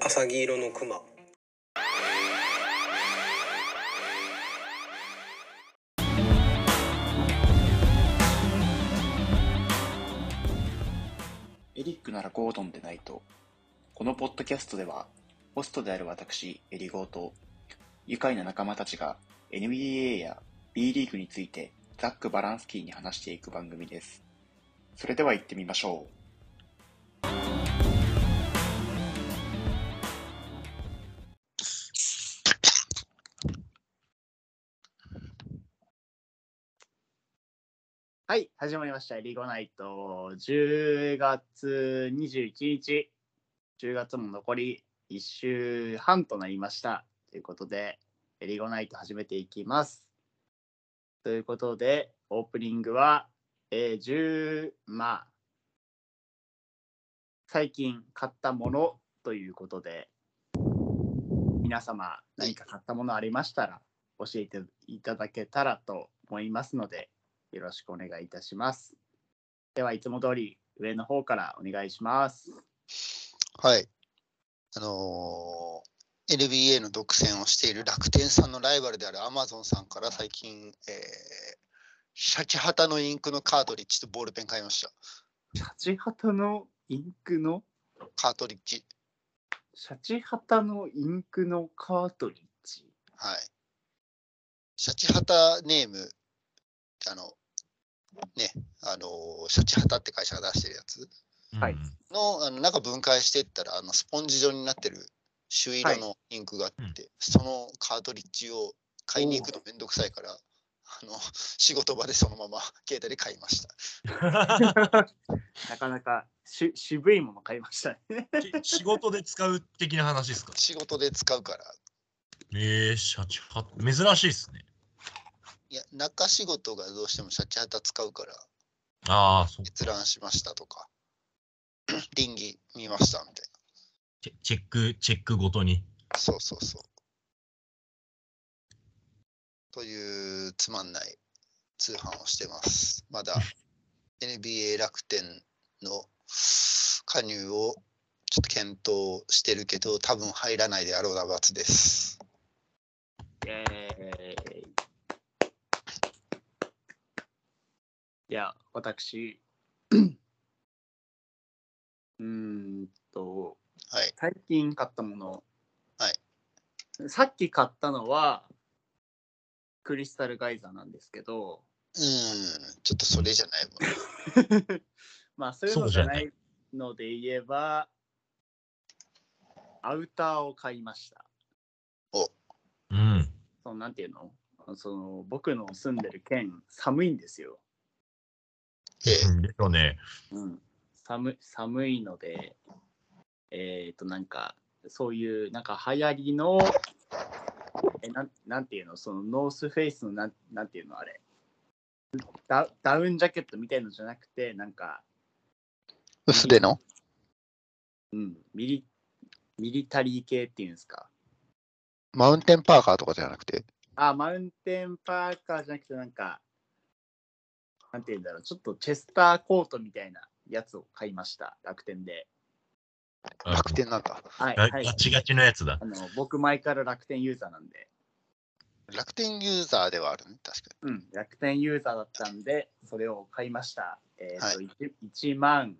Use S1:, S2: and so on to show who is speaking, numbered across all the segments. S1: はさぎ色のクマ
S2: エリックならゴードンでないと。このポッドキャストでは、ホストである私、エリゴーと、愉快な仲間たちが NBA や B リーグについてざっくばらんすきーに話していく番組です。それでは行ってみましょう。
S3: はい、始まりました。エリゴナイト。10月21日。10月も残り1週半となりました。ということで、エリゴナイト始めていきます。ということで、オープニングは、えー、10、まあ、最近買ったものということで、皆様何か買ったものありましたら教えていただけたらと思いますので、よろしくお願いいたします。では、いつも通り上の方からお願いします。
S4: はい。あのー NBA の独占をしている楽天さんのライバルであるアマゾンさんから最近、えーシャチハタのインクのカートリッジとボールペン買いました。
S3: シャチハタのインクの、
S4: カートリッジ。
S3: シャチハタのインクのカートリッジ。
S4: はい。シャチハタネーム、あの、ね、あのーシャチハタって会社が出してるやつ
S3: はい
S4: の、あの中分解していったら、あのスポンジ状になってる朱色のインクがあって、そのカートリッジを買いに行くのめんどくさいから、あの仕事場でそのまま携帯で買いました。
S3: なかなかし渋いもの買いましたね。
S5: き仕事で使う的な話ですか
S4: 仕事で使うから、
S5: えー、シャチハタ珍しいですね。
S4: いや、中仕事がどうしてもシャチハタ使うから、
S5: ああ、そう
S4: 閲覧しましたとか、 倫理見ましたみたい
S5: チェ。チェック、チェックごとに。
S4: な。そうそうそう。というつまんない通販をしてます。まだ NBA 楽天の加入をちょっと検討してるけど、多分入らないであろうな罰です。
S3: えーいや、私、うーんと、
S4: はい。
S3: 最近買ったもの。
S4: はい
S3: さっき買ったのは、クリスタルガイザーなんですけど、
S4: うーん、ちょっとそれじゃないもん。
S3: まあそういうのじゃないので言えば、アウターを買いました。
S5: うん。
S3: そのなんていうのその僕の住んでる県、寒いんですよ。
S4: ええ
S5: でしょうね。
S3: うん、寒い寒いので、えっ、と、なんか、そういう、なんか流行りの、えなんなんていうの、そのノースフェイスのなん、なんていうの、あれダ、ダウンジャケットみたいのじゃなくて、なんか、
S4: 薄手の
S3: うん、ミリミリタリー系っていうんですか。
S4: マウンテンパーカーとかじゃなくて。
S3: あ、マウンテンパーカーじゃなくて、なんか、なんていうんだろう、ちょっとチェスターコートみたいなやつを買いました、楽天で。
S4: 楽天なんだ。
S3: はい、
S5: が
S3: はい
S5: ガ。チガチのやつだ
S3: あ。の僕、前から楽天ユーザーなんで。
S4: 楽天ユーザーではあるね、確か
S3: うん、楽天ユーザーだったんで、それを買いました。えっ、と、
S4: は
S3: 一1万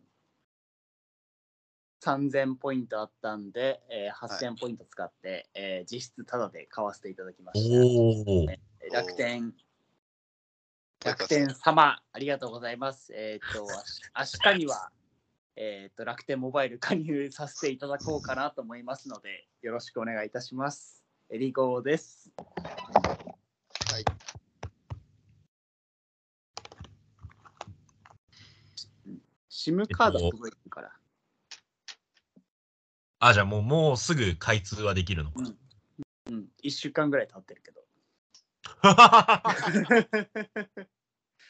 S3: 3000ポイントあったんで、えー8000ポイント使って、えー実質タダで買わせていただきまし
S5: おお。
S3: た。えー楽天、
S4: に。
S3: 楽天様、ありがとうございます。えーっと、 あし明日には、えーっと、楽天モバイル加入させていただこうかなと思いますので、よろしくお願いいたします。エリゴーです。
S4: はい。
S3: シムカード届いてるから。
S5: あ、じゃあもう、もうすぐ開通はでき るのか。
S3: うん、1週間ぐらい経ってるけど。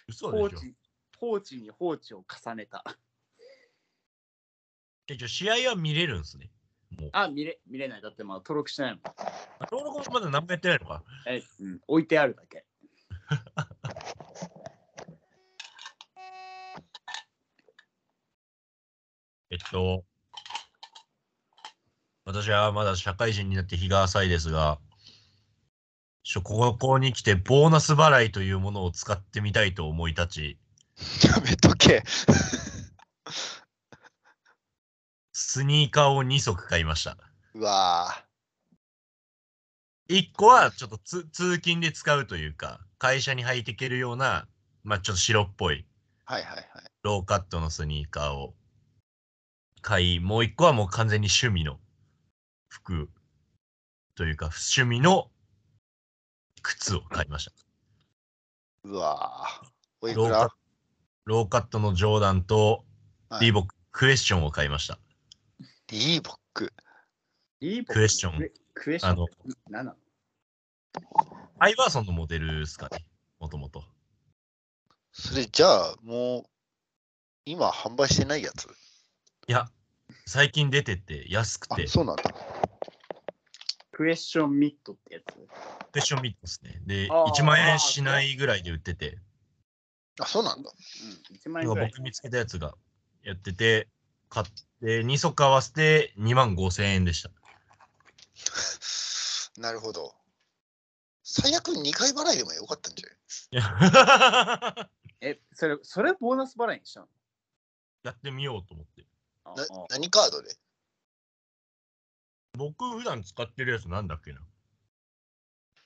S5: 嘘
S3: 放
S5: でし
S3: 置
S5: ょ。
S3: 放置に放置を重ねた。
S5: えじゃあ試合は見れるんですね。もう。
S3: あ、見れ見れない。だってまだ登録してないもん。
S5: 登録もまだ何もやってないのか。
S3: えうん、置いてあるだけ。
S5: えっと、私はまだ社会人になって日が浅いですが、ちょここに来てボーナス払いというものを使ってみたいと思い立ち、
S4: やめとけ。
S5: スニーカーを2足買いました。
S4: うわぁ。
S5: 1個はちょっとつ通勤で使うというか、会社に履いていけるような、まあちょっと白っぽい
S4: はいはいはい。
S5: ローカットのスニーカーを買い、もう1個はもう完全に趣味の服というか、趣味の靴を買いました。
S4: うわぁ。おい
S5: ロ
S4: く
S5: ー
S4: ら
S5: カローカットのジョーダンと
S4: はい
S5: リーボッククエスチョンを買いました。
S4: リーボック。
S3: リーボック
S5: クエスチョン
S3: クエクエスチョン
S5: あの、
S3: 何なの
S5: アイバーソンのモデルですかね、もともと。
S4: それじゃあ、もう、今販売してないやつ。
S5: いや、最近出てて安く
S4: あ
S5: て、、
S4: そうなんだ。
S3: クエスチョンミットってやつ。
S5: クエスチョンミットですね。で、
S3: あー
S5: 1万円しないぐらいで売ってて、
S4: あ、そうなんだ。
S3: うん、1万円
S5: なんか
S3: ぐらい。
S5: 僕見つけたやつがやってて、買って、2足合わせて2万5千円でした。
S4: なるほど。最悪2回払いでもよかったんじゃない
S5: いや
S3: え、それ、それボーナス払いにしたの
S5: やってみようと思って。
S3: あ
S4: な
S3: あ
S4: 何カードで
S5: 僕普段使ってるやつなんだっけな。ちょっ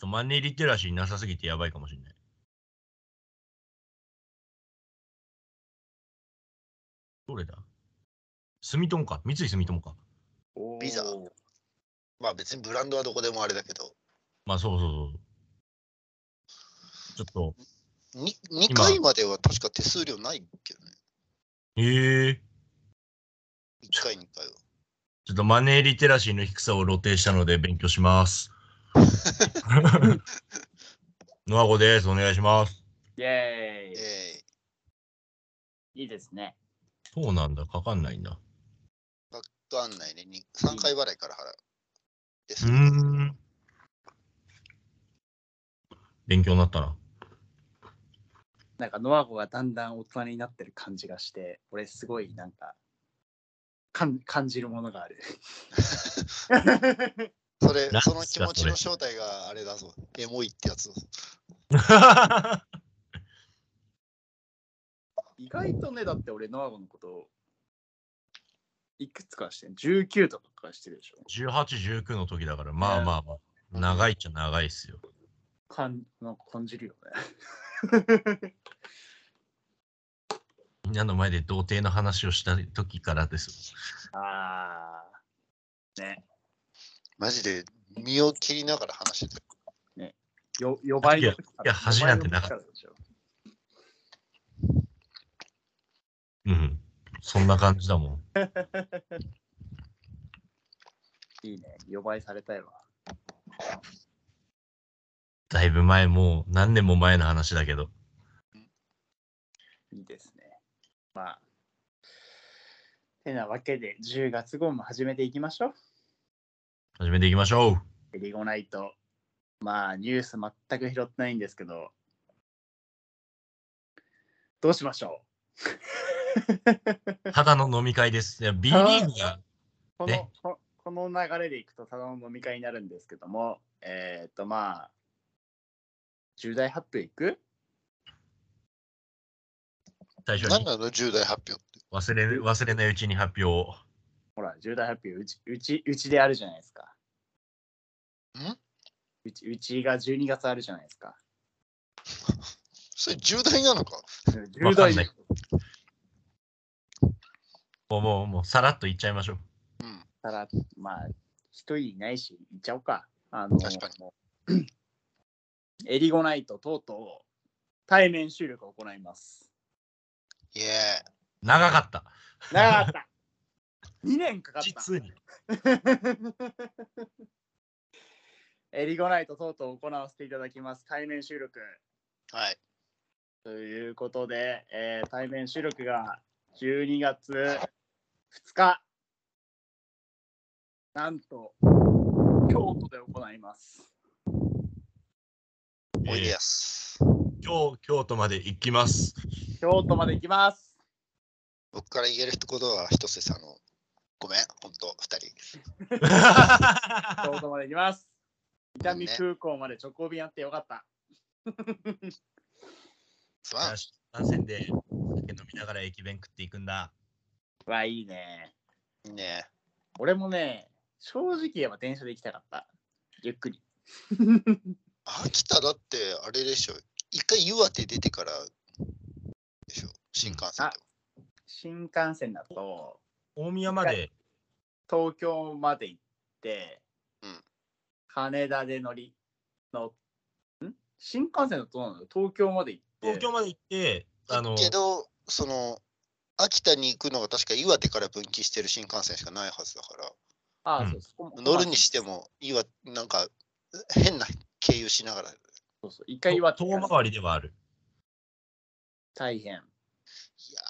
S5: とマネーリテラシーなさすぎてやばいかもしれない。どれだ住友か。三井住友か。
S3: おー
S4: ビザまあ別にブランドはどこでもあれだけど、
S5: まあそうそうそう。ちょっと、
S4: に2回までは確か手数料ないけどね。
S5: ええー、
S4: 1回、2回は。
S5: ちょっとマネーリテラシーの低さを露呈したので勉強します。ノアゴです。お願いします。
S3: イェー
S4: え
S3: イ。いいですね。
S5: そうなんだ。かかんないんだ。
S4: ー、バック案内ね、に3回払いから払う。です
S5: うーん。勉強になったな。
S3: なんかノアゴがだんだん大人になってる感じがして、俺すごいなんか、かん感じるものがある。
S4: それ
S5: な、んすか
S4: その気持ちの正体があれだぞ。エモいってやつ。
S3: 意外とね、だって俺ノアゴのことを、いくつかしてん ?19 とかからしてるでしょ。
S5: 18、19の時だから、まあまあまあ、長いっちゃ長いっすよ。
S3: かんなんか感じるよね。
S5: みんなの前で童貞の話をした時からです。
S3: ああ。ね。
S4: マジで身を切りながら話してた。
S3: よ、呼ばれの時から
S5: いや恥なんてなかった
S3: 呼ばれの時らでしょ
S5: うん。そんな感じだもん。
S3: いいね。呼ばれされたいわ。
S5: だいぶ前、もう何年も前の話だけど。
S3: いいですね。まあ。てなわけで、10月号も始めていきましょう。
S5: 始めていきましょう。
S3: エリゴナイト。まあ、ニュース全く拾ってないんですけど、どうしましょ
S5: ただの飲み会です。いや B リーグが、
S3: うこの、
S5: ね
S3: ここの流れでいくと、ただの飲み会になるんですけども、えっ、と、まあ、重大発表いく
S5: 最初
S4: 何
S5: に
S4: なの重大発表って。
S5: 忘れ忘れないうちに発表を。
S3: ほら、重大発表うち、うち、うちであるじゃないですか。
S4: ん
S3: うち、うちが12月あるじゃないですか。
S4: それ重大なのか
S5: わ
S3: 重
S5: か
S3: 大
S5: んないもう、もう、もう、さらっと言っちゃいましょう。
S4: うん。
S3: たら、まあ、一人いないし、行っちゃおうか。あの、
S4: 確かに
S3: エリゴナイトとうとう、対面収録を行います。
S4: いえ。
S5: 長かった。
S3: 長か った !2 年かかった
S5: 実に。
S3: エリゴナイトとうとう行わせていただきます。対面収録。
S4: はい。
S3: ということで、えー対面収録が12月2日、なんと、京都で行います。
S4: おいで
S5: えー
S4: やす。
S5: 今日、京都まで行きます。
S3: 京都まで行きます。
S4: 僕から言えることは、一瀬さんのごめん、本当二人。
S3: 京都まで行きます。伊丹
S4: ね
S3: 空港まで直行便あってよかった。
S4: すまん。
S5: 単線で酒飲みながら駅弁食っていくんだ。
S3: わあ、いいね。
S4: いいね。
S3: 俺もね、正直言えば電車で行きたかった。ゆっくり。
S4: 秋田だって、あれでしょ。一回岩手出てからでしょ。新幹線でも。
S3: 新幹線だと、
S5: 大宮まで
S3: 東京まで行って、
S4: うん
S3: 羽田で乗り、の、ん新幹線だとどうなの東京まで行って、
S5: 東京まで行って、あの、
S4: けど、その、秋田に行くのが確か岩手から分岐してる新幹線しかないはずだから、
S3: ああ、
S5: うん
S3: そうそこも
S4: 乗るにしても、岩、なんか、変な経由しながら。
S3: そうそう一回
S5: と
S3: 岩手
S5: 遠回りではある。
S3: 大変。
S4: いや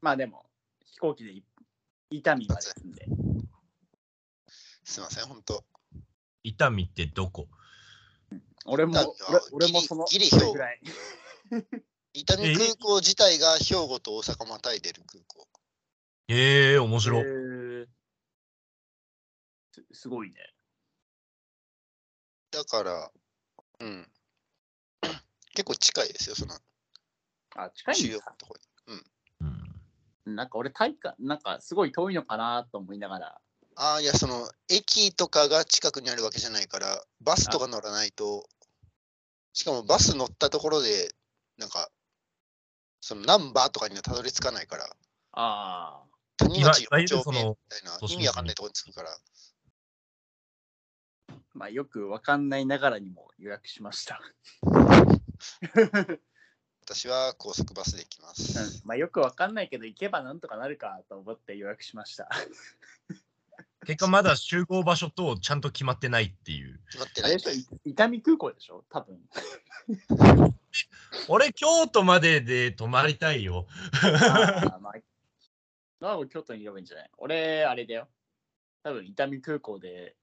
S3: まあでも、飛行機でい伊丹まで行くんで。
S4: ー、すいません、本当
S5: 伊丹ってどこ
S3: 俺も
S4: 伊丹は、
S3: 俺俺もその、
S4: ギリギ
S3: そ
S4: リ
S3: れぐらい。
S4: 伊丹空港自体が兵庫と大阪またいでる空港。
S5: ええ面白い。
S3: へーすすごいね。
S4: だから、うん。 結構近いですよ、その
S3: あ、近い
S4: 主
S3: ん
S4: 要
S3: だ
S4: なところ
S5: うん
S3: なんか俺、体感、なんかすごい遠いのかなと思いながら。
S4: ああ、いや、その、駅とかが近くにあるわけじゃないから、バスとか乗らないと、しかもバス乗ったところで、なんか、そのナンバーとかにはたどり着かないから、
S3: ああ。
S4: 谷町
S5: いわいわゆ
S4: 4丁
S5: るそ
S4: 目み
S5: の
S4: たいな
S5: 都心
S4: 意味わかんないところに着くから、
S3: まあよくわかんないながらにも予約しました。
S4: 私は高速バスで行きま
S3: うん
S4: す。
S3: まあよくわかんないけど行けばなんとかなるかと思って予約しました。
S5: 結果まだ集合場所とちゃんと決まってないっていう。
S4: 決まって
S3: あ
S4: な
S3: れ
S4: いね
S3: でしょ、い伊丹空港でしょ多分。
S5: 俺京都までで泊まりたいよ。
S3: ああまあ、なお京都に呼ぶんじゃない俺、あれだよ。多分伊丹空港で、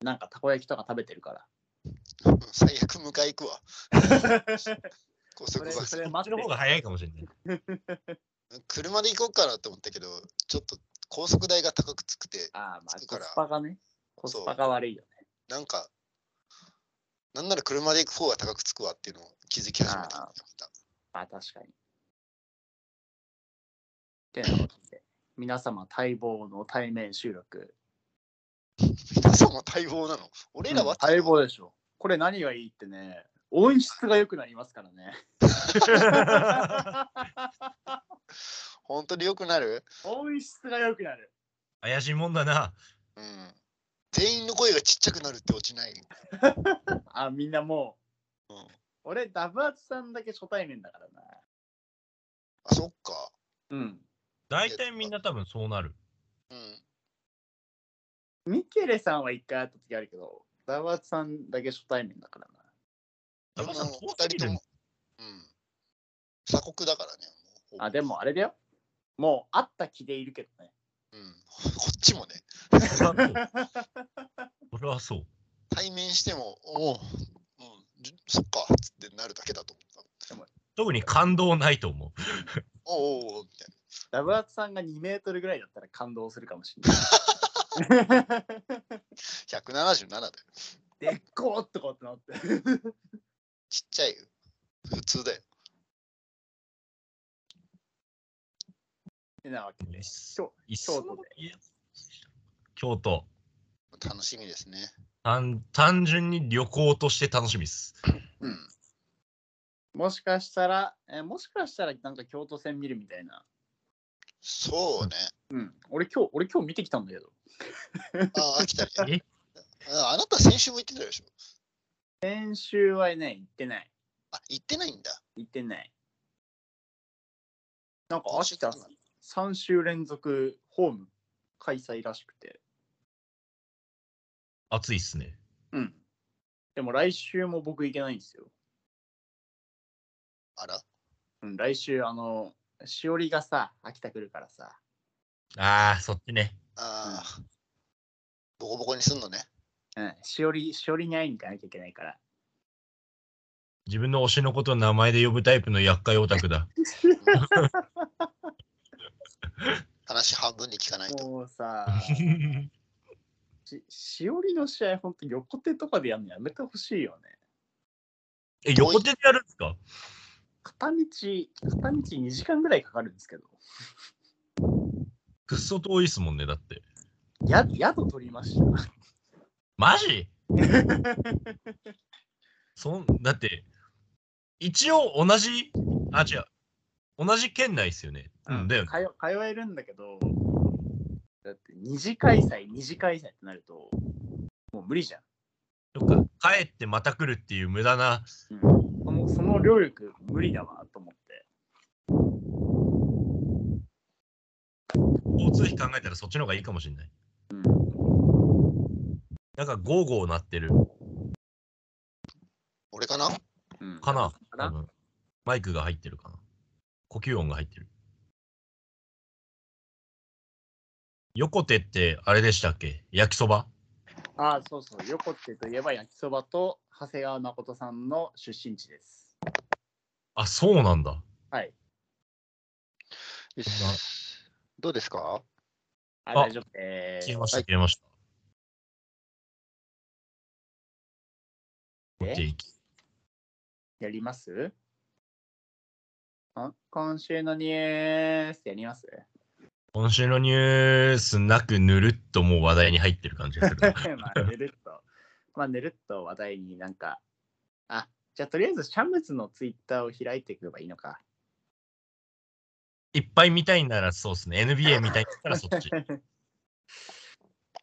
S3: なんかたこ焼きとか食べてるから。
S4: うん 最悪迎え行くわ。高
S3: そ
S4: 速
S3: れ
S4: バ
S3: そ
S4: ス
S3: れ。
S5: こっ
S3: 待
S5: ち
S3: って
S5: の
S3: る
S5: 方が早いかもしれない。
S4: 車で行こうかなと思ったけど、ちょっと高速代が高くつくて、
S3: ああ、まあコ
S4: 着くから
S3: スパがね、コスパが悪いよね。
S4: なんか、なんなら車で行く方が高くつくわっていうのを気づき始めたんだよ
S3: あー
S4: また。
S3: まあ確かに。てなことで、皆様待望の対面収録。
S4: 皆さんも待望なの俺らは、
S3: うん待望でしょ。これ何がいいってね、音質が良くなりますからね。
S4: 本当に良くなる
S3: 音質が良くなる。
S5: 怪しいもんだな。
S4: うん。全員の声がちっちゃくなるって落ちない。
S3: あ、みんなも
S4: うん、あ、
S3: う、俺、ダブアツさんだけ初対面だからな。
S4: そっか。
S3: うん。
S5: 大体みんな多分そうなる。
S4: うん。
S3: ミケレさんは一回会った時あるけど、ダブアツさんだけ初対面だからな。
S5: ダバさん
S4: でも
S5: 遠すぎるんだ。
S4: うん。鎖国だからね。もう
S3: あ、でもあれだよ。もう会った気でいるけどね。
S4: うん。こっちもね、
S5: それ はそう。それはそう。
S4: 対面しても、おう、うん、じそっか、つってなるだけだと思った。
S5: 特に感動ないと思う。
S4: おうおうおう、みたいな。
S3: ダブアツさんが2メートルぐらいだったら感動するかもしれない。
S4: 177だよ。
S3: でっこーっとこうってなって。
S4: ちっちゃいよ。普通だよ。
S3: てなわけで、今
S5: いっ
S3: 京
S5: そ
S3: 都
S5: 京都。
S4: 楽しみですね。
S5: 単単純に旅行として楽しみです。
S3: うんもしかしたら、えもしかしたらなんか京都戦見るみたいな。
S4: そうね。
S3: うん。俺今日、俺今日見てきたんだけど。
S4: あ、秋田ね。
S5: え
S4: ああなた先週も言ってたでしょ。
S3: 先週はね、行ってない。
S4: あ、行ってないんだ。
S3: 行ってない。なんか
S4: 今週
S3: 秋田3週連続ホーム開催らしくて。
S5: 暑いっすね。
S3: うん。でも来週も僕行けないんですよ。
S4: あら
S3: うん、来週、あの、しおりがさ、秋田来るからさ。
S5: ああ、そっちね。
S4: あー、ボコボコにすんのね。
S3: うん、しおり、しおりに会いに行かなきゃいけないから。
S5: 自分の推しのことを名 前で呼ぶタイプの厄介オタクだ。
S4: 悲
S6: 話半分で聞かないと。
S3: もうさ、ししおりの試合、ほんと横手とかでやるのやめてほしいよね。
S5: え、横手でやるんですか
S3: 片道、片道2時間ぐらいかかるんですけど、
S5: くっそ遠いっすもんね、だって。
S3: や宿取りました。
S5: マ ジそんだって、一応同じ、あ、違う、同じ県内っすよね。うん、だよね。
S3: 通通えるんだけど、だって二次開催、二次開催ってなると、もう無理じゃん。
S5: とか帰ってまた来るっていう無駄な、
S3: そのその労力無理だわと思って。
S5: 交通費考えたらそっちの方がいいかもしれない。なんかゴーゴーなってる
S6: 俺かな
S3: うん
S5: かな
S3: かな
S5: 多分マイクが入ってるかな呼吸音が入ってる。横手ってあれでしたっけ焼きそば
S3: ああ、そうそう、横手といえば焼きそばと長谷川誠さんの出身地です。
S5: あ、そうなんだ。
S3: はい。
S6: よしどうですか
S3: あ、
S5: あ
S3: 大丈夫で
S5: 消え
S3: す。
S5: ました、
S6: はい
S5: 消えました。
S3: え
S5: OK
S3: やりますあ今週のニュースや ります
S5: 今週のニュースなくぬるっともう話題に入ってる感じが するな。
S3: まあ、ぬるっと、まあ、ぬるっと話題になんか、あ、じゃあとりあえずシャムズのツイッターを開いていけばいいのか。
S5: いっぱい見たいならそうですね。NBA 見たいなら そっち。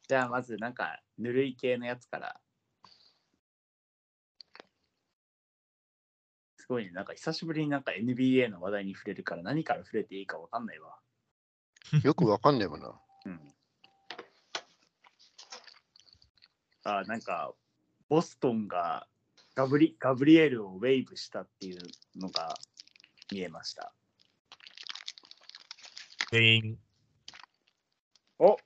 S3: じゃあまずなんか、ぬるい系のやつから。すごいね、なんか久しぶりになんか NBA の話題に触れるから何から触れていいかわかんないわ。
S6: よくわかんねえもんな。
S3: うん。あ、なんか、ボストンがガブリガブリエルをウェイブしたっていうのが見えました。
S5: 全員。
S3: お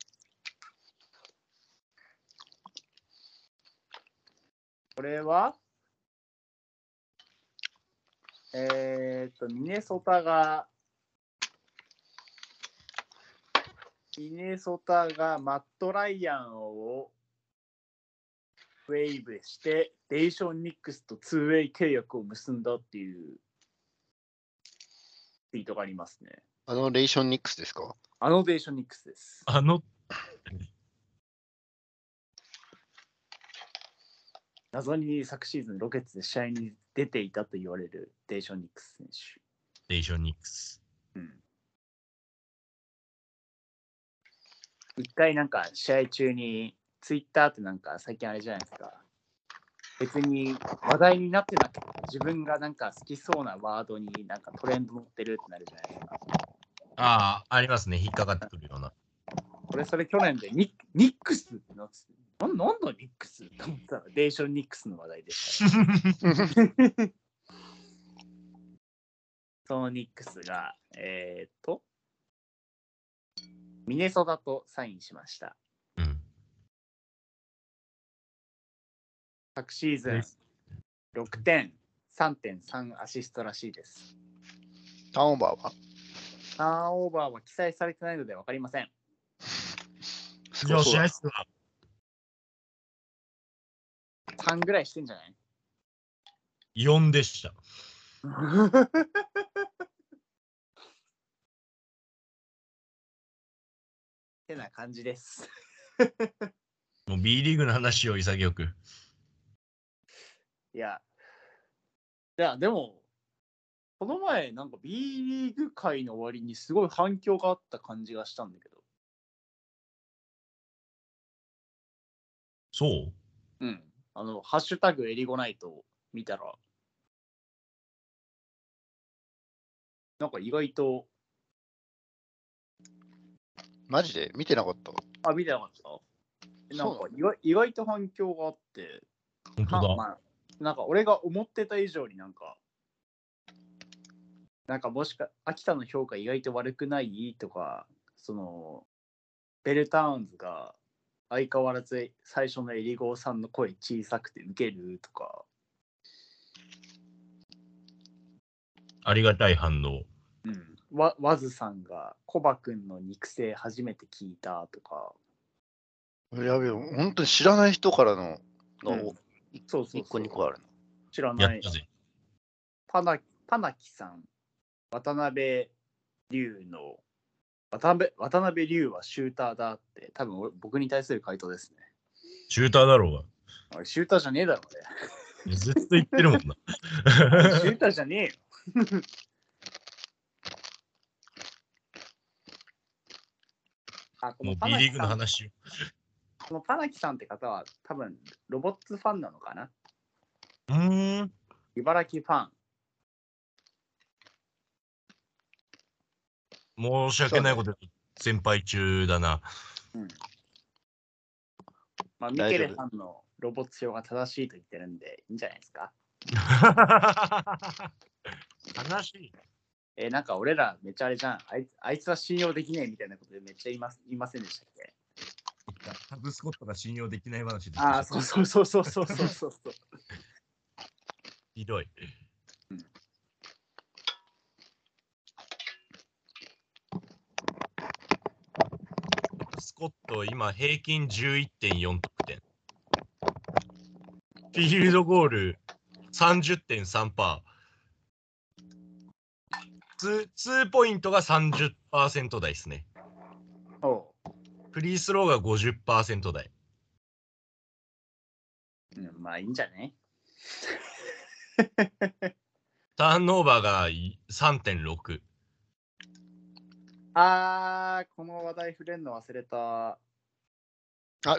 S3: これはえーっと、ミネソタが、ミネソタがマット・ライアンをウェイブして、デイション・ニックスと 2way 契約を結んだっていうツイートがありますね。
S6: あのレーションニックスです か
S3: あのデイション・ニックスです。
S5: あの、
S3: 謎に昨シーズンロケッツで試合に出ていたと言われるデーション・ニックス選
S5: デイションニックス。
S3: 手。うん。一回なんか試合中にツイッターってなんか最近あれじゃないですか。別に話題になってなくて自分がなんか好きそうなワードになんかトレンド乗ってるってなるじゃないですか。
S5: ああ、ありますね。引っかかってくるような。
S3: これそれ去年でニッニックスってなっててなんなんだニックスって思ったらデーション・ニックスの話題でした。ソニックスが、えーっと、ミネソタとサインしました。
S5: うん。
S3: 昨シーズン6点、3.3アシストらしいです。
S6: ターンオーバーは
S3: ターンオーバーは記載されてないので分かりません。
S6: す
S5: 以上、
S6: ごそう
S5: 試
S6: だ
S5: 合
S6: な
S5: 数は
S3: 3ぐらいしてんじゃない
S5: 4でした。
S3: てな感じです。
S5: もう B リーグの話を潔く。
S3: いや、いや、でも、この前、なんか B リーグ界の終わりにすごい反響があった感じがしたんだけど。
S5: そう
S3: うん。あの、ハッシュタグエリゴナイトを見たら、なんか意外と、
S6: マジで見てなかった。
S3: あ、見てなかったなんか意外意外と反響があって、
S5: 本当
S3: まあ
S5: だ。
S3: まあ、なんか俺が思ってた以上になんか、なんかもしか、秋田の評価意外と悪くないとか、その、ベルタウンズが相変わらず最初のエリゴーさんの声小さくてウケるとか、
S5: ありがたい反応。
S3: うんわわずさんがコバくんの肉声初めて聞いたとか、
S4: やべえ、本当に知らない人からのが
S3: うんそ
S4: お
S3: うそうそう
S4: 一個二個ある
S3: 知ら
S5: や
S3: な
S5: っ
S3: い
S5: たぜ。
S3: パナパナキさん渡辺龍の渡辺渡辺龍はシューターだって多分俺僕に対する回答ですね
S5: シューターだろ
S3: 俺シューターじゃねえだろ
S5: うが。ずっと言ってるも んな。
S3: 俺 シューターじゃねえよ あこの
S5: もう
S3: パ
S5: B
S3: ナ
S5: リ
S3: キ
S5: ーグの
S3: さん
S5: 話よ。
S3: このパナキさんって方は多分ロボッツファンなのかな
S5: うーん。
S3: 茨城ファン
S5: 申し訳ないこと言うと先輩中 だ な。
S3: まあ、ミケレさんのロボッツ表が正しいと言ってるんで、いいんじゃないですか。
S5: 悲しい。
S3: えーなんか俺らめっちゃあれじゃん。あいつあいつは信用できねえみたいなことでめっちゃ言います言いませんでしたっけ
S5: タブスコットが信用できない話で す。
S3: ああ、そうそうそうそうそうそうそう そう。
S5: ひどい。スコット、今平均11.4得点。フィールドゴール30.3%パー。ツーポイントが30%台ですね。
S3: お
S5: フリースローが50%台。
S3: ううん、まあいいんじゃね
S5: ターンオーバーが3.6。
S3: ああ、この話題触れるの忘れた。
S4: の。あ、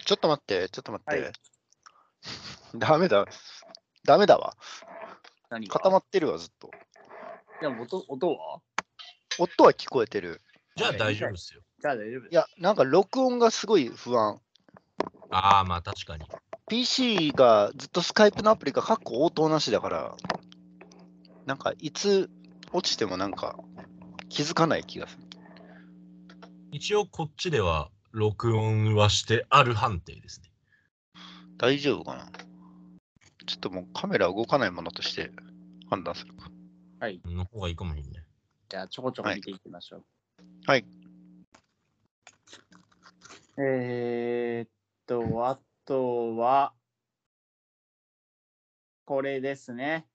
S4: ちょっと待って、ちょっと待って。
S3: はい
S4: ダメだ。ダメだわ。
S3: 何が
S4: 固まってるわ、ずっと。
S3: でも音音は
S4: 音は聞こえてる。
S5: じゃあ大丈夫ですよ。
S3: じゃあ大丈夫
S4: いや、なんか録音がすごい不安。
S5: ああ、まあ確かに。
S4: PC がずっと Skype のアプリがかっこ応答なしだから、なんかいつ落ちてもなんか気づかない気がする。
S5: 一応こっちでは録音はしてある判定ですね。
S4: 大丈夫かなちょっともうカメラ動かないものとして判断するか。
S3: はい。
S5: の方がいいかもしれない。
S3: じゃあちょこちょこ見ていきましょう。
S4: はい。
S3: えー、っと、あとは、これですね。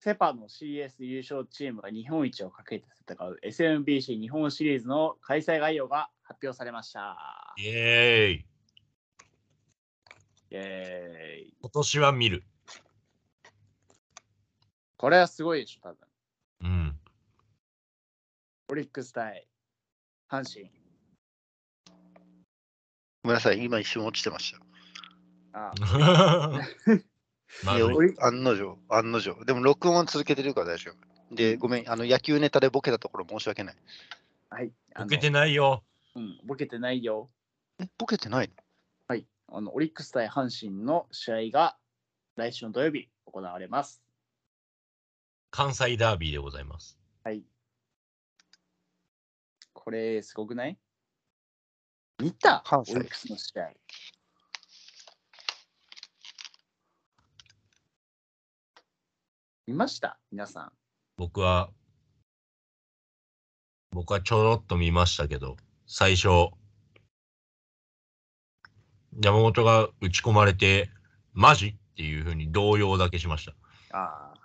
S3: セ・パの CS 優勝チームが日本一をかけて戦う SMBC 日本シリーズの開催概要が発表されました。
S5: イエーイ
S3: イエーイ。
S5: 今年は見る。
S3: これはすごいでしょ、多分。
S5: うん。
S3: オリックス対阪神。
S4: ごめんなさい、今一瞬落ちてました。
S3: あ
S5: ま
S4: いや、
S5: あ
S3: どう
S4: 俺案の定、案の定。でも録音は続けてるから大丈夫。で、ごめん、あの野球ネタでボケたところ申し訳ない。
S3: はい。あ
S5: ボ
S3: の
S5: ケてないよ。
S3: うん、ボケてないよ。
S4: え、ボケてないの
S3: はい、あのオリックス対阪神の試合が来週の土曜日行われます。
S5: 関西ダービーでございます。
S3: これ、すごくない見た
S4: 関
S3: オ
S4: 西
S3: リックスの試合。見ました皆さん。
S5: 僕は、僕はちょろっと見ましたけど、最初、山本が打ち込まれて、マジっていうふうに動揺だけしました。
S3: ああ。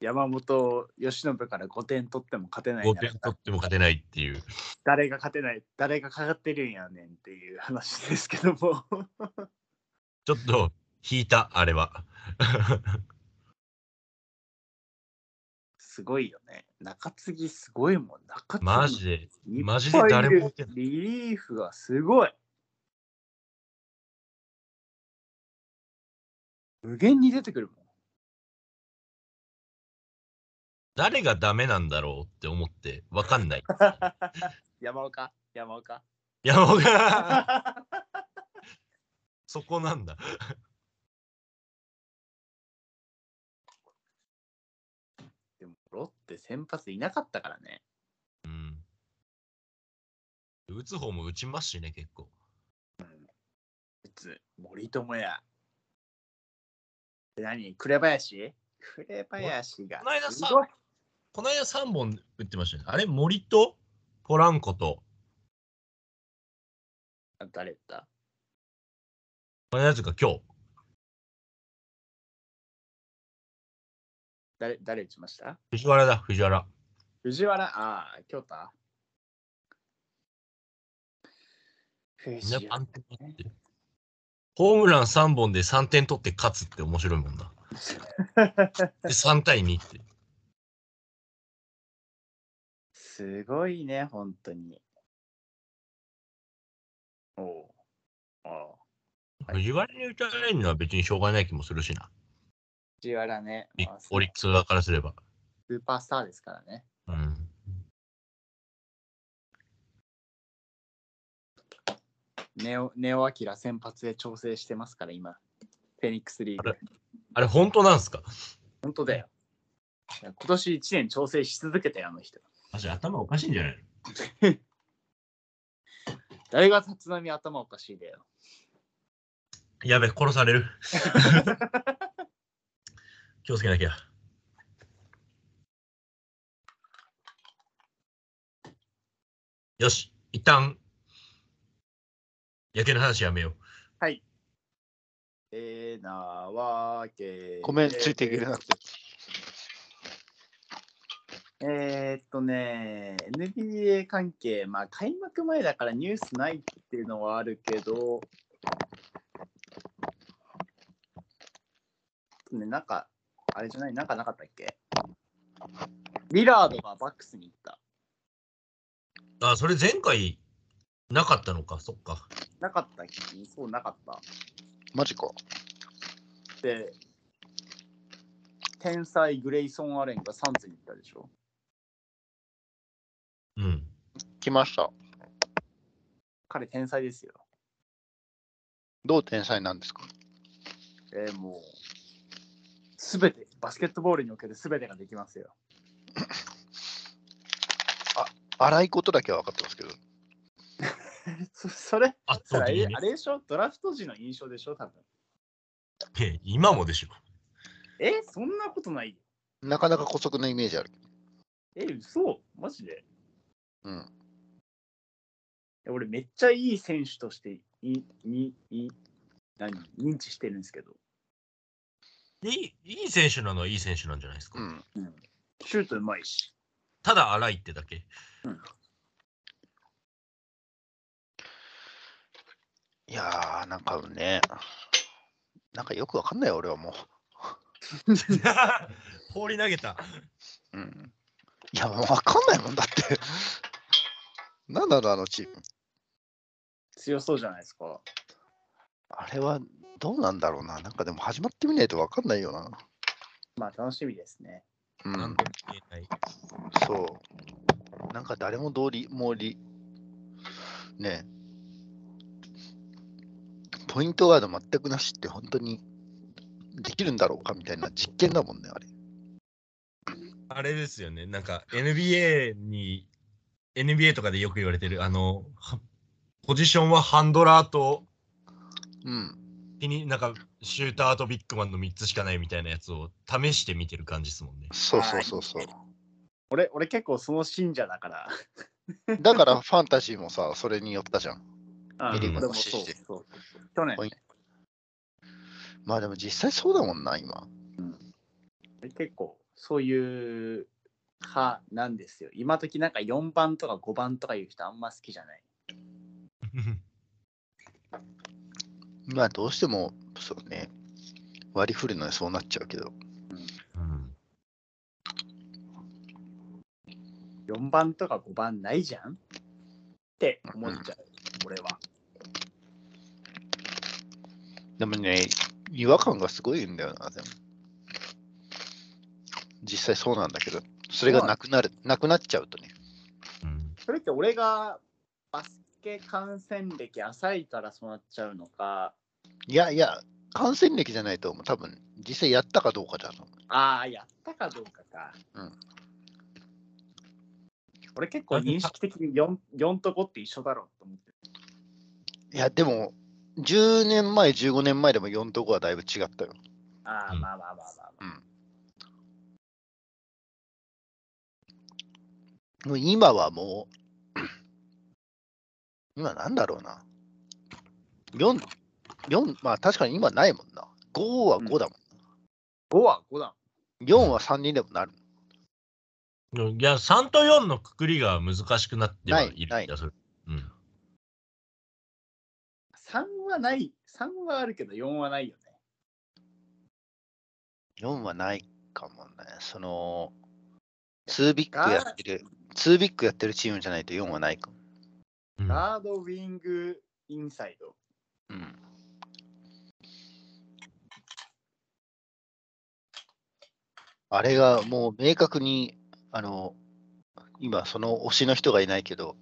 S3: 山本由伸から5点取っても勝てない
S5: 5
S3: な
S5: 点取っても勝てないっていう。
S3: 誰が勝てない誰がかかってるんやねんっていう話ですけども
S5: ちょっと引いた、あれは。
S3: すごいよね中継ぎすごいもん中継ぎ
S5: マジで、
S3: いっぱい
S5: マジで誰も打て
S3: い
S5: ない
S3: るリリーフがすごい。無限に出てくるもん。
S5: 誰がダメなんだろうって思って、わかんない。
S3: 山岡、山岡。
S5: 山岡がそこなんだ。
S3: でも、ロッテ先発いなかったからね。
S5: うん。打つ方も打ちますしね、結構。
S3: いつ、森友哉。で何紅林紅林が。
S5: この間さ
S3: すごい
S5: この間3本打ってましたね。あれ、森とポランコと、
S3: あ誰だ
S5: このやつが今日、
S3: 誰誰打ちました
S5: 藤原だ、藤原。
S3: 藤原、ああ、京太。
S5: みんな
S3: 藤
S5: パ
S3: 原
S5: ンってって。ホームラン3本で3点取って勝つって面白いもん だ。で、3対2って。
S3: すごいね、本当に。おうおう
S5: 藤原に打たれるのは別にしょうがない気もするしな。
S3: 藤原ね、
S5: ビ
S3: まあス
S5: オリックス側からすれば。
S3: ーパースターですからね。
S5: うん。
S3: ネオ、ネオアキラ先発で調整してますから、今。フェニックスリーグ
S5: あ。あれ、本当なんすか
S3: 本当だよ。いや今年1年調整し続けたよ、あの人。
S5: 私、頭おかしいんじゃない
S3: 誰が立浪頭おかしいだよ。
S5: やべ、殺され る。気をつけなきゃ。よし、一旦、野球の話やめよう。
S3: えー、なわけ。
S4: ごめん、ついていけなくて。
S3: えーっとね、NBA 関係、まあ開幕前だからニュースないっていうのはあるけど、ね、なんか、あれじゃない、なんかなかったっけリラードがバックスに行った。
S5: あ、それ前回なかったのか、そっか。
S3: なかったっけそう、なかった。
S4: マジか。
S3: で、天才グレイソン・アレンがサンズに行ったでしょ
S5: うん。
S4: 来ました。
S3: 彼天才ですよ。
S4: どう天才なんですか
S3: えーもう、すべて、バスケットボールにおけるすべてができますよ。
S4: 荒いことだけは分かってますけど。
S3: そそれ、
S5: あ、そ
S3: た
S5: う
S3: だあれ
S5: ね
S3: あ。れでしょドラフト時の印象でしょ多分。
S5: え今もでしょ。
S3: えそんなことないよ。
S4: なかなか古速なイメージある。
S3: え、嘘マジで
S4: うん。
S3: え俺めっちゃいい選手としてい、い、い、何認知してるんですけど。
S5: いいいい選手なのはいい選手なんじゃないですか。
S4: うん。
S3: シュートうまいし。
S5: ただ荒いってだけ。
S4: いやー、なんかね、なんかよく分かんないよ、俺はもう。
S5: 放り投げた。
S4: うんいや、わかんないもんだって。なんなの、あのチーム。
S3: 強そうじゃないですか。
S4: あれはどうなんだろうな。なんかでも始まってみないとわかんないよな。
S3: まあ楽しみですね。
S4: う
S5: なん
S4: ん
S5: と、も言えない。
S4: そう。なんか誰もどうり、もうり、ねえポイントガード全くなしって本当にできるんだろうかみたいな実験だもんね、あれ。
S5: あれですよね、なんか NBA に、NBA とかでよく言われてる、あの、はポジションはハンドラーと、
S4: うん。
S5: 気になんかシューターとビッグマンの3つしかないみたいなやつを試して見てる感じですもんね。
S4: そうそうそうそう。
S3: 俺、俺結構その信者だから。
S4: だから ファンタジーもさ、それによったじゃん。
S3: あ
S5: リーグ
S3: 俺
S4: の
S3: も
S4: 指
S3: そう
S4: 示で
S3: そう。去年、
S4: ポインまあでも実際そうだもんな、今。
S3: 俺結構そういう派なんですよ。今時なんか4番とか5番とかいう人あんま好きじゃない。
S4: まあどうしても、そうね、割り振るのにそうなっちゃうけど。
S5: うん、
S3: 4番とか5番ないじゃんって思っちゃう、俺は。
S4: でもね、違和感がすごいんだよな、でも。実際そうなんだけど、それがなくなる、なくなっちゃうとね。
S5: うん
S3: それって俺がバスケ観戦歴浅いからそうなっちゃうのか、
S4: いやいや、感染歴じゃないと思う、多分実際やったかどうかだと思
S3: ああ、やったかどうかか。
S4: うん
S3: 俺結構認識的に 4, 4と5って一緒だろうと思ってる。
S4: う。いや、でも、10年前、15年前でも4とこはだいぶ違ったよ。
S3: ああ、
S5: うん
S3: まあまあまあまあ、まあ
S4: うんもう今はもう、 今なんだろうな。4、4、まあ確かに今ないもんな。5は5だも
S3: 5は5だ。
S4: ん。4は3にでもなる。
S5: いや、3と4のくくりが難しくなってはいるんだ
S4: ないな
S5: それうん。
S3: 3はない、3はあるけど4はないよね。
S4: 4はないかもね。その、2ビッグやってる、2ビッグやってるチームじゃないと4はないかも。
S5: うん
S3: ガード、ウィング、インサイド。
S4: うん。あれがもう明確に、あの、今その推しの人がいないけど、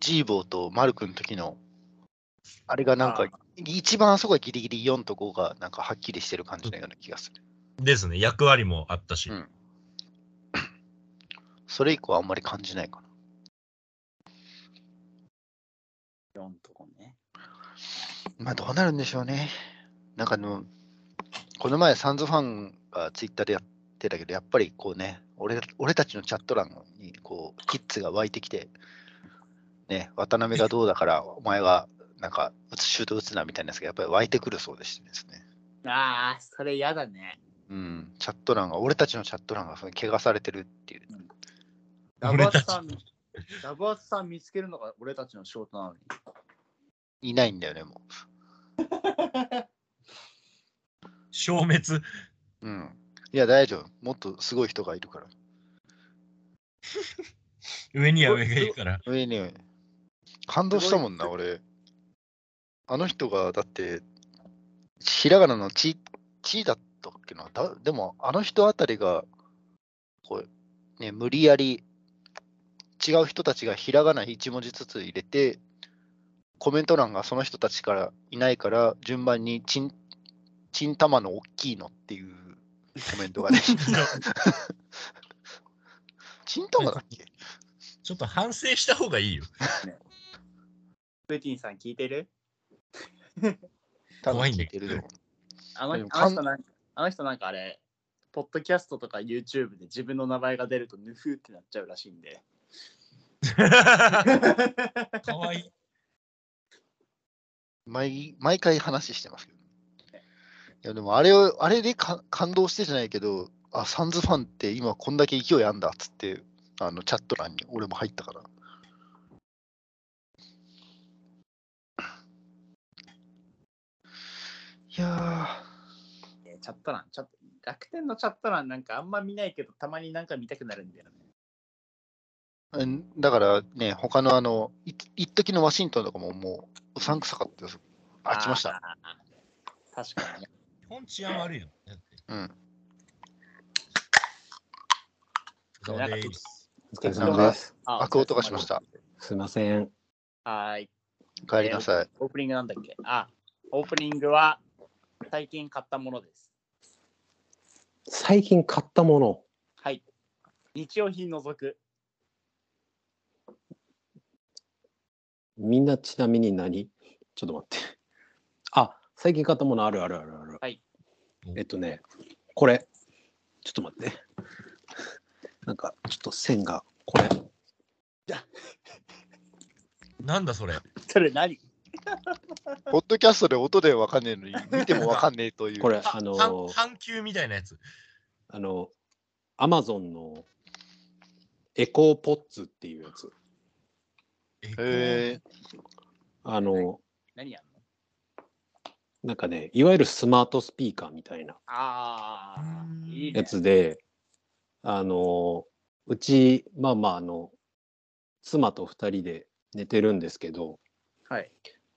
S4: ジーボーとマルクの時の、あれがなん
S3: あ
S4: か
S3: ー、
S4: 一番あそこはギリギリ4と5がなんかはっきりしてる感じのような気がする。
S5: ですね、役割もあったし。
S4: うんそれ以降はあんまり感じないかな。
S3: 4とこね。
S4: まあどうなるんでしょうね。なんかあの、この前サンズファンがツイッターでやってたけど、やっぱりこうね、俺俺たちのチャット欄にこうキッズが湧いてきて、ね、渡辺がどうだから、お前はなんか打つシュート打つなみたいなやつがやっぱり湧いてくるそうでしてですね。
S3: ああ、それ嫌だね。
S4: うん、チャット欄が、俺たちのチャット欄がその汚されてるっていう。
S3: ダバスさん、ダバスさん見つけるのが俺たちの仕事なのに。
S4: いないんだよね、も
S5: 消滅。
S4: う。うん。いや、大丈夫。もっとすごい人がいるから。
S5: 上には上がいるから。
S4: 上に感動したもんな、俺。あの人が、だって、ひらがなのち、ちだったっけな。だでも、あの人あたりが、こう、ね、無理やり、違う人たちがひらがな1文字ずつ入れて、コメント欄がその人たちからいないから、順番にちん、ちんたまの大きいのっていうコメント がね。 ちんたまだっけ
S5: ちょっと反省した方がいいよ。
S3: ベティンさん聞いてる
S4: 多分
S5: 怖いん
S4: 聞
S5: だ
S4: いてると思う
S3: あの
S4: でも
S3: あの人なんか、あの人なんかあれ、ポッドキャストとか YouTube で自分の名前が出るとヌフーってなっちゃうらしいんで。
S5: かわいい。
S4: 毎毎回話してますけど。いやでもあれを、あれでか感動してじゃないけど、あ、サンズファンって今こんだけ勢いあんだっつって、あのチャット欄に俺も入ったから。いや
S3: えーチャット欄、チャット楽天のチャット欄なんかあんま見ないけど、たまになんか見たくなるんだよね。
S4: ーうんだからね、他のあの、い一時のワシントンとかももううさんくさかったです。あ、来ました。
S3: あー。確かに ね。
S5: 基本治安悪いよ。だって
S4: うん。
S5: お疲れ様です
S7: お疲れ様です。
S3: あ
S4: 開く音がしまし。
S3: お疲れ様
S4: た。
S7: すいません。
S3: ですはーい。
S4: 帰りなさい。
S3: オープニングなんだっけあ、オープニングは最近買ったものです。
S7: 最近買ったもの。
S3: はい。日用品除く。
S7: みんなちなみに何ちょっと待って。あ、最近買ったものあるあるあるある。
S3: はい。
S7: えっとね、これ。ちょっと待って。なんか、ちょっと線が、これ。
S5: なんだそれ。
S3: それ何
S4: ポッドキャストで音でわかんねえのに、見てもわかんねえという。
S7: これ、
S5: あ
S7: あの
S5: 半
S7: ー、
S5: 半球みたいなやつ。
S7: あの、アマゾンのエコーポッツっていうやつ。
S5: え
S4: へえ。
S7: あのー、
S3: 何やんの
S7: なんかね、いわゆるスマートスピーカーみたいな
S3: ああ、いいね。
S7: やつで、あの、うち、まあまあ、あの、妻と二人で寝てるんですけど、
S3: はい。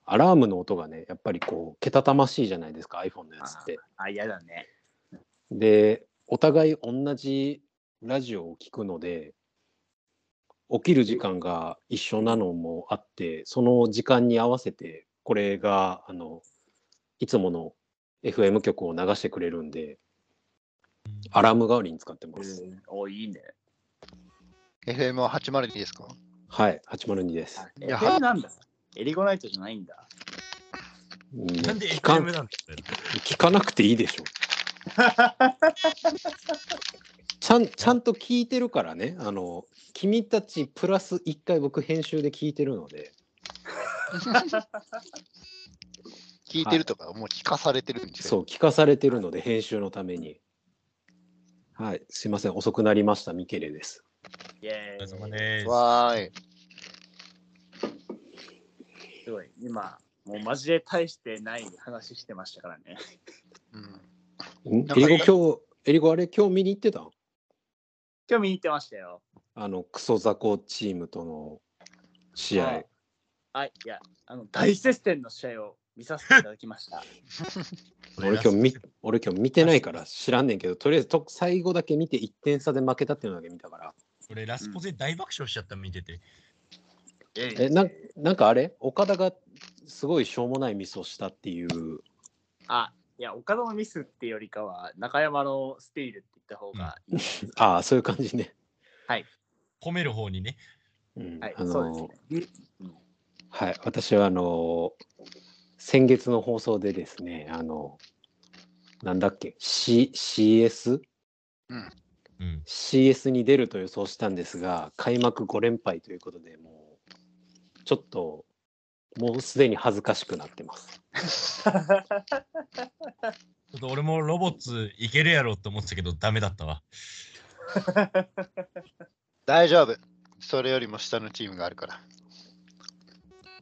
S7: アラームの音がね、やっぱりこう、けたたましいじゃないですか、iPhone のやつって。
S3: あ、嫌だね。
S7: で、お互い同じラジオを聞くので、起きる時間が一緒なのもあって、その時間に合わせて、これが、あの、いつもの FM 曲を流してくれるんで、アラーム代わりに使ってます。
S3: お、いいね。
S4: FM は802ですか
S7: はい、802です。
S3: あ
S4: いや
S3: FM なんだ。エリゴナイトじゃないんだ。
S7: うん
S5: ーなんで
S7: 聞か
S5: FM なんだよ
S7: 聞かなくていいでしょ。ちゃんちゃんと聞いてるからねあの君たちプラス1回僕編集で聞いてるので
S6: 聞いてるとか、もう聞かされてるんです
S7: そう
S6: よ。
S7: 聞かされてるので編集のためにはいすいません遅くなりましたミケレです
S3: イエ
S5: お疲
S3: ー
S5: れ様
S3: イ。
S5: です。
S6: わーい。
S3: すごい。今、もうマジで大してない話してましたからね。
S6: うん、
S7: ん
S6: なんか
S7: エリゴ今日エリゴあれ今日見に行ってたん
S3: 今日見に行ってましたよ。
S7: あのクソ雑魚チームとの試合
S3: はい、いや、あの、大接戦の試合を見させていただきました。
S7: 俺今日見俺今日見てないから知らんねんけどとりあえずと最後だけ見て1点差で負けたっていうのだけ見たから
S5: 俺ラスポゼ大爆笑しちゃった見てて。
S7: えなんなんかあれ岡田がすごいしょうもないミスをしたっていう
S3: あ、いや、岡田のミスっていうよりかは、中山のスティールって言った方がいい。
S7: ああそういう感じね、
S5: 褒める方にね。
S7: うん
S3: はい
S7: あ、の
S3: そうですね。
S7: はい、私はあの先月の放送でですね、あのなんだっけ、C、CS?CS
S5: うん。
S7: に出ると予想したんですが、開幕5連敗ということで、もうちょっともうすでに恥ずかしくなってます。
S5: ちょっと俺もロボッツいけるやろって思ってたけどダメだったわ。
S6: 大丈夫。それよりも下のチームがあるから。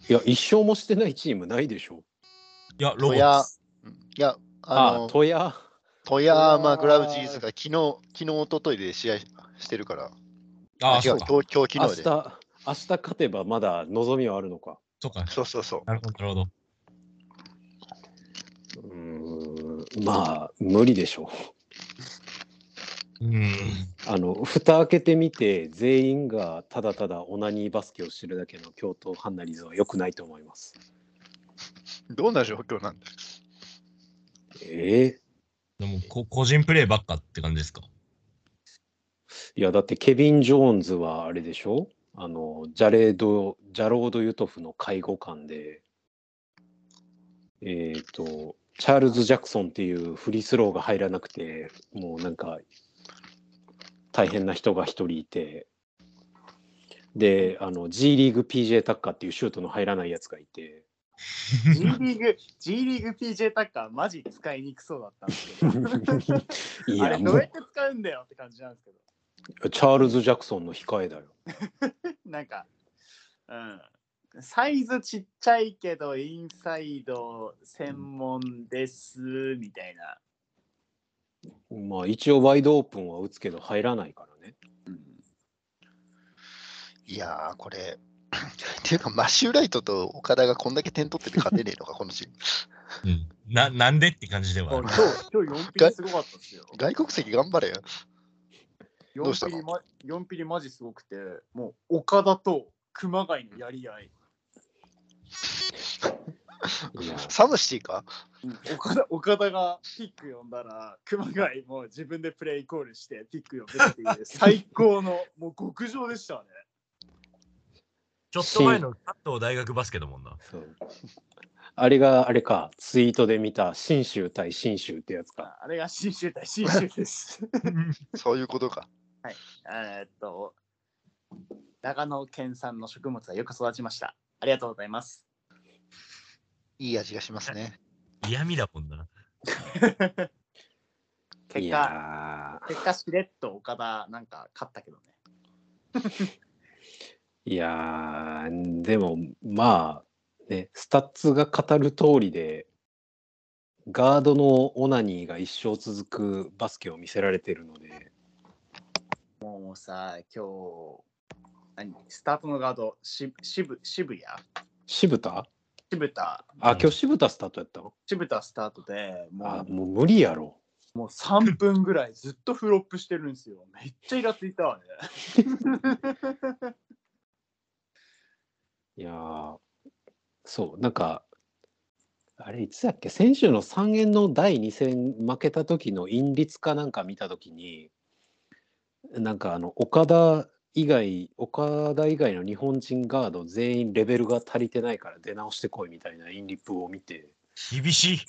S7: いや、一勝もしてないチームないでしょ。
S5: いや、ロボ
S6: ト
S5: ッ
S6: ヤ
S5: ツ。、
S6: うんいや、あ
S7: あ
S6: の、
S7: あ、戸谷。
S6: トヤーマ・グラウジーズが昨日、昨日、一昨日で試合してるから。
S5: ああ、
S6: 違
S5: そううか。
S6: 今日、今日、
S7: 明
S6: 昨日で。
S7: 日、明日勝てばまだ望みはあるのか。
S5: そうか。
S6: そうそうそう。
S5: なるほど、なるほど。
S7: うーん、まあ、無理でしょう。
S5: うん。
S7: あの蓋開けてみて全員がただただオナニーバスケをしてるだけの京都ハンナリーズは良くないと思います。
S6: どんな状況なんだ
S7: え
S5: でもこ、個人プレイばっかって感じですか。
S7: えいやだってケビン・ジョーンズはあれでしょあのジャレード・ジャロード・ユトフの介護官でえっ、とチャールズ・ジャクソンっていうフリースローが入らなくてもうなんか大変な人が一人いてであの G リーグ PJ タッカーっていうシュートの入らないやつがい て。
S3: G リーグ、G リーグ PJ タッカー、マジ使いにくそうだったんですけど。
S7: い
S3: あ
S7: や
S3: れ
S7: も
S3: どうやっ
S7: う
S3: て使うんだよって感じなんですけど。
S7: チャールズ・ジャクソンの控えだよ。
S3: なんか、うん。サイズちっちゃいけど、インサイド専門です、みたいな。
S7: まあ一応ワイドオープンは打つけど入らないからね。
S6: いやー、これ。 っていうか、マシューライトと岡田がこんだけ点取ってて勝てねえのか、このチーム。
S5: うん。な、なんでって感じではある
S3: 今。日、今日4ピリすごかったですよ。
S6: 外国籍頑張れよ。どうした
S3: 4
S6: の
S3: ピリ、ま、4ピリマジすごくて、もう岡田と熊谷のやり合い。
S7: いや
S6: サムシティか
S3: 岡田岡田がピック呼んだら、熊谷も自分でプレイイコールしてピック呼ぶっていう最高のもう極上でした ね。
S5: ちょっと前の関東大学バスケだもんな。
S7: そうあれがあれかツイートで見た信州対信州ってやつか。
S3: ああれが新州対新州です。
S6: そういうことか。
S3: えーっと、長野県産の食物はよく育ちました。ありがとうございます。
S6: いい味がしますね。
S5: 嫌味だもんな。
S3: 結
S7: い
S3: 果、
S7: や
S3: 結果しれっと岡田なんか勝ったけどね。
S7: ーいやーでもまあねスタッツが語る通りでガードのオナニーが一生続くバスケを見せられてるので
S3: もうさ、今日、何スタートのガード、し渋渋谷
S7: 渋田
S3: 渋田、
S7: あ今日渋田スタートやったの
S3: 渋田スタートで
S7: あ
S3: も
S7: もう無理やろ。
S3: うもう3分ぐらいずっとフロップしてるんですよ。めっちゃイラついた わね。
S7: いやーそうなんかあれいつだっけ先週の3円の第2戦負けた時の因率かなんか見た時になんかあの岡田以外岡田以外の日本人ガード全員レベルが足りてないから出直してこいみたいなインリップを見て
S5: 厳しい。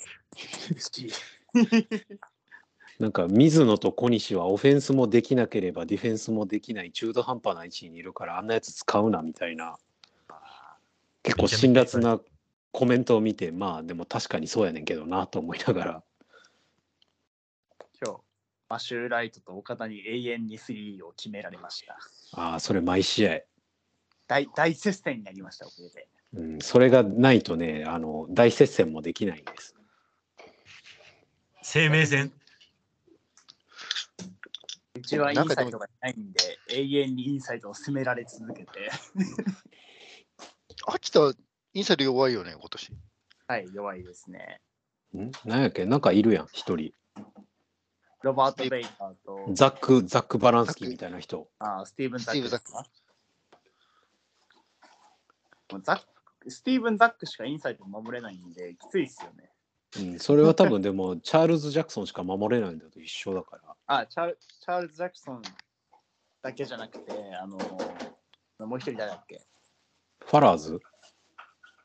S7: なんか水野と小西はオフェンスもできなければディフェンスもできない中途半端な位置にいるからあんなやつ使うなみたいな結構辛辣なコメントを見てまあでも確かにそうやねんけどなと思いながら
S3: 今日、マシューライトと岡田に永遠にスリーを決められました。
S7: ああそれ毎試合、
S3: 大大接戦になりました、これで。
S7: うん、それがないとねあの大接戦もできないんです
S5: 生命線。
S3: うちはイン
S4: なんか
S3: サ
S4: で
S3: イト
S4: も
S3: がいないんで、永遠にインサイトを攻められ続けて、
S4: 秋田、インサイド弱いよね、今年。
S3: はい、弱いですね。
S7: んなんやっけなんかいるやん一人
S3: ロバート・ベイカーと、
S7: ザックザック・バランスキーみたいな人
S3: あースティーブン・ザック
S4: スティーブンザ
S3: ですか
S4: ック
S3: もうザックスティーブン・ザックしかインサイト守れないんで、きついっすよね。
S7: うん、それは多分でもチャールズ・ジャクソンしか守れないんだと一緒だから
S3: あチャール、チャールズ・ジャクソンだけじゃなくて、あの、もう一人誰だっけ
S7: ファラーズ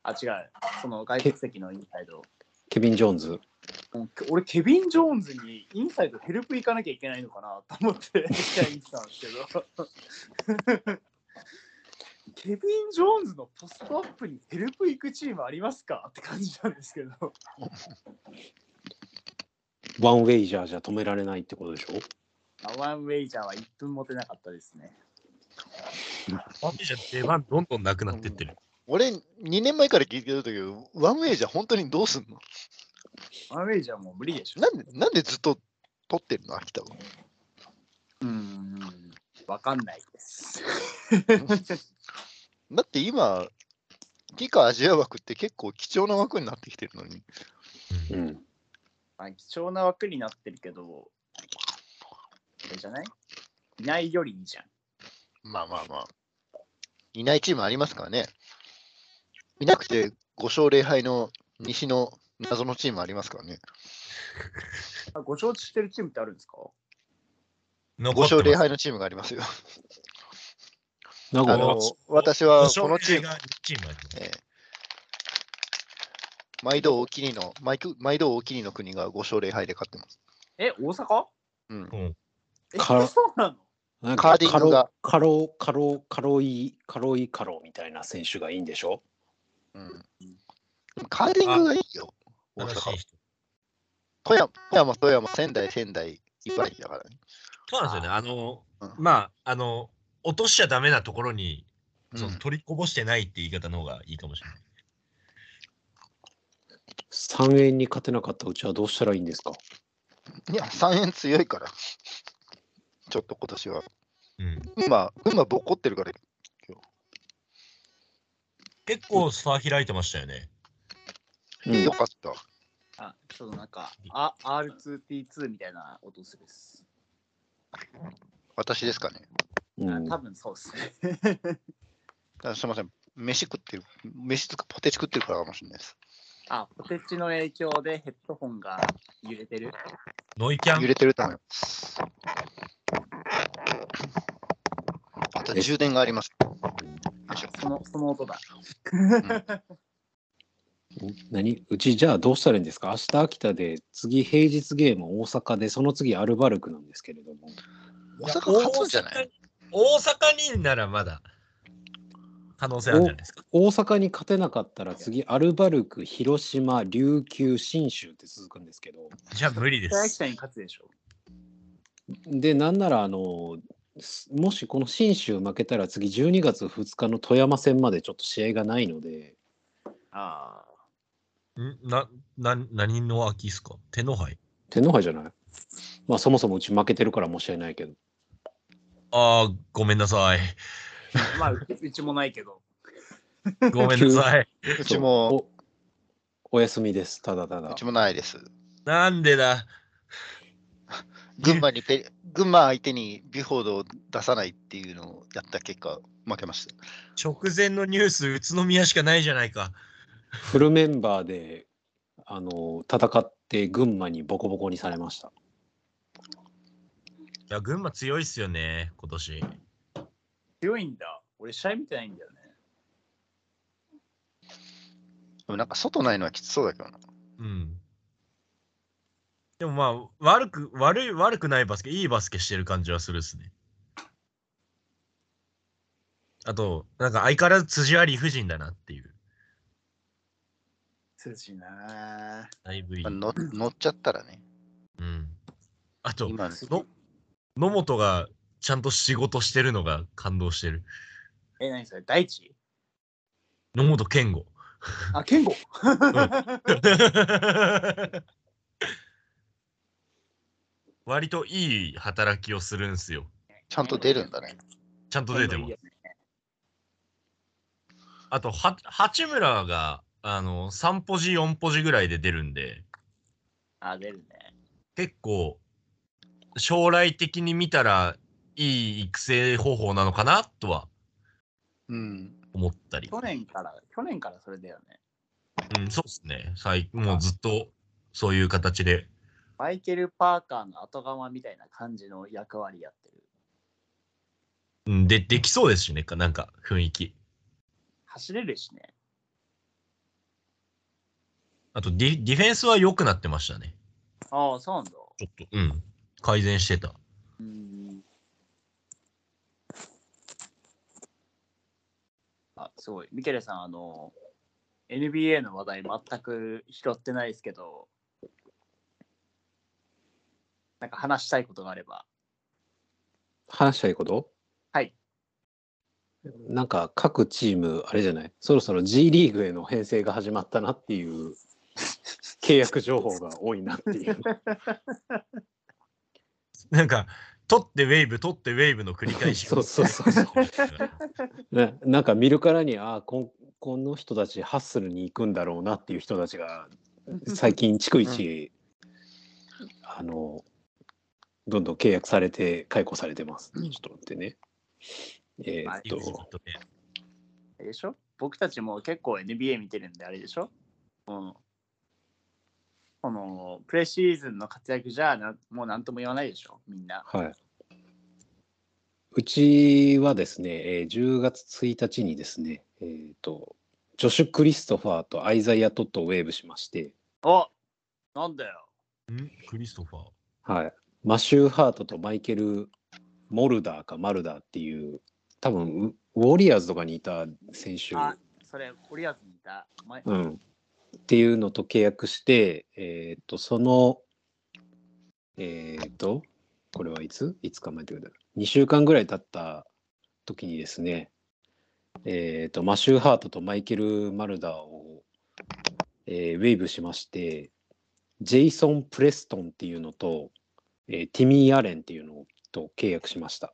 S3: あ、違う。その外国籍のインサイド。
S7: ケビン・ジョーンズ
S3: もう俺、ケビン・ジョーンズにインサイドヘルプ行かなきゃいけないのかなと思って、試合見てたんですけど。 ケビン・ジョーンズのポストアップにヘルプ行くチームありますかって感じなんですけど。
S7: ワンウェイじゃじゃ止められないってことでしょ
S3: あワンウェイジャーは1分持てなかったですね。
S5: ワンピースじゃ出番どんどんなくなってってる。
S4: 俺、2年前から聞いてるんだけど、ワンウェイじゃ本当にどうすんの
S3: ワンウェイジャーもう無理でしょ。
S4: なんで、なんでずっと取ってるの、秋田は。
S3: うーん、わかんないです。
S4: だって今、ギカアジア枠って結構貴重な枠になってきてるのに。
S5: う
S7: うんん
S3: まあ、貴重な枠になってるけど、あれじゃないいないよりいいじゃん。
S4: まあまあまあ。いないチームありますからね。いなくて5勝0敗の西の謎のチームありますからね。
S3: あご承知してるチームってあるんですか
S4: 5
S5: 残って
S4: 勝0
S5: ます。
S4: 敗のチームがありますよ。
S7: 名
S4: あ
S7: 古屋
S4: の
S5: 勝、
S4: 私
S5: 5
S4: は
S5: 勝
S4: このチー
S5: 0
S4: ム、
S5: 敗が二チームあります
S4: ええ毎度大きにの、毎く毎度大きにの国が5勝0敗で勝ってます。
S3: え、大阪
S4: うん。
S3: え、
S7: か
S3: そうなの
S7: なん
S4: カー
S7: か
S4: ディ
S7: カ
S4: ング
S7: ロ
S4: が
S7: カロカロカロイカロイカロみたいな選手がいいんでしょ
S4: うん、でもカーリングがいいよ。大
S5: 新しい
S4: 阪。
S5: 人。
S4: 富山、富山、富山、仙台、仙台、茨城だからね。
S5: そうなんですよね。あの、
S4: うん
S5: まあ、あの、落としちゃダメなところに、その
S4: うん
S5: 取りこぼしてないって言い方の方がいいかもしれない。
S7: 3円に勝てなかったうちはどうしたらいいんですか
S4: いや、3円強いから。ちょっと今年は。
S5: うん、
S4: 群馬、群馬ボコってるから。
S5: 結構差開いてましたよね。
S7: うん
S4: よかった。
S3: あ、ちょっとなんか、あ R2T2 みたいな音するです。
S4: 私ですかね。
S7: うん
S3: 多分そうです ね。
S4: あすみません。飯食ってる。飯とかポテチ食ってるからかもしれないです。
S3: あ、ポテチの影響でヘッドホンが揺れてる。
S5: ノイキャ
S4: 揺
S5: ン、
S4: れてると思います。あと充電があります。
S3: あ、その、その音だ。
S7: 何うちじゃあどうしたらいいんですか明日秋田で次平日ゲーム大阪でその次アルバルクなんですけれども
S4: 大阪勝つんじゃない
S5: 大阪にならまだ可能性あるんじゃないですか。
S7: 大阪に勝てなかったら次アルバルク広島琉球信州って続くんですけど
S5: じゃあ無理で
S3: 北秋
S5: す。
S3: 田に勝つでしょ。
S7: でなんならあのすもしこの信州負けたら次12月2日の富山戦までちょっと試合がないので
S3: あ
S5: んな、な、何の秋ですか手の灰
S7: 天皇杯じゃないまあそもそもうち負けてるから申し訳ないけど
S5: ああ、ごめんなさい。
S3: あ。まあ、ううちもないけど。
S5: ごめんなさい。
S4: うちも、
S7: そうおお休みですただただ
S4: うちもないです。
S5: なんでだ
S4: 群馬にペ、群馬相手にビュフォードを出さないっていうのをやった結果、負けました。
S5: 直前のニュース、宇都宮しかないじゃないか。
S7: フルメンバーであの戦って群馬にボコボコにされました
S5: いや、群馬強いっすよね、今年。
S3: 強いんだ。俺、試合見てないんだよね。
S4: でもなんか外ないのはきつそうだけどな。
S5: うん。でもまあ、悪く、悪い、悪くないバスケ、いいバスケしてる感じはするっすね。あと、なんか相変わらず辻は理不尽だなっていう。
S3: 辻な
S5: だいぶいい。
S6: まあの乗っちゃったらね、
S5: うん。あと、
S6: 今、
S5: の野本がちゃんと仕事してるのが感動してる。
S3: え、何それ大地
S5: 野本健吾。
S3: あ、健吾
S5: 割といい働きをするんすよ。
S6: ちゃんと出るんだね。
S5: ちゃんと出ても
S3: いいよ。ね
S5: あと、は八村があの3ポジ、4ポジぐらいで出るんで、
S3: あ、出るね。
S5: 結構、将来的に見たらいい育成方法なのかなとは
S6: うん。
S5: 思ったり。
S3: 去年から、去年からそれだよね。
S5: うん、そうですね。最もうずっとそういう形で。
S3: マイケル・パーカーの後釜みたいな感じの役割やってる。
S5: うんで、できそうですしね、かなんか雰囲気。
S3: 走れるしね。
S5: あとディ、ディフェンスは良くなってましたね。
S3: ああ、そうなんだ。
S5: ちょっと。うん。改善してた。
S3: うん。あ、すごい。ミケレさん、あの、NBA の話題全く拾ってないですけど、なんか話したいことがあれば。
S7: 話したいこと
S3: はい。
S7: なんか各チームあれじゃないそろそろ G リーグへの編成が始まったなっ ていう契約情報が多いなっていう
S5: なんか、取ってウェーブ、取ってウェーブの繰り 返し。
S7: そうそうそうそうななんか見るからにああこんこの人たちハッスルに行くんだろうなっていう人たちが最近逐一、あのどんどん契約されて解雇されてます。ちょっと待ってね。えーっ
S5: ちょ
S7: と
S5: っとね
S3: あれでしょ僕たちも結構 NBA 見てるんであれでしょうん。このプレシーズンの活躍じゃなんもう何とも言わないでしょみんな。
S7: はい。うちはですね、えー10月1日にですね、えーと、ジョシュ・クリストファーとアイザイア・トットをウェーブしまして、
S3: おなんだよ
S5: んクリストファー。
S7: はい、マシュー・ハートとマイケル・モルダーかマルダーっていう、多分ウウォリアーズとかにいた選手、
S3: あそれ、オリアーズにいた。前
S7: うん、っていうのと契約して、えーと、その、えっ、と、これはいついつか待ってください。2週間ぐらい経った時にですね、えっ、と、マシュー・ハートとマイケル・マルダーを、えーウェーブしまして、ジェイソン・プレストンっていうのと、えーティミー・アレンっていうのと契約しました。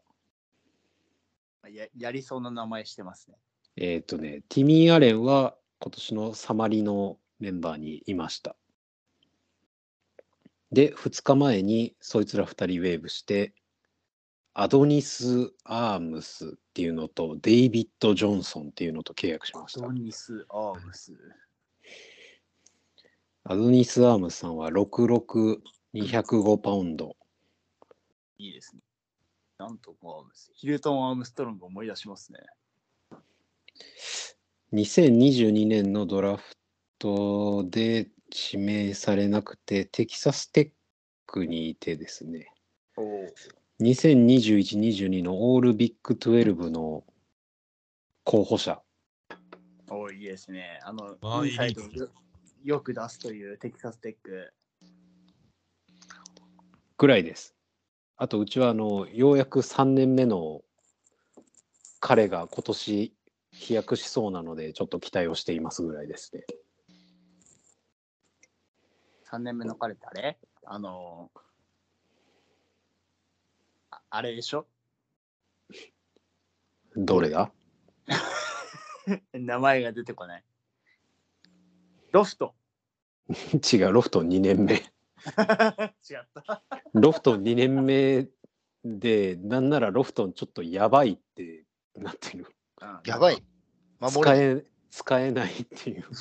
S3: ややりそうな名前してますね。
S7: えっ、とね、ティミー・アレンは今年のサマリのメンバーにいました。で、2日前にそいつら2人ウェーブして、アドニス・アームスっていうのと、デイビッド・ジョンソンっていうのと契約しました
S3: ド。ニス・アームス。
S7: アドニス・アームスさんは66、205パウンド。
S3: いいですね。なんとかアームス。ヒルトン・アームストロング思い出しますね。
S7: 2022年のドラフトで指名されなくて、テキサス・テックにいてですね、
S3: おお。
S7: 2021-22のオールビッグ12の候補者。
S3: おいいですね。あの、
S5: あ
S3: インサイド
S5: いいです
S3: よよく出すというテキサステック。
S7: ぐらいです。あとうちはあのようやく3年目の彼が今年飛躍しそうなのでちょっと期待をしていますぐらいですね。
S3: 3年目の彼ってあれあのあ、あれでしょ
S7: どれだ
S3: 名前が出てこない。ロフト。
S7: 違う、ロフトン2年目。
S3: 違った。
S7: ロフトン2年目で、なんならロフトンちょっとやばいってなってる。
S3: うん
S6: やばい。守
S7: 使
S6: れ
S7: え使えないっていう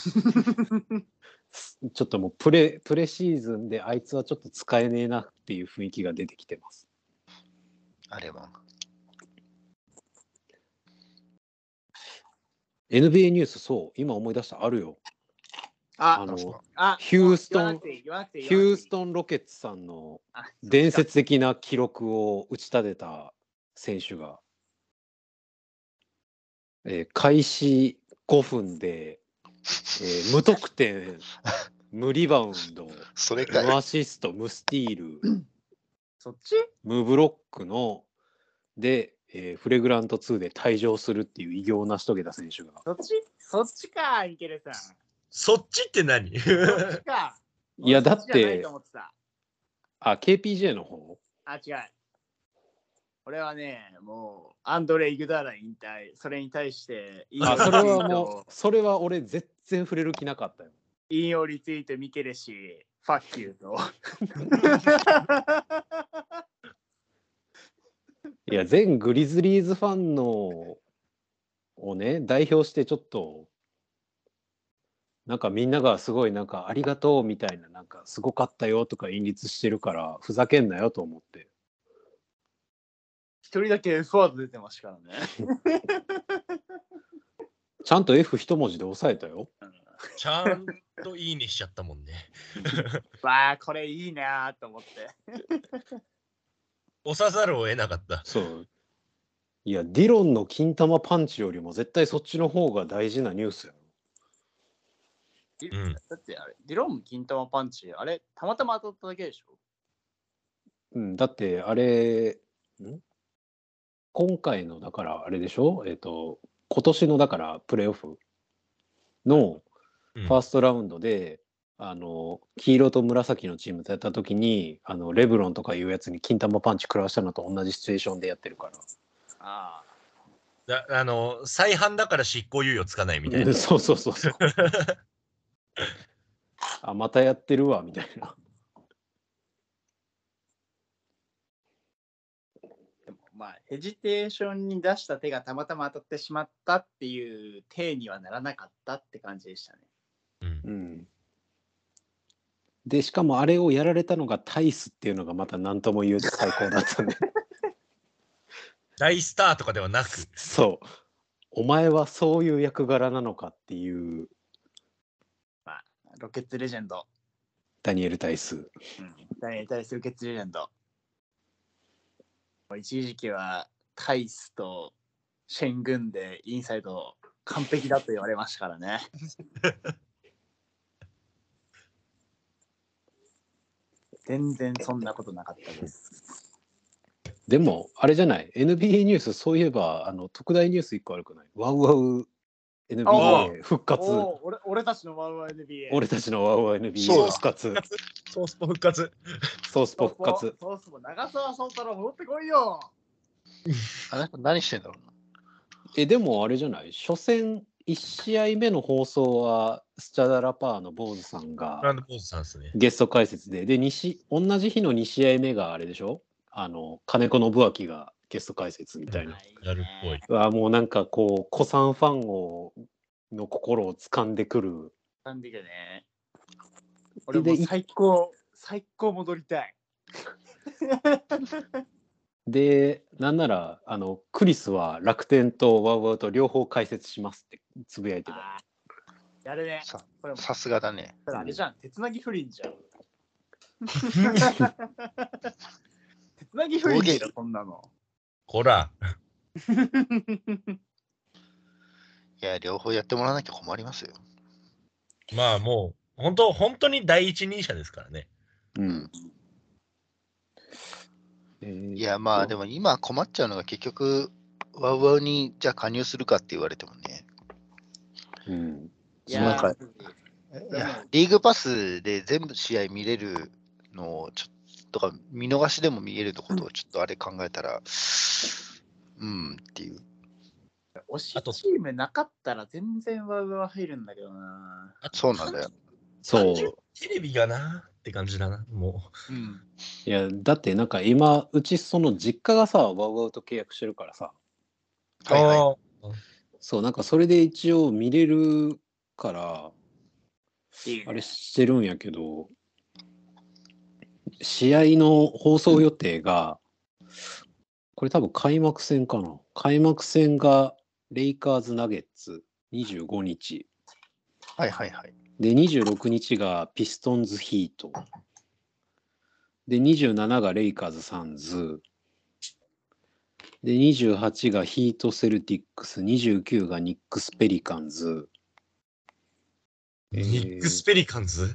S7: ちょっともうプレプレシーズンであいつはちょっと使えねえなっていう雰囲気が出てきてます
S6: あれは。
S7: NBA ニュースそう今思い出したあるよ
S3: あ
S7: あの
S3: あ
S7: ヒュースト
S3: 言
S7: ン
S3: わなくていい言わなくていい
S7: ヒュース
S3: ン
S7: トン・ロケッツさんの伝説的な記録を打ち立てた選手が、えー開始5分で、えー無 得点、無リバウンド、
S6: それかい
S7: 無。アシスト、無スティール、
S3: そっち
S7: 無ブロックので、えーフレグラント2で退場するっていう偉業を成し遂げた選手が
S3: そっちそっちかイケルさん
S5: そっ ちって何
S3: そっちか
S7: いやだっ
S3: 俺そちじゃない
S7: て
S3: と思ってた
S7: あ KPJ の方
S3: あ違う俺はねもうアンドレ・イグダーラ引退それに対して引用
S7: あそれ
S3: リ
S7: は
S3: ツイート
S7: もうそれは俺全然触れる気なかったよ
S3: 引用リツイート見てるしファッキューと
S7: いや全グリズリーズファンのをね代表してちょっとなんかみんながすごいなんかありがとうみたいななんかすごかったよとか引率してるからふざけんなよと思って
S3: 一人だけ F ワード出てました からね
S7: ちゃんと F 一文字で抑えたよ
S5: ちゃんといいねしちゃったもんね。
S3: わあこれいいなーと思って
S5: 押さざるを得なかった。
S7: そういやディロンの金玉パンチよりも絶対そっちの方が大事なニュースやろ
S5: うん
S3: だってあれ、ディロン金玉パンチ、あれ、たまたま当たっただけでしょ
S7: うん、だってあれん今回のだからあれでしょえっ、と今年のだからプレーオフ
S5: う
S7: のフ
S5: ん
S7: ァーストラウンドで、あの黄色と紫のチームとやった時にあのレブロンとかいうやつに金玉パンチ食らわしたのと同じシチュエーションでやってるから
S3: ああ。
S5: だあの再犯だから執行猶予つかないみたい
S7: うん
S5: な。
S7: そうそうそうそうあまたやってるわみたいな
S3: でもまあ、ヘジテーションに出した手がたまたま当たってしまったっていう体にはならなかったって感じでしたね。
S5: うん
S7: うんでしかもあれをやられたのがタイスっていうのがまた何とも言えず最高だったね
S5: 大スターとかではなく、
S7: そう。お前はそういう役柄なのかっていう
S3: ロケッツレジェンド、
S7: ダニエル・タイス。
S3: うん、誰に対するロケッツレジェンド。もう一時期はタイスとシェングンでインサイド完璧だと言われましたからね。全然そんなことなかったです。
S7: でも、あれじゃない。NBA ニュース、そういえば、あの特大ニュース一個悪くない。ワウワウ
S3: あ
S7: NBA 復活。
S3: おお俺俺たちのワウワウ NBA。
S7: 俺たちのワウワウ NBA
S6: そうだ
S7: 復活。
S5: ソースポ復活。
S7: ソースポ
S3: そう
S7: 復活。
S3: そうそう長澤宗太郎戻ってこいよ。
S6: あの人何してんだろうな。
S7: え、でもあれじゃない。初戦1試合目の放送は、スチャダラパーの坊主さんが。
S5: ランドポーズさんですね。
S7: ゲスト解説で。で、西同じ日の2試合目があれでしょあの、金子信明がゲスト解説みたいな。
S5: やるっぽい。
S7: うわもうなんかこう、子さんファンをの心を掴んでくる。
S3: なんでかね。俺もう
S7: で
S3: 最高、最高戻りたい。
S7: で、なんなら、あの、クリスは楽天とワウワウと両方解説しますってつぶやいてた。
S3: あーやるね。
S6: さ
S3: これも
S6: さすがだね。
S3: ただあれじゃん、手つなぎ不倫じゃん。手つなぎ不倫だよ、こんなの。
S5: こら、
S6: いや、両方やってもらわなきゃ困りますよ。
S5: まあもう、本当、本当に第一人者ですからね。
S7: うん。えー
S6: いや、まあでも今困っちゃうのが結局、ワウワウにじゃあ加入するかって言われてもね。
S7: うん。
S3: い
S6: なん
S3: や
S6: か
S3: ー、
S6: いやリーグパスで全部試合見れるのをちょっとか見逃しでも見えるところをちょっとあれ考えたら、うんっていう。
S3: 推しチームなかったら全然ワウワウ入るんだけどな。
S6: そうなんだよ。
S7: そう。
S5: テレビがなって感じだな、も
S3: うん。
S7: いや、だってなんか今、うちその実家がさ、ワウワウと契約してるからさ。
S5: う。
S6: はいはい。
S7: そう、なんかそれで一応見れるから、
S3: いい
S7: あ
S3: ね
S7: れしてるんやけど、試合の放送予定が、これ多分開幕戦かな。開幕戦がレイカーズ・ナゲッツ25日。
S6: はいはいはい。
S7: で、26日がピストンズ・ヒート。で、27がレイカーズ・サンズ。で、28がヒート・セルティックス。29がニックス・ペリカンズ。えー
S5: ニック・スペリカンズ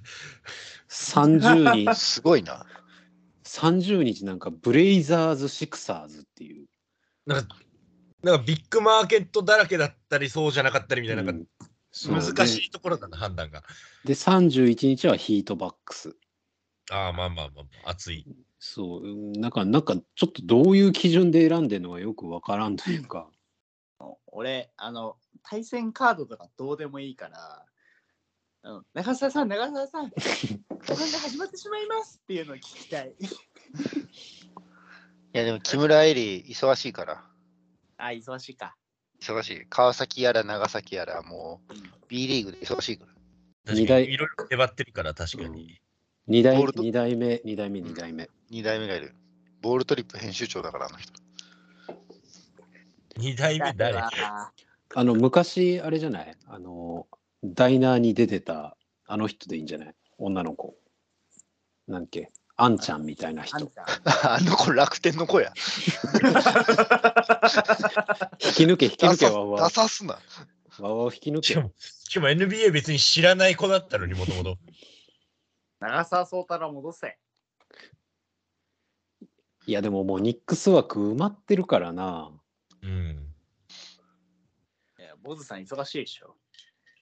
S7: 30日、
S4: すごいな。
S7: 30日なんかブレイザーズ・シクサーズっていう。
S5: なんか、なんかビッグマーケットだらけだったり、そうじゃなかったりみたいな、なんか
S7: そうで
S5: 難しいところだな、判断が。
S7: で、31日はヒートバックス。
S5: ああ、まあまあまあまあ、熱い。
S7: そう、うんなんか、なんか、ちょっとどういう基準で選んでるのかよくわからんというか、
S3: 俺、あの、対戦カードとかどうでもいいから、あの長澤さん、長澤さん、後半が始まってしまいますっていうのを聞きたい。
S4: いや、でも木村絵里、忙しいから。
S3: あ、忙しいか。
S4: 忙しい。川崎やら長崎やら、もう B リーグで忙しいから。
S5: 確
S7: 二
S5: か
S7: 大
S5: にいろいろ粘ってるから、確かに。
S7: 2代
S4: ボールと
S7: 二代目、2代目、2代目。
S4: 2代目がいる。ボールトリップ編集長だから、あ の人。
S5: 二代目誰
S3: だ
S5: あ
S3: から
S7: あの、昔、あれじゃないあの、ダイナーに出てた、あの人でいいんじゃない女の子。なんっけ、あんちゃんみたいな
S3: あ
S7: 人。
S3: ん
S7: 引
S3: た、
S4: あの子、楽天の子や。
S7: き抜け、引き
S4: ダ
S7: 抜け、
S4: サ
S7: わわ
S4: ダ。サすな。
S7: わわを引き抜
S5: しか
S7: け。
S5: も、しかも NBA 別に知らない子だったのに、もともと。
S3: 長澤壮太郎戻せ。
S7: いや、でももうニックス枠埋まってるからな。
S5: うん。
S3: いや、坊主さん忙しいでしょ。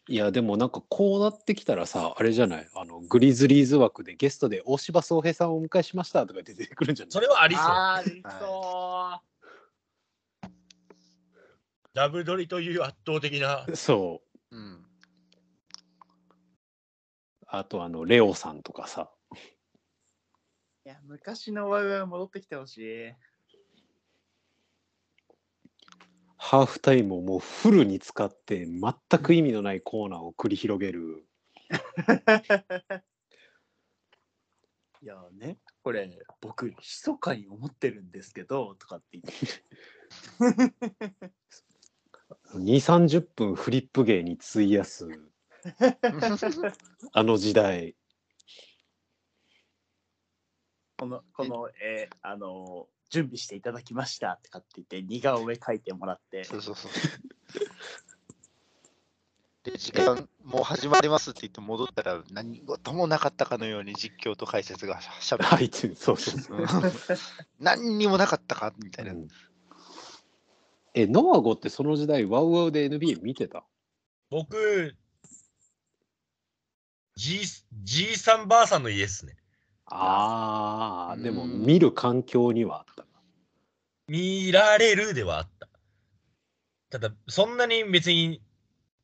S7: いやでもなんかこうなってきたらさあれじゃないあのグリズリーズ枠でゲストで大柴宗平さんをお迎えしましたとか出てくるんじゃない
S5: それはありそう。
S3: あー、できそ
S5: ダブル取りという圧倒的な。
S7: そう
S4: うん。
S7: あとあのレオさんとかさ
S3: う。いや、昔のワイワイ戻ってきてほしい。
S7: ハーフタイムをもうフルに使って全く意味のないコーナーを繰り広げる
S3: いやね、これ僕密かに思ってるんですけどとかって言って
S7: 2 3 0分フリップ芸に費やすあの時代
S3: このこのえーあのー準備していただきましたとかって言って似顔絵描いてもらって
S4: そうそうそう。で、時間、もう始まりますって言って戻ったら、何事もなかったかのように実況と解説がしゃしゃべる。
S7: 入ってるそうそうそう、
S4: うん何にもなかったかみたいな。
S7: うんえノアゴってその時代ワウワウで NBA 見てた
S5: 僕、じい、じいさんばあさんの家ですね。
S7: あーでも
S4: うん
S7: 見る環境にはあった
S5: 見られるではあった。ただ、そんなに別に、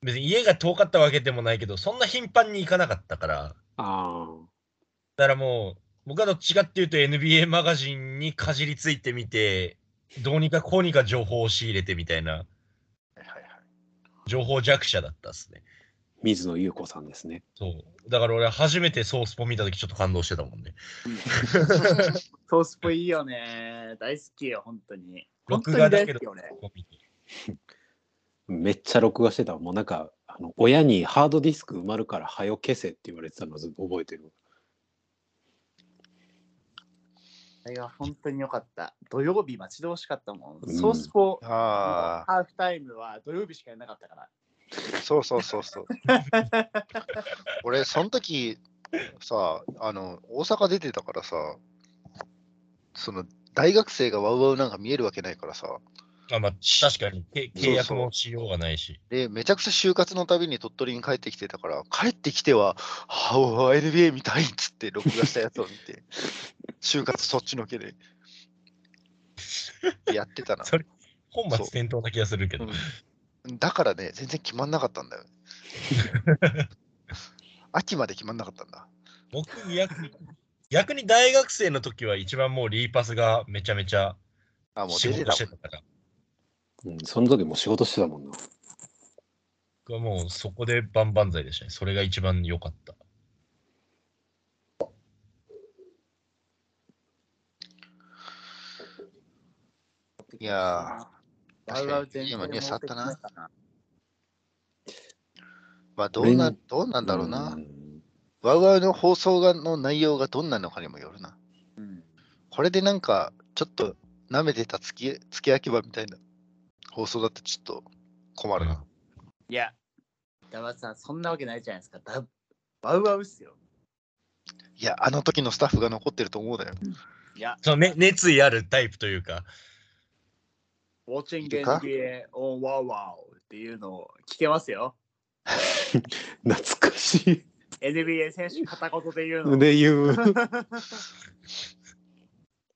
S5: 別に家が遠かったわけでもないけど、そんな頻繁に行かなかったから、
S7: ああ
S5: だからもう、僕はどっちかっていうと NBA マガジンにかじりついてみて、どうにかこうにか情報を仕入れてみたいな、
S4: はいはいはい
S5: 情報弱者だったっすね。
S7: 水野優子さんですね。
S5: そう。だから俺初めてソースポ見たときちょっと感動してたもんね。
S3: ソースっぽいいよね大好きよ本当に本当
S5: 録
S3: に
S5: 画
S3: 大
S5: だけ
S3: 好
S5: ど
S3: きよね
S7: めっちゃ録画してた。もうなんか、あの親にハードディスク埋まるから、はよ消せって言われてたのずっと覚えてる。
S3: あれは本当に良かった土曜日待ち遠しかったもん、
S7: うん
S3: ソースポハ
S4: あ
S3: ーフタイムは土曜日しかいなかったから
S4: あ、そうそうそうそう。俺、その時さ、あの、大阪出てたからさ、その、大学生がワウワウなんか見えるわけないからさ、
S5: あまあ、確かにけ
S4: そうそう
S5: 契約もしようがないし。
S4: で、めちゃくちゃ就活のたびに鳥取に帰ってきてたから、帰ってきては、はあ、NBA 見たいっつって録画したやつを見 て、就活そっちのけで。やってたな。
S5: それ本末転倒な気がするけど。
S4: うんだからね、全然決まんなかったんだよ。 秋まで決まんなかったんだ。
S5: 僕逆に、逆に大学生の時は一番もうリーパスがめちゃめちゃ
S4: あ、もう
S5: 仕
S4: 出て
S5: 事
S4: た
S5: して
S4: も
S5: た
S4: ん。
S5: から。
S7: うん、その時もう仕事してたもんな。
S5: 僕はもうそこで万々歳でしたね。それが一番良かった。
S4: いや
S3: ワウワウ全然
S4: 今ニュースあったな
S3: 戻てきまし
S4: まあ、どうな
S7: 連、
S4: どうなんだろうな。
S7: ん
S4: ワウワウの放送がの内容がどんなのかにもよるな。
S2: うん。
S4: これでなんか、ちょっと舐めてた月月焼き場みたいな放送だってちょっと困るな。
S3: いや、だからさん、そんなわけないじゃないですか。だバウバウっすよ。
S4: いや、あの時のスタッフが残ってると思うだよ。
S3: いや、
S5: そのね、 熱意あるタイプというか、
S3: Watching
S4: いるか
S3: NBA on Wow Wow っていうのを聞けますよ。
S7: 懐かしい。
S3: NBA 選手片言で言うの。
S7: で 言う。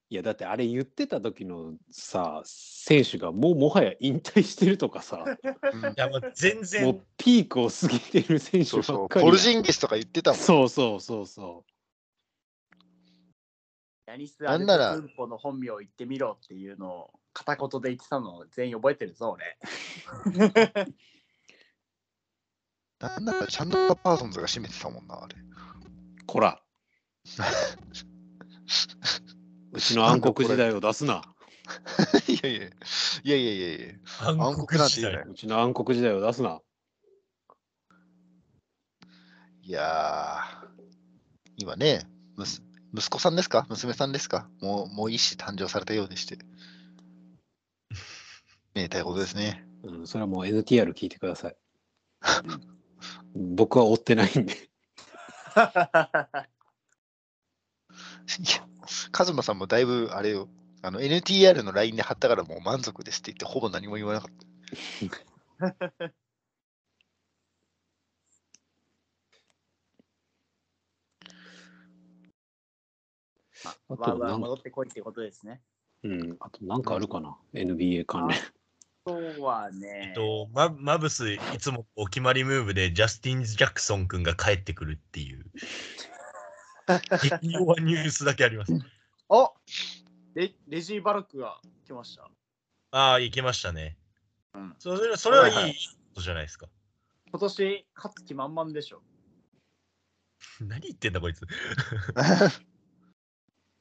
S7: いやだってあれ言ってた時のさ選手がもうもはや引退してるとかさ
S5: いやもう全然
S7: もうピークを過ぎてる選手
S4: そう
S7: ば
S4: そ
S7: っ
S4: う、
S7: かり
S4: ポルジンギスとか言ってたもん。
S7: そうそうそうそ
S3: ヤニス・
S4: な
S3: ア
S4: ん
S3: ル
S4: なら
S3: テンポの本名言ってみろっていうのを片言で言ってたのを全員覚えてるぞ、俺。
S4: なんなら、チャンドラ・パーソンズが締めてたもんな、あれ。
S7: うこらうちの暗黒時代を出すな
S4: いやいやいやいやいやいや
S5: 暗
S4: 暗黒
S5: 黒
S4: なんて
S5: 時
S4: 言うな
S5: 代
S4: よ。
S7: うちの暗黒時代を出すない
S4: やー今ね、むす息子さんですか娘さんですかもう、もう一子誕生されたようで して。めでたいことですね。
S7: うん、それはもう NTR 聞いてくだ さい。僕は追ってないんで。
S4: いや、カズマさんもだいぶ、あれよ、あの、NTR の LINE で貼ったからもう満足ですって言って、ほぼ何も言わなかった。
S7: あ
S3: わ
S7: と
S3: うわ
S7: な
S3: うん戻ってこいってことですね。
S7: うん、あとなんかあるかな、NBA 関連。
S3: そうはね、
S5: とママブスいつもお決まりムーブでジャスティン・ジャクソン君が帰ってくるって いう激弱ニュースだけあります。
S3: おレレジー・バロックが来ました。
S5: ああ、行きましたね。
S3: うん
S5: それそれはいい
S4: はいは
S5: ことじゃないですか。
S3: 今年勝つ気満々でしょ。
S5: 何言ってんだこいつ。
S3: 勝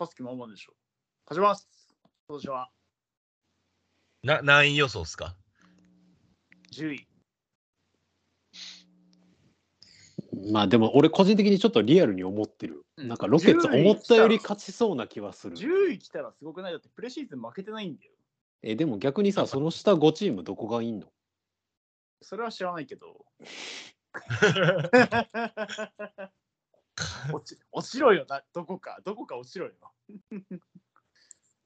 S3: つ気満々でしょ。勝ちます今年は
S5: な何位予想ですか
S3: 10位。
S7: まあでも俺個人的にちょっとリアルに思ってる。
S3: うん
S7: なんかロケッツ思ったより勝ちそうな気はする。
S3: 10位来たらすごくないだってプレシーズン負けてないんだよ。
S7: えでも逆にさ、その下5チームどこがいんの
S3: それは知らないけど。 落ち落ちろよな、どこか、どこか落ちろよ。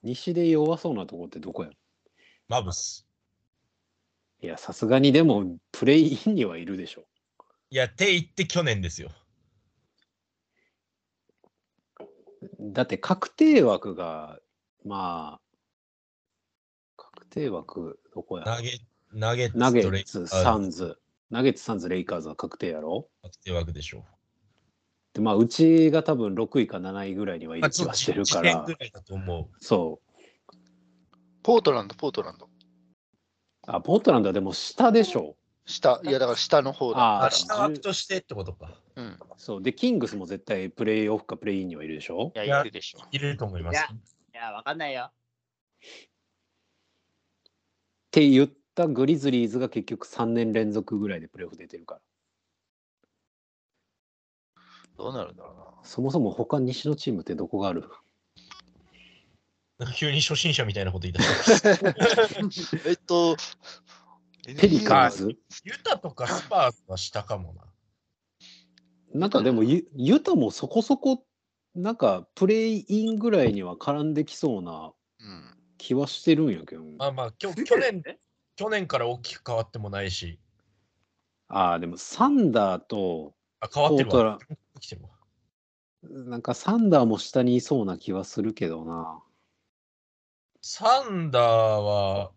S7: 西で弱そうなとこってどこや
S5: マブス。
S7: いや、さすがにでもプレイインにはいるでしょ。
S5: いや、って言って去年ですよ。
S7: だって確定枠が、まあ、確定枠どこや
S5: ナゲナゲッ
S7: ナ
S5: ツ
S7: ゲ
S5: とレ
S7: ッ
S5: イカ
S7: ツ、
S5: ーズ
S7: サンズ。ナゲッツ、サンズ、レイカーズは確定やろ
S5: 確定枠でしょ。
S7: で、まあ、うちが多分6位か7位ぐらいにはいうる気はしてるか
S5: 時
S7: ら
S5: 点ぐ、らいだと思う。
S7: そう。
S4: ポートランド、ポートランド。
S7: あ、ポートランドはでも下でしょ。
S4: 下、いやだから下の方だ。
S7: あ
S5: あ、
S7: あ、
S5: 下枠としてってことか。
S4: うん。
S7: そう。で、キングスも絶対プレイオフかプレイインにはいるでしょ。
S4: い
S5: いや
S4: や、いるでしょ。
S5: いると思います。
S3: いや、わかんないよ。
S7: って言ったグリズリーズが結局3年連続ぐらいでプレイオフ出てるから。
S4: どうなるんだろうな。
S7: そもそも他西のチームってどこがある
S5: なんか急に初心者みたいなこと言い出し
S4: えっと、
S7: ペリカー
S4: NBA は
S7: ズ
S5: た。ユタとかスパーズは下かもな。
S7: なんかでもユユタもそこそこなんかプレイインぐらいには絡んできそうな
S4: うん。
S7: 気はしてるんやけど。
S5: まあまあ、きょ去 年、去年から大きく変わってもないし、
S7: ああ、でもサンダーと、
S5: あ変わってる
S7: ポートラ
S5: わ。来てるわ
S7: なんかサンダーも下にいそうな気はするけどな。
S5: サンダーは、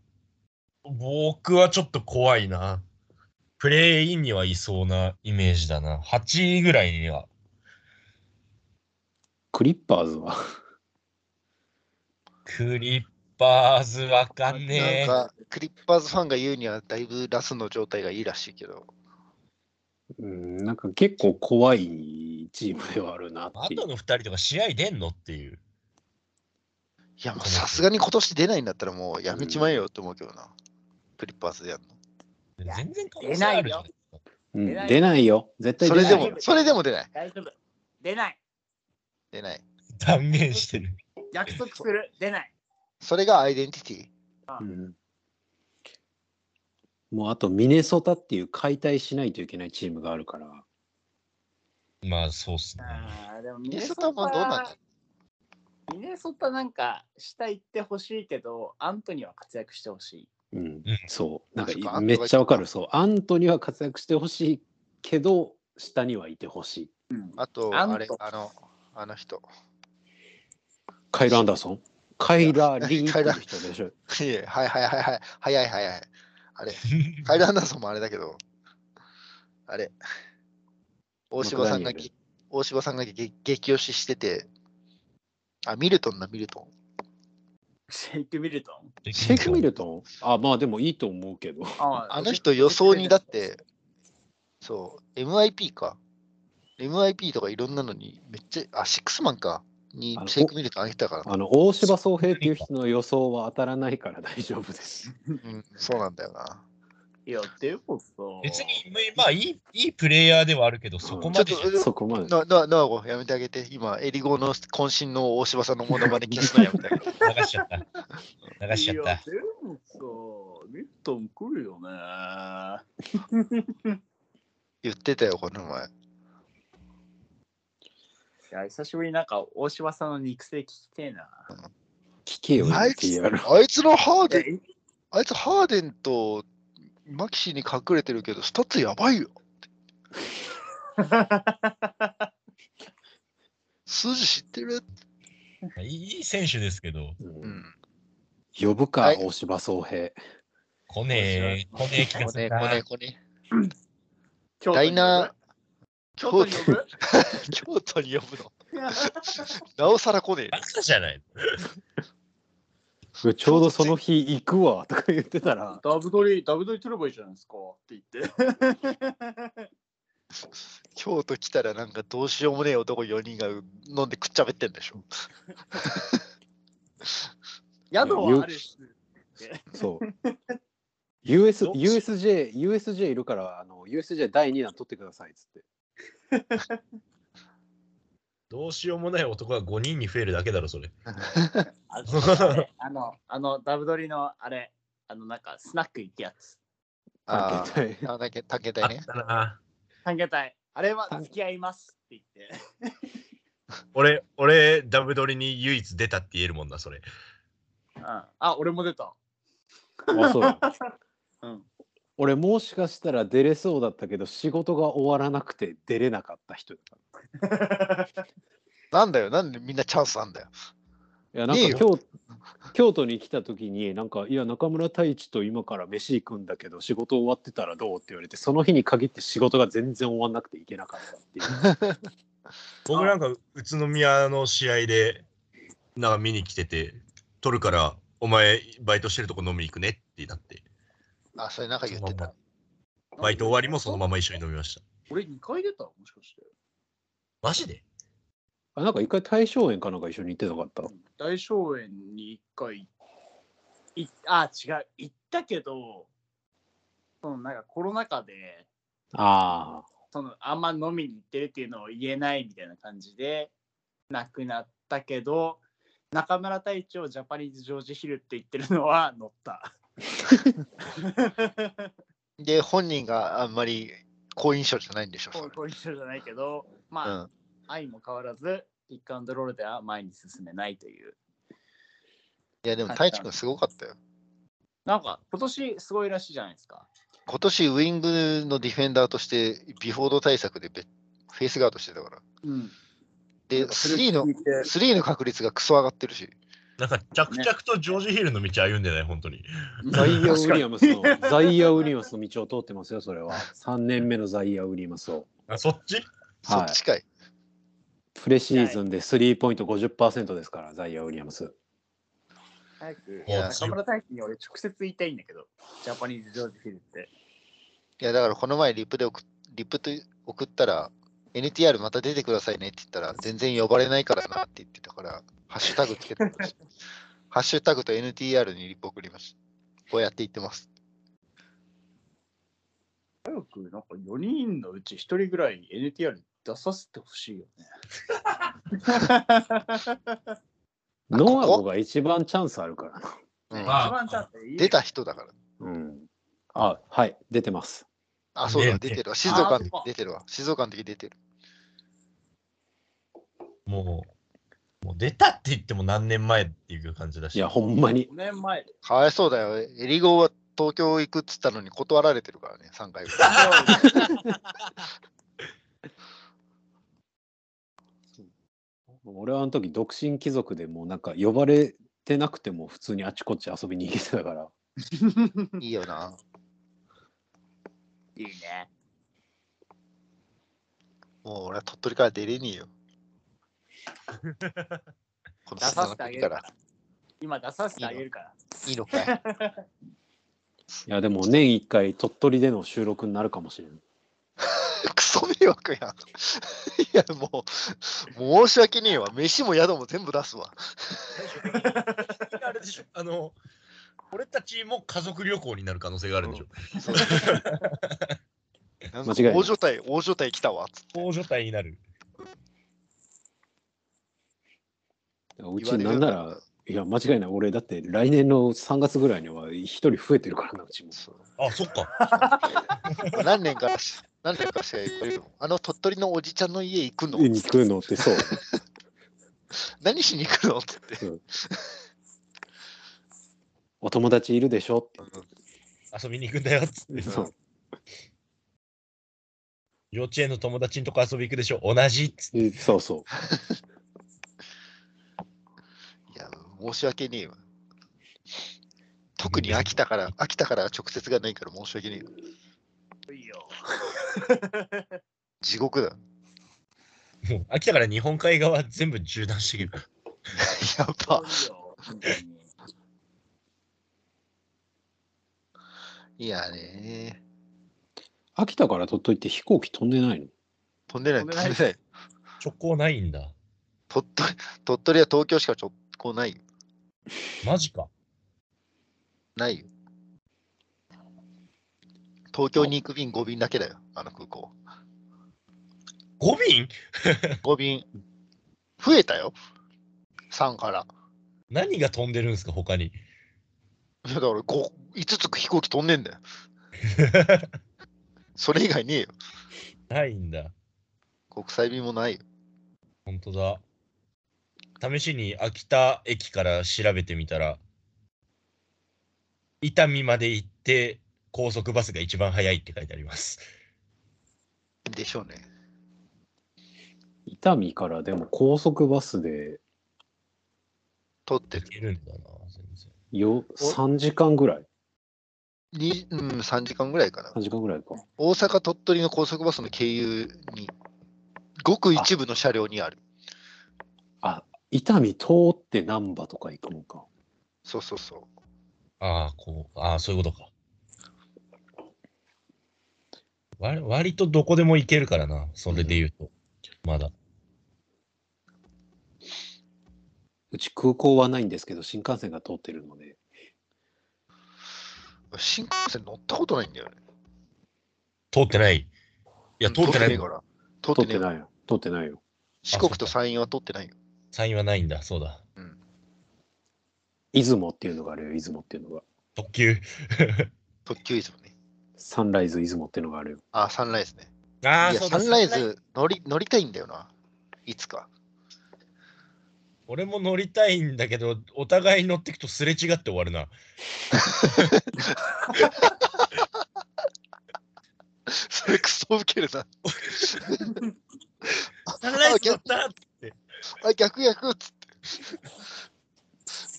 S5: 僕はちょっと怖いな。プレイインにはいそうなイメージだな。8位ぐらいには。
S7: クリッパーズは。
S5: クリッパーズわかんねえ。
S4: なんか、クリッパーズファンが言うには、だいぶラスの状態がいいらしいけど、
S7: うん、なんか結構怖いチームではあるなってい
S5: 後
S7: う。
S5: の2人とか試合出んのっていう。
S4: いや、もうさすがに今年出ないんだったら、もうやめちまえよって思うけどな。クリッパーズでやるの。
S5: 全然可
S3: 出
S5: 能性
S3: ない
S5: あ
S3: よ
S5: るじゃないですか。
S7: うん
S3: 出ない
S7: 出ないよ。絶対
S4: そ
S7: 出
S4: れ
S7: ない
S4: で
S7: よ。
S4: も、それでも出ない。
S3: 大丈夫。出ない。
S4: 出ない。
S5: 断言してる。
S3: 約束 する。出ない。
S4: それがアイデンティテ
S7: うんもうあとミネソタっていう解体しないといけないチームがあるから、
S5: まあ、そうっすね。
S3: あーでもミ
S4: ィ。
S3: ネ
S4: ミネ
S3: ソ
S4: ソ
S3: タ
S4: タはどうなんだ
S3: ミネソタなんか下行ってほしいけど、アントニーは活躍してほしい。
S7: うんそうなん
S4: あそっか
S7: かめっちゃわかるそうアントには活躍してほしいけど下にはいてほしい
S4: あと、
S3: アント
S4: あれ、あの、あの人。
S7: カイル・アンダーソンカイラー・リーっ
S4: カイ
S7: て
S4: ラ
S7: いう人でしょ
S4: いえはいはいはいはい。早い早い。あれ、カイル・アンダーソンもあれだけど、あれ、大柴さんが
S7: マクダニエ
S4: ぎ、大柴さんが激激推ししてて、あ、ミルトンだ、ミルトン。
S3: シェイク・ミルトン。
S7: シェイク・ミルトンあまあでもいいと思うけど
S3: あ
S4: あの人予想にだっ。て、そう、MIP か。MIP とかいろんなのに、めっちゃ、あ、シックスマンか。に
S7: あの
S4: シェイクミルトンあげてたからな。
S7: あの大柴総平っていう人の予想は当たらないから大丈夫です
S4: うん、そうなんだよな。
S3: いや、でもさ。
S5: 別に、まあ、いい、いいプレイヤーではあるけど、そこまでじゃ
S4: ちょっと
S7: そこまで
S4: な、な、なあご、やめてあげて。今、エリゴの渾身の大柴さんのモノマネ消すのやめてあげ て。
S5: 流しちゃった。 流しちゃっ
S3: いや
S5: た。
S3: でもさ、ミルトン来るよね。
S4: 言ってたよ、この前。
S3: いや、久しぶりになんか大柴さんの肉声聞きてえな。
S7: 聞けよ
S4: あいつ
S7: NTR
S4: あいつのハーデン、
S3: い
S4: あいつハーデンとマキシに隠れてるけど、スタッツやば いよ。数字知ってる
S5: いいいい選手ですけど、
S7: う
S4: うんん。
S7: 呼ぶ
S4: は
S7: か
S4: い
S7: 大柴総平
S5: 来ねえ、来ねえ気が
S4: こ
S5: す
S4: れ
S5: る
S4: こ
S5: な
S4: れ。これ。
S3: や
S4: ダイナ
S3: 京都に呼 ぶ
S4: ー、京都に呼ぶの。なおさら来ねえよ
S5: バ。カじゃない。
S7: うわちょうどその日行くわとか言ってたら
S3: ダブドリ、ダブドリ取ればいいじゃないですかって言って。
S4: 京都来たらなんかどうしようもねえ男4人が飲んでくっちゃべってんでしょ。
S3: 宿はあるし。
S7: そう US
S5: ど
S7: USJ USJ いるからあの USJ 第2弾取ってくださいっつって
S5: どうしようもない男が5人に増えるだけだろ、それ。
S3: ああれあの、あの、ダブドリのあれ、あの、なんかスナック行くやつ。
S4: あ
S7: 探検隊
S4: あ、なんか竹
S5: あ
S4: 田
S5: っ
S4: ね。
S5: たな。
S3: 三桁隊、あれは付き合いますって言って。
S5: 俺、俺、ダブドリに唯一出たって言えるもんな、それ。
S3: うん、あ、俺も出た。
S7: あそう
S3: うん。
S7: 俺もしかしたら出れそうだったけど仕事が終わらなくて出れなかった人だか
S4: なんだよ、なんでみんなチャンスなんだよ。
S7: らいやなん
S4: ねえ
S7: か
S4: よ
S7: 京京都に来た時になんか「いや中村太一と今から飯行くんだけど仕事終わってたらどう?」って言われてその日に限って仕事が全然終わんなくて行けなかったって いう
S5: 僕なんか、宇都宮の試合で、なんか見に来てて、取るから、お前、バイトしてるとこ飲みに行くねってなって、
S4: あ、それなんか言ってた。
S5: バイト終わりもそのまま一緒に飲みました。
S3: 俺2回出たもしかして。
S5: マジで
S7: あなんか一回大正園かなんか一緒に行ってなかった
S3: 大荘園に1回いあ違う行ったけどそのなんかコロナ禍で
S7: ああ
S3: そのあんま飲みに行ってるっていうのを言えないみたいな感じで亡くなったけど中村隊長ジャパニーズジョージヒルって言ってるのは乗った
S4: で、本人があんまり好印象じゃないんでしょ。そ
S3: こ
S4: れ
S3: うこういう人じゃないけど
S4: う
S3: まあ、
S4: ん、
S3: 愛も変わらずピックアンドロールでは前に進めないという
S4: いや、でも太一君すごかったよ。
S3: なんか今年すごいらしいじゃないですか
S4: 今年ウイングのディフェンダーとしてビフォード対策でべフェイスガードしてたから。
S3: うん
S4: で、3の、3の確率がクソ上がってるし。
S5: なんか、着々とジョージヒルの道歩んでない、本当に。
S7: ザイア・ウィリアムスのザイア・ウィリアムスの道を通ってますよそれは3年目のザイア・ウィリアムスを
S5: あ、そっち
S4: そ
S7: はい
S4: っちかい。
S7: プレシーズンでスリーポイント50%ですからザイア・ウィリアムス
S3: 早く
S4: いや
S3: 中村大輝に俺直接言いたいんだけど、ジャパニーズジョージフィルって。
S4: いや、だからこの前リプで送っリプと送ったら、NTR また出てくださいねって言ったら、全然呼ばれないからなって言ってたから、ハッシュタグつけてま した。ハッシュタグと NTR にリプ送りました。こうやって言ってます。
S3: 早くなんか4人のうち1人ぐらい NTR 出させてほしいよね。
S7: ノアゴが一番チャンスあるからな。
S4: うん
S5: まあ
S3: 一番チャンスでいい
S4: 出た人だから。
S7: うん。あ、はい、出てます。
S4: あ、そうだ、
S5: ね
S4: 出てるわ。静岡の
S3: あそ
S4: 時
S3: う
S4: 出てるわ。静岡の時出てる。
S5: もう、もう出たって言っても何年前っていう感じだし。
S7: いや、ほんまに
S3: 5。年前。
S4: かわいそうだよ。エリゴは東京行くっつったのに断られてるからね、3回ぐらい。
S7: 俺はあの時、独身貴族でもうなんか呼ばれてなくても普通にあちこち遊びに行けてたから。
S4: いいよな。
S3: いいね。
S4: もう俺は鳥取から出れねえ よ。この
S3: 出させてあげる
S4: か
S3: からら。今出させてあげるから。
S4: いいのかい。
S7: いや、でも年一回鳥取での収録になるかもしれない。
S4: クソ迷惑やん。 いや、もう、もう申し訳ねえわ。飯も宿も全部出す わ。
S5: あれでしょあの、俺たちも家族旅行になる可能性があるでしょ。
S4: なん
S7: 間
S4: か
S7: 違いない
S4: 大所帯、大所帯来たわ。つって
S5: 大所帯になる。
S7: うち
S4: 言われ
S7: な
S4: る
S7: んなら、いや、間違いない。俺、だって来年の3月ぐらいには一人増えてるからな、うちも。
S4: そう
S5: あ、そっか。
S4: 何年かし、何年かしか行くの。あの鳥取のおじちゃんの家行くの
S7: に行くのっ てそう。
S4: 何しに行くのつって。
S7: お友達いるでしょっ
S5: 遊びに行くんだよっつって
S7: て。。そう。
S5: 幼稚園の友達のとこ遊び行くでしょ。同じっつって。
S7: うんそうそう。
S4: いや、申し訳ねえわ。特に秋田から、秋田から直接がないから申し訳ねえわ。
S3: いいよ。
S4: 地獄だ。
S5: もう、秋田から日本海側全部縦断していくる。
S4: やば。
S3: いいよ。本当に
S4: いやね。
S7: 秋田から鳥取って飛行機飛んでないの
S4: 飛んでない、
S3: 飛ん
S4: 飛
S3: で
S4: ん
S3: ない
S4: でない。
S5: 直行ないんだ。
S4: 鳥取、鳥取は東京しかちょっこないよ。
S5: マジか。
S4: ないよ。東京に行く便5便だけだよ、あの空港。
S5: 5便
S4: 5便。増えたよ。3から。
S5: 何が飛んでるんですか、他に。
S4: いやだから5、5つ飛行機飛んでんだ よ。それ以外ねえよ。
S5: ないんだ。
S4: 国際便もないよ。
S5: 本当だ。試しに秋田駅から調べてみたら、伊丹まで行って高速バスが一番早いって書いてあります。
S4: でしょうね。
S7: 伊丹からでも高速バスで
S4: 取ってる
S5: 行。けるんだな、全然。
S7: よ3時間ぐらい
S4: にうん、3時間ぐらいかな。
S7: 3時間ぐらいか。
S4: 大阪、鳥取の高速バスの経由に、ごく一部の車両にある。
S7: あ、伊丹通って難波とか行くのか。
S4: そうそうそう。
S5: ああ、こう、ああ、そういうことか。割割とどこでも行けるからな、それで言うと。まだ。
S7: うち空港はないんですけど、新幹線が通ってるので。
S4: 新幹線乗ったことないんだよね。
S5: 通ってない。いや、通ってな
S4: ねえ
S5: い
S4: か。ら。通っ
S7: 通
S4: てね
S7: って
S4: えよ
S7: ないよ。通ってないよ。
S4: 四国と山陰は通ってないよ。
S5: サインはないんだ、そうだ。
S7: 出雲っていうのがあるよ、出雲っていうのが。
S5: 特急。
S4: 特急出雲ね。
S7: サンライズ出雲っていうのがあるよ。
S4: あ、サンライズね。
S5: ああ、
S4: いや、
S5: そう
S4: サ
S5: だ。
S4: ンライズ乗り乗りたいんだよな。いつか。
S5: 俺も乗りたいんだけど、お互い乗ってくとすれ違って終わるな。
S4: それクソウケるな。
S5: サンライズ乗った
S4: あ、逆逆っつっ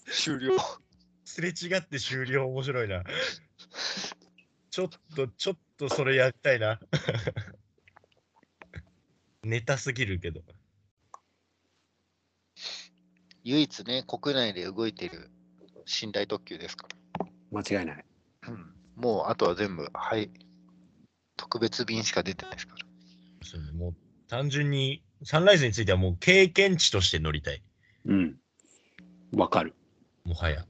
S4: て。終了。
S5: すれ違って終了面白いな。ちょっと、ちょっとそれやりたいな。 ネタすぎるけど。
S4: 唯一ね、国内で動いてる寝台特急ですから。
S7: 間違いない。
S4: うんもうあとは全部、はい。特別便しか出てないですから。
S5: そうねもう単純に、サンライズについてはもう経験値として乗りたい。
S7: うん。わかる。
S5: もはや。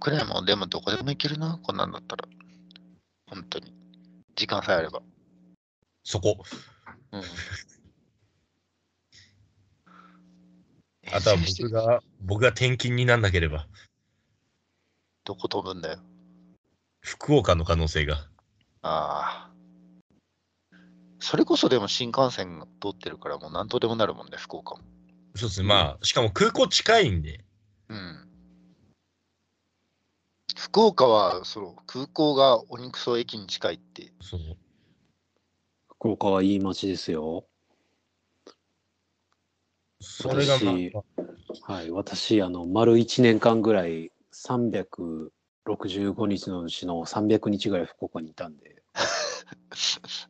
S4: 国内もでもどこでも行けるな、こんなんだったら。本当に。時間さえあれば。
S5: そこ。
S4: うん。
S5: あとは
S4: 編成して
S5: 僕が、僕が転勤になんなければ、
S4: どこ飛ぶんだよ。
S5: 福岡の可能性が。
S4: ああ。それこそでも新幹線が通ってるからもう何とでもなるもんね、福岡も。
S5: そうですね。まあ、しかも空港近いんで、
S4: うん。福岡はその空港が鬼クソ駅に近いって、
S5: そう
S7: 福岡はいい街ですよ。
S5: それがま
S7: 私
S5: あ、
S7: はい、私、あの、丸1年間ぐらい、365日のうちの300日ぐらい福岡にいたんで、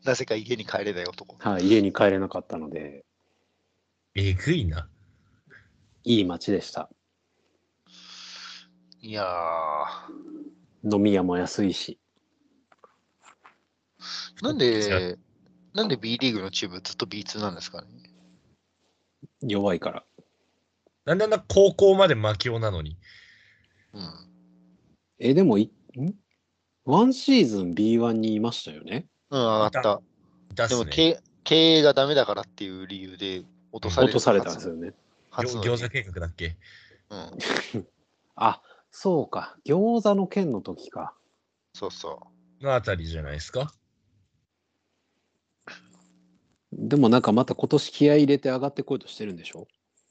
S4: なぜか家に帰れない男。
S7: はい、家に帰れなかったので、
S5: えぐいな。
S7: いい街でした。
S4: いやー、
S7: 飲み屋も安いし。
S4: なん
S5: じゃ
S4: で、なんで B リーグのチームずっと B2 なんですかね。
S7: 弱いから。
S5: なんだんだん高校まで魔境なのに。
S4: うん。
S7: え、でもい、んワンシーズン B1 にいましたよね。
S4: うん、上がっ
S5: いた
S4: た。
S5: 出
S4: ですも
S5: ね。
S4: 経経営がダメだからっていう理由で落とされ
S7: 落
S4: る
S7: とされたんですよね。
S4: 初の
S5: 餃子計画だっけ
S4: うん。
S7: あ、そうか。餃子の件の時か。
S4: そうそ
S5: のあたりじゃないですか。
S7: でもなんかまた今年気合い入れて上がってこいとしてるんでしょ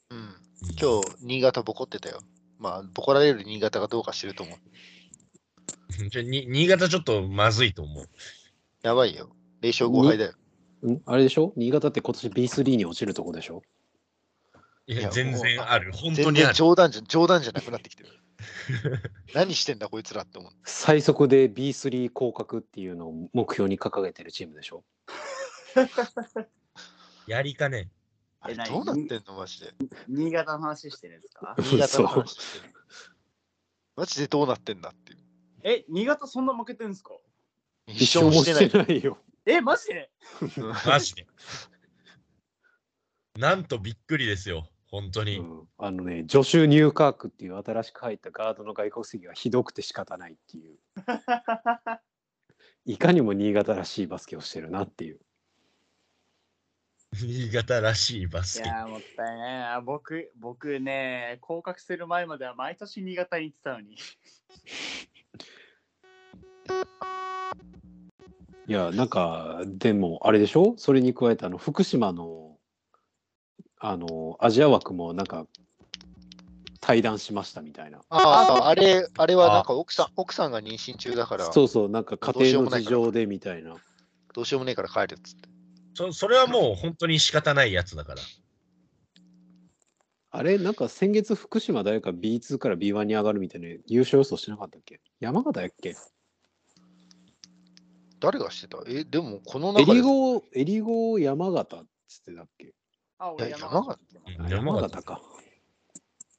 S4: う。うん。今日、新潟ボコってたよ。まあ、ボコられる新潟がどうかしてると思う。
S5: 日。ちょに新潟ちょっとまずいと思う。
S4: やばいよ。0勝5敗だよ。
S7: んあれでしょ新潟って今年 B3 に落ちるとこでしょ
S5: い
S4: い
S5: や、
S4: や
S5: 全
S4: もう
S5: 然ある。本当
S4: 全
S5: にあ
S4: 然
S5: る。
S4: 冗談じゃ、冗談じゃなくなってきて る。何してんだこいつらって思う。
S7: 最速で B3 降格っていうのを目標に掲げてるチームでしょ
S5: やりかね。
S4: あれ
S3: えない
S4: どうなってんのマジで。
S3: 新潟の話してるんですか
S7: 嘘
S4: 新潟の話してる。マジでどうなってんだっていう。
S3: え、新潟そんな負けてるんですか
S4: 一勝もしてない。
S7: ないよ。
S3: え、マジで
S4: うん
S5: マジで。なんとびっくりですよ。本当
S7: う
S5: に。
S7: ん、あのね、ジョシュ・ニューカークっていう新しく入ったガードの外国籍がひどくて仕方ないっていう、いかにも新潟らしいバスケをしてるなっていう。
S5: 新潟らしいバ
S3: い
S5: スケ。
S3: やーもったいないな。僕、僕ね、降格する前までは毎年新潟に行ってたのに。
S7: いや、なんか、でも、あれでしょそれに加えて、あの、福島の、あの、アジア枠も、なんか、対談しましたみたいな。
S4: ああ、あれ、あれはなんか奥さん、奥さんが妊娠中だから、
S7: そ
S4: ど
S7: うそう、なんか家
S4: どうしようも
S7: 庭の
S4: ない
S7: 事
S4: から
S7: 情でみたいな。
S4: うしようもねえから帰るっつって。
S5: そそれはもう本当に仕方ないやつだから。
S7: あれ、なんか先月福島誰か B2 から B1 に上がるみたいな優勝予想してなかったっけ山形やっけ
S4: 誰がしてたえ、でもこの
S7: エ
S4: 中で
S7: リゴ、エリゴ山形っつってたっけ
S3: あ、
S4: いや
S3: 行ってま
S5: うん
S3: す
S7: 山形か。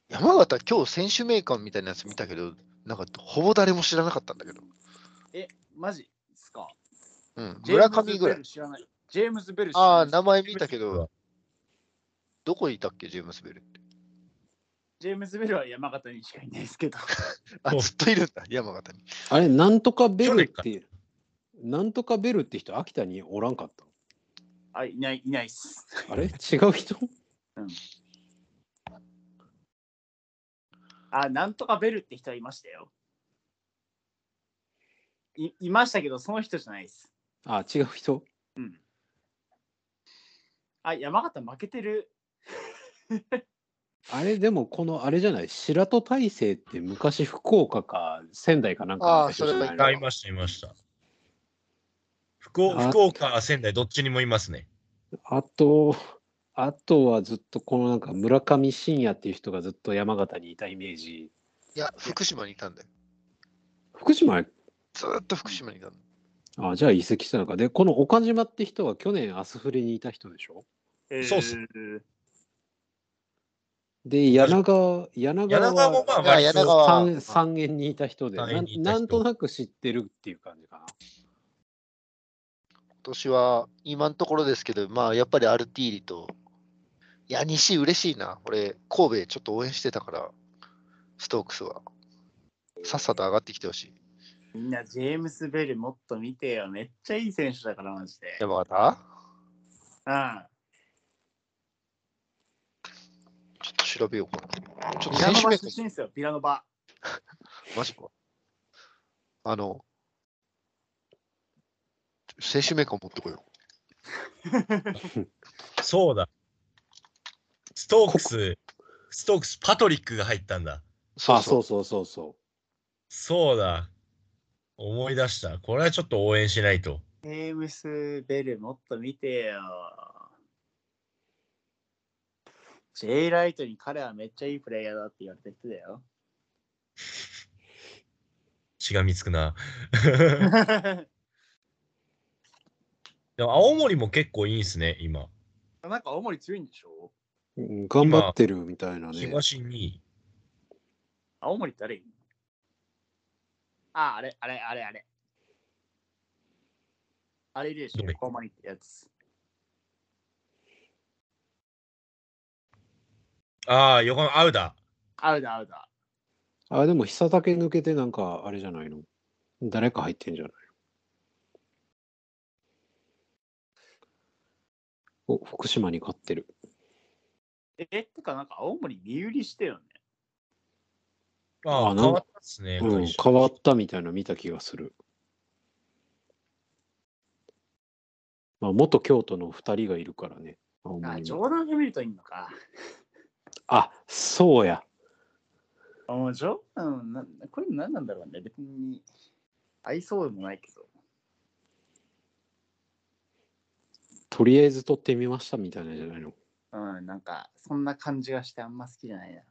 S4: 山形、今日選手名鑑みたいなやつ見たけど、なんかほぼ誰も知らなかったんだけど。
S3: え、マジですか
S4: うん、村上ぐら
S3: ジェームズベル。
S4: い
S3: 知らない。ジェームズ・ベル知らない。
S4: ああ、名前見たけ
S5: うわ
S4: ど、どこにいたっけ、ジェームス・ベルって。
S3: ジェームズ・ベルは山形にしかいないですけど。
S4: あ、
S5: そう
S4: ずっといるんだ、山形に。
S7: あれ、なんとかベルっ
S5: 去
S7: て、なんとかベルって人、秋田におらんかっ
S3: あ、いない、いないっす。
S7: た。あれ違う人
S3: あ、なんとかベルって人はいましたよ。いいましたけど、その人じゃないです。
S7: あ、違う人
S3: あ、山形負けてる。
S7: あれ、でも、この、あれじゃない、白戸大成って昔、福岡か仙台かなんかの人じゃない
S4: あーそれ
S7: の
S5: あ、いました、いました。福
S7: あ
S5: 岡、福岡、仙台、どっちにもいますね。
S7: あと、あとはずっとこのなんか村上信也っていう人がずっと山形にいたイメージ。
S4: いや、福島にいたんだよ。
S7: 福島へ
S4: ずーっと福島にいたんだ。
S7: あじゃあ移籍したのか。で、この岡島って人は去年アスフレにいた人でしょ
S5: そうっす
S3: えー
S7: で、柳川、柳川
S5: 柳川もまあ、
S7: は
S4: まあ
S5: 割
S4: 柳
S5: と
S4: 川は
S7: 三三円にいた人で
S5: 三
S7: な
S5: 円
S7: ん
S5: にいた人
S7: なんとなく知ってるっていう感じかな。
S4: 今年は、今のところですけど、まあ、やっぱりアルティーリと、いや、西嬉しいな。俺、神戸ちょっと応援してたから、ストークスは。さっさと上がってきてほしい。
S3: みんなジェームス・ベルもっと見てよ。めっちゃいい選手だから、マジで。
S4: 山形
S3: うん。
S4: ちょっと調べようかな。ちょっと
S3: ピラノ
S4: 選手
S3: バ
S4: 名
S3: 出身ですよ、ピラノバ。
S4: マジか。あの、選手名鑑持ってこよう。
S5: そうだ。ストークス、ストークス、パトリックが入ったんだ。
S7: あ、そうそうそうそ
S5: そうだ。思い出した。これはちょっと応援しないと。
S3: ジェームス・ベルもっと見てよ。J ライトに彼はめっちゃいいプレイヤーだって言われた人だよ。
S5: しがみつくな。 でも青森も結構いいんすね、今。
S3: なんか青森強いんでしょ
S7: う。うん頑張ってるみたいなね。
S5: 東に。
S3: 青森誰いるのあ、あれ、あれ、あれ、あれ。あれいるでしょ
S5: どれ
S3: 横浜にってやつ。
S5: ああ、横のアウダ。
S3: あるだ、あるだ。
S7: あ、でも久竹抜けてなんかあれじゃないの。誰か入ってんじゃないの。お、福島に勝ってる。
S3: え、てかなんか青森身売りしてよね。
S5: あ
S7: あ
S5: あ、
S7: なん
S5: 変わったっすね。
S7: うん、
S5: 会社
S7: 変わったみたいなの見た気がする。まあ、元京都の2人がいるからね。青森は
S3: あ、冗談が見るといいのか。
S7: あ、そうや。
S3: あ、もう冗談、なんこれ何なんだろうね。別に合いそうでもないけど。
S7: とりあえず撮ってみましたみたいなんじゃないの。
S3: うん、なんかそんな感じがしてあんま好きじゃないな。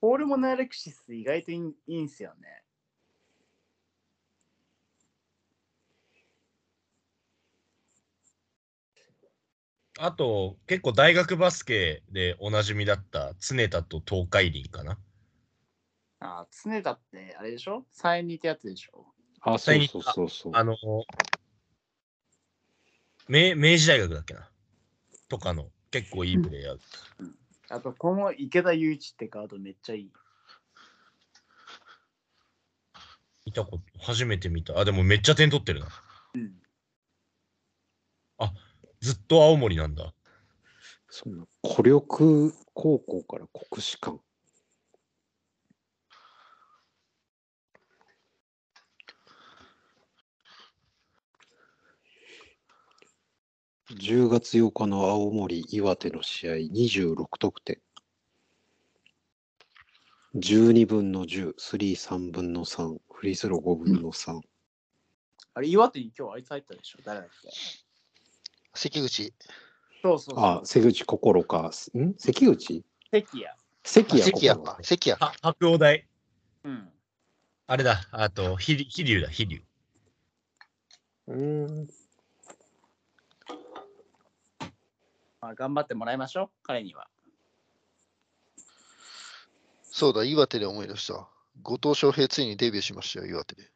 S3: ポールモナレクシス意外といいいいんすよね。
S5: あと、結構大学バスケでおなじみだった常田と東海林かな。
S3: あ、常田ってあれでしょ再任ってやつでしょ
S7: あ、そうそうそうそう。
S5: あの、明明治大学だっけな。とかの結構いいプレイヤー。
S3: あと、この池田雄一ってカードめっちゃいい。
S5: 見たこと、初めて見た。あ、でもめっちゃ点取ってるな。
S3: うん。
S5: ずっと青森なんだ。
S7: そんな古力高校から国士舘。10月8日の青森、岩手の試合26得点。12分の10、スリー3分の3、フリースロー5分の3。
S3: あれ、岩手に今日あいつ入ったでしょ誰だっけ
S4: 関口。
S3: そうそうそ
S7: あ
S3: う、。
S7: 関口心か。ん関口
S3: 関谷。
S7: 関
S4: 関谷
S7: 谷心
S4: か
S7: か。。
S4: 関谷か。
S5: あ、白鴎大。
S3: うん。
S5: あれだ。あと、飛飛龍だ、飛龍。
S7: うん。
S3: まあ、頑張ってもらいましょう、彼には。
S4: そうだ、岩手で思い出した。後藤翔平ついにデビューしましたよ、岩手で。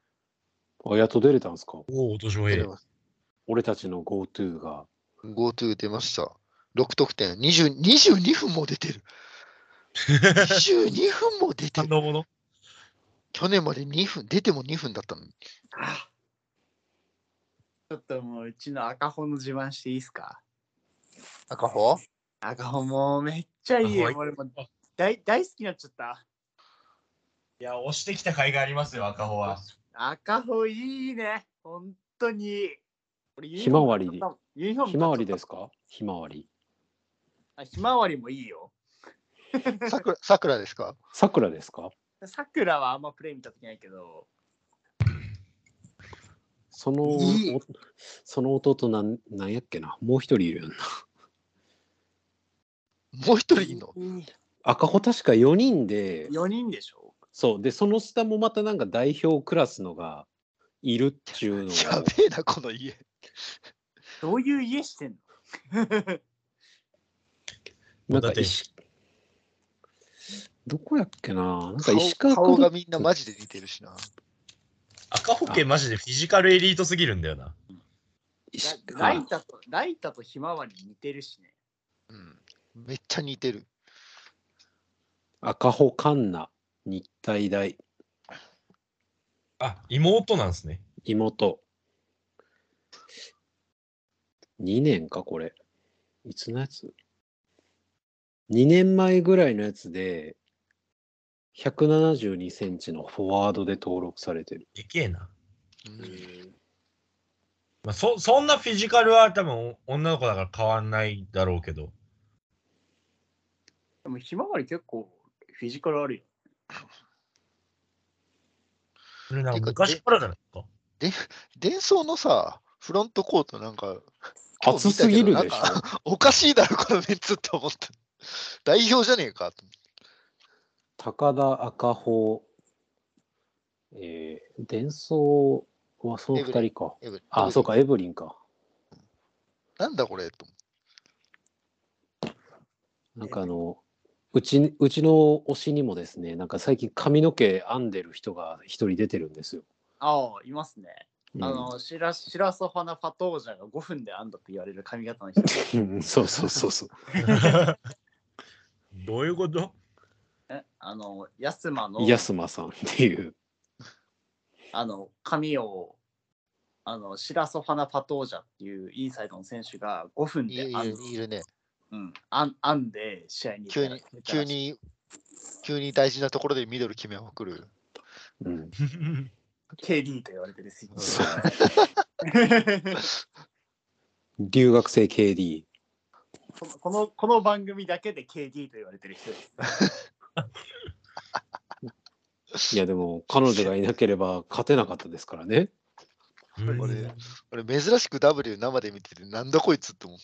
S7: あやっと出れたんですか
S5: おお、年上。
S4: 出
S5: え
S4: れます
S7: 俺たちの GoTo が。
S4: GoTo 出ました。6得点。20 22分も出てる。22分も出て
S5: 感
S4: る。
S5: 動もの
S4: 去年まで2分、出ても2分だったのに。
S3: ちょっともう、うちの赤穂の自慢していいですか
S4: 赤穂
S3: 赤穂もうめっちゃいいよ。
S5: 赤穂
S3: 俺も大大好きになっちゃった。
S5: いや、押してきた甲斐がありますよ、赤穂は。
S3: 赤穂いいね。本当に。俺ユニ
S7: ひ
S3: フォ
S7: ま
S3: ーム
S7: わり
S3: 買っ。たもん。ユニフォーム
S7: ひまわり
S3: 買
S7: で
S3: っちゃ
S7: すかひまわり。
S3: った。あひまわりもいいよ。
S4: さくらさくらですか
S7: さくらですか
S3: さくらはあんまプレイ見たときないけど、
S7: その
S3: いい
S7: おその弟なんなんやっけなもう一人いるよな。
S4: もう一人いんの
S7: 赤穂確か4人で、
S3: 4人でしょ
S7: そう。で、その下もまたなんか代表クラスのがいるっちゅ うの
S4: や
S7: が
S4: べえな、この家。
S3: どういう家してんの
S7: なん
S5: だ
S7: か
S5: って
S7: 石、どこやっけななんか
S4: 顔
S7: 石川
S4: 顔
S7: 君
S4: がみんなマジで似てるしな。
S5: 赤穂家マジでフィジカルエリートすぎるんだよな。
S7: 石
S3: ラライ
S7: あ
S3: タと、ライタとひまわり似てるしね。
S4: うん。めっちゃ似てる。
S7: 赤穂カンナ、日体大。
S5: あ、妹なんですね。
S7: 妹。2年か、これ。いつのやつ ?2 年前ぐらいのやつで、172センチのフォワードで登録されてる。
S5: でけえな。
S6: うん
S5: まあ、そそんなフィジカルは多分女の子だから変わんないだろうけど。
S3: でもひまわり結構フィジカルあるよ。
S5: それなんか
S4: てか
S5: 昔からじゃないですか。
S4: 伝送のさ、フロントコートなんか、今日
S7: 熱
S4: 見た
S7: すぎ
S4: けど
S7: る
S4: なん
S7: でし
S4: かおかしいだろ、このメンツって思った。代表じゃねえかと思って。
S7: ょ。高田赤穂。えー、伝送はその2人か。
S4: エブリン
S7: あ、そうか、。エブリンか。
S4: なんだこれと思って
S7: なんかあの、うち、うちの推しにもですね、なんか最近髪の毛編んでる人が一人出てるんですよ。
S3: ああ、いますね。
S7: うん
S3: あの、しら、しらそはなファトージャが5分で編んだって言われる髪型の人。
S7: うん そうそうそうそう。
S5: どういうこと
S3: えあの、ヤスマの、
S7: 安間さんっていう。
S3: あの、髪を、あの、しらそはなファトージャっていうインサイドの選手が5分で編ん
S4: いるいるね。
S3: うん、編編んで試合に
S4: 急に、急。に、急に大事なところでミドル決めまくる。
S7: うん、
S3: KD と言われてるスイッチ
S7: そう 留学生 KD。
S3: このこのこの番組だけで KD と言われてる人です。
S7: いやでも彼女がいなければ勝てなかったですからね。
S5: うん
S4: これ俺、珍しく W 生で見てて、なんだこいつって思っ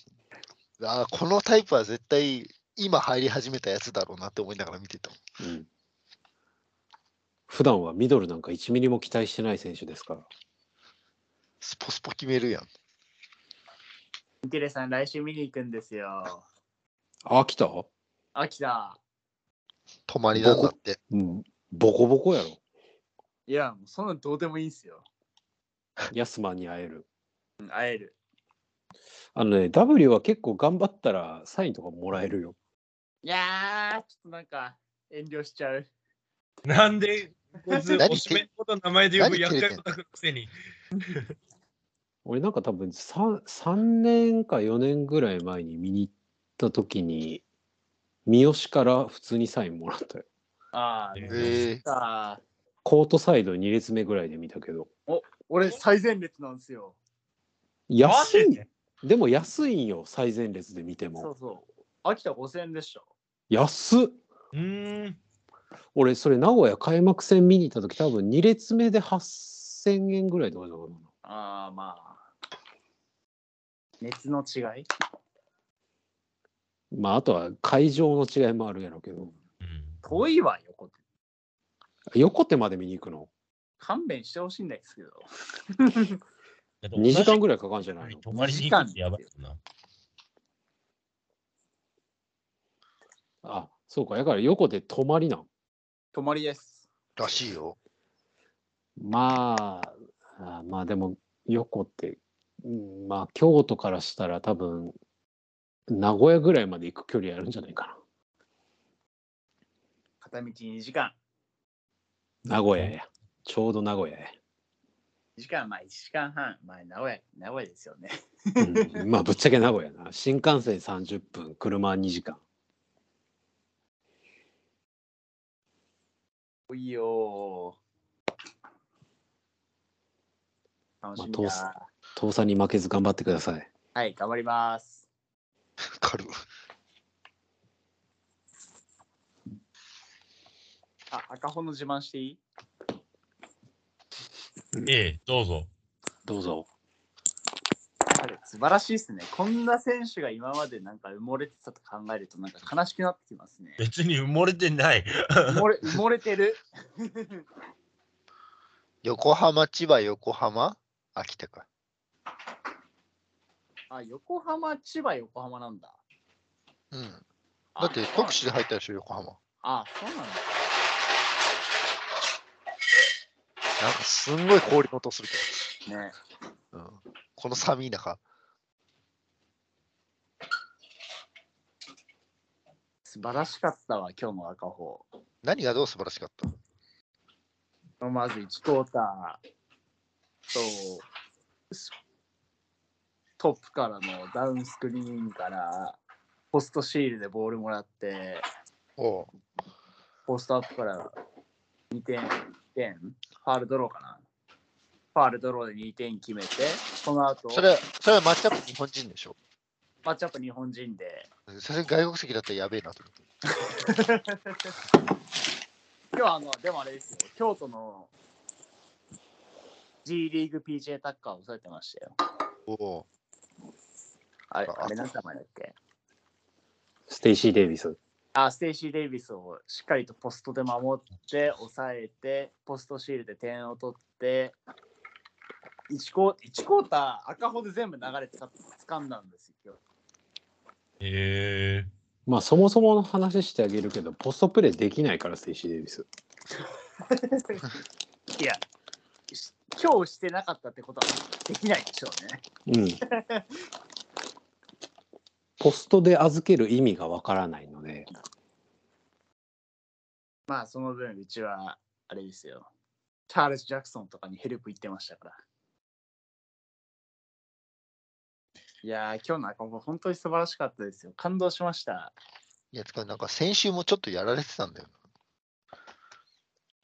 S4: た。ああ、このタイプは絶対、今入り始めたやつだろうなって思いながら見てた。
S7: うん、普段はミドルなんか1ミリも期待してない選手ですから。
S4: スポスポ決めるやん。
S3: ミキレさん、来週見に行くんですよ。
S7: あ、来た、
S3: 秋田。
S4: 泊まりなんだって。
S7: うん、ボコボコやろ。
S3: いや、もうそんなんどうでもいいんすよ。
S7: 安間に会える。
S3: うん会える。
S7: あのね、W は結構頑張ったらサインとかもらえるよ。
S3: いやー、ちょっとなんか遠慮しちゃう。
S5: なんで、こいつ、
S4: 何
S5: おしめのこと名前で呼ぶ
S4: 何
S5: 厄
S4: 照れてん
S5: 介
S4: の
S5: 者くせに。
S7: 俺なんか多分 3, 3年か4年ぐらい前に見に行った時に三好から普通にサインもらったよ。
S3: あ
S5: え
S3: ー、
S5: ー
S4: え
S3: あー
S7: コートサイド2列目ぐらいで見たけど。
S3: 俺最前列なんですよ。
S7: 安
S5: マジ
S7: い
S5: で
S7: でも安いんよ最前列で見て
S3: そう
S7: も
S3: そう。秋田5000円でしょ。
S7: 安っ
S5: うーん。
S7: 俺それ名古屋開幕戦見に行った時多分2列目で8000円ぐらいとかだったかな
S3: ああ、まあ。熱の違い
S7: まああとは会場の違いもあるやろうけど
S5: うん
S3: 遠いわ、横手。
S7: 横手まで見に行くの
S3: 勘弁してほしいんですけど。
S5: だって
S7: 2時間ぐらいかかんじゃないの
S5: 泊まりに行くってやばいよな。
S7: あそうかだから横手泊まりなん
S3: 泊まりです。
S4: ー、らしいよ。
S7: まああまあでも横手うんまあ京都からしたら多分名古屋ぐらいまで行く距離あるんじゃないか
S3: 片道2時間。
S7: な名古屋やちょうど名古屋や
S3: 2時間、まあ1時間半。まあ名古屋、名古屋ですよね。
S7: うんまあぶっちゃけ名古屋な 新幹線30分車2時間
S3: おいよー。楽しみだ、
S7: まあ通す父さんに負けず頑張ってください
S3: はい、頑張ります。
S4: 軽い。
S3: あ、赤穂の自慢していい
S5: ええ、どうぞ。
S7: どうぞ
S3: あれ素晴らしいですね。こんな選手が今までなんか埋もれてたと考えるとなんか悲しくなってきますね。
S5: 別に埋もれてない。
S3: 埋もれ埋もれてる。
S4: 横浜、千葉、横浜、秋田か。
S3: あ、横浜、千葉、横浜なんだ。
S4: うん。
S3: あ
S4: だっ
S3: そ
S4: て
S3: うなん
S4: 特殊で入ったでしょ、横浜。
S3: あ、そうなんだ。
S4: なんかすんごい氷の音するけ
S3: ね。
S4: ど、うん、この寒い中、
S3: 素晴らしかったわ、今日の赤穂。
S4: 何がどう素晴らしかった
S3: まず1クォーターと、トップからのダウンスクリーンから、ポストシールでボールもらって、
S4: おう
S3: ポストアップから2点、1点、ファールドローかな。ファールドローで2点決めて、その後、
S4: それは、それはマッチアップ日本人でしょ。
S3: マッチアップ日本人で、
S4: それ外国籍だったらやべえなと思って。
S3: 今日はあの、でもあれですよ、京都の G リーグ PJ タッカーを抑えてましたよ。
S4: おおう。
S3: あれ、
S4: あ
S3: あれ何名前だっけ
S7: ステイシー・デイビス。
S3: あ、ステイシー・デイビスをしっかりとポストで守って、抑えて、ポストシールで点を取って、1クォー一クォーター、赤穂で全部流れつか掴んだんですよ、今日。
S5: へえ
S7: まあそもそもの話してあげるけど、ポストプレイできないから、ステイシー・デイビス。
S3: いや、し今日してなかったってことはできないでしょうね。
S7: うん。 ポストで預ける意味がわからないので、
S3: まあ、その分、うちは、あれですよ。チャールズ・ジャクソンとかにヘルプ行ってましたから。いやー、今日の赤穂、本当に素晴らしかったですよ。感動しました。
S4: いや、つかなんか先週もちょっとやられてたんだよ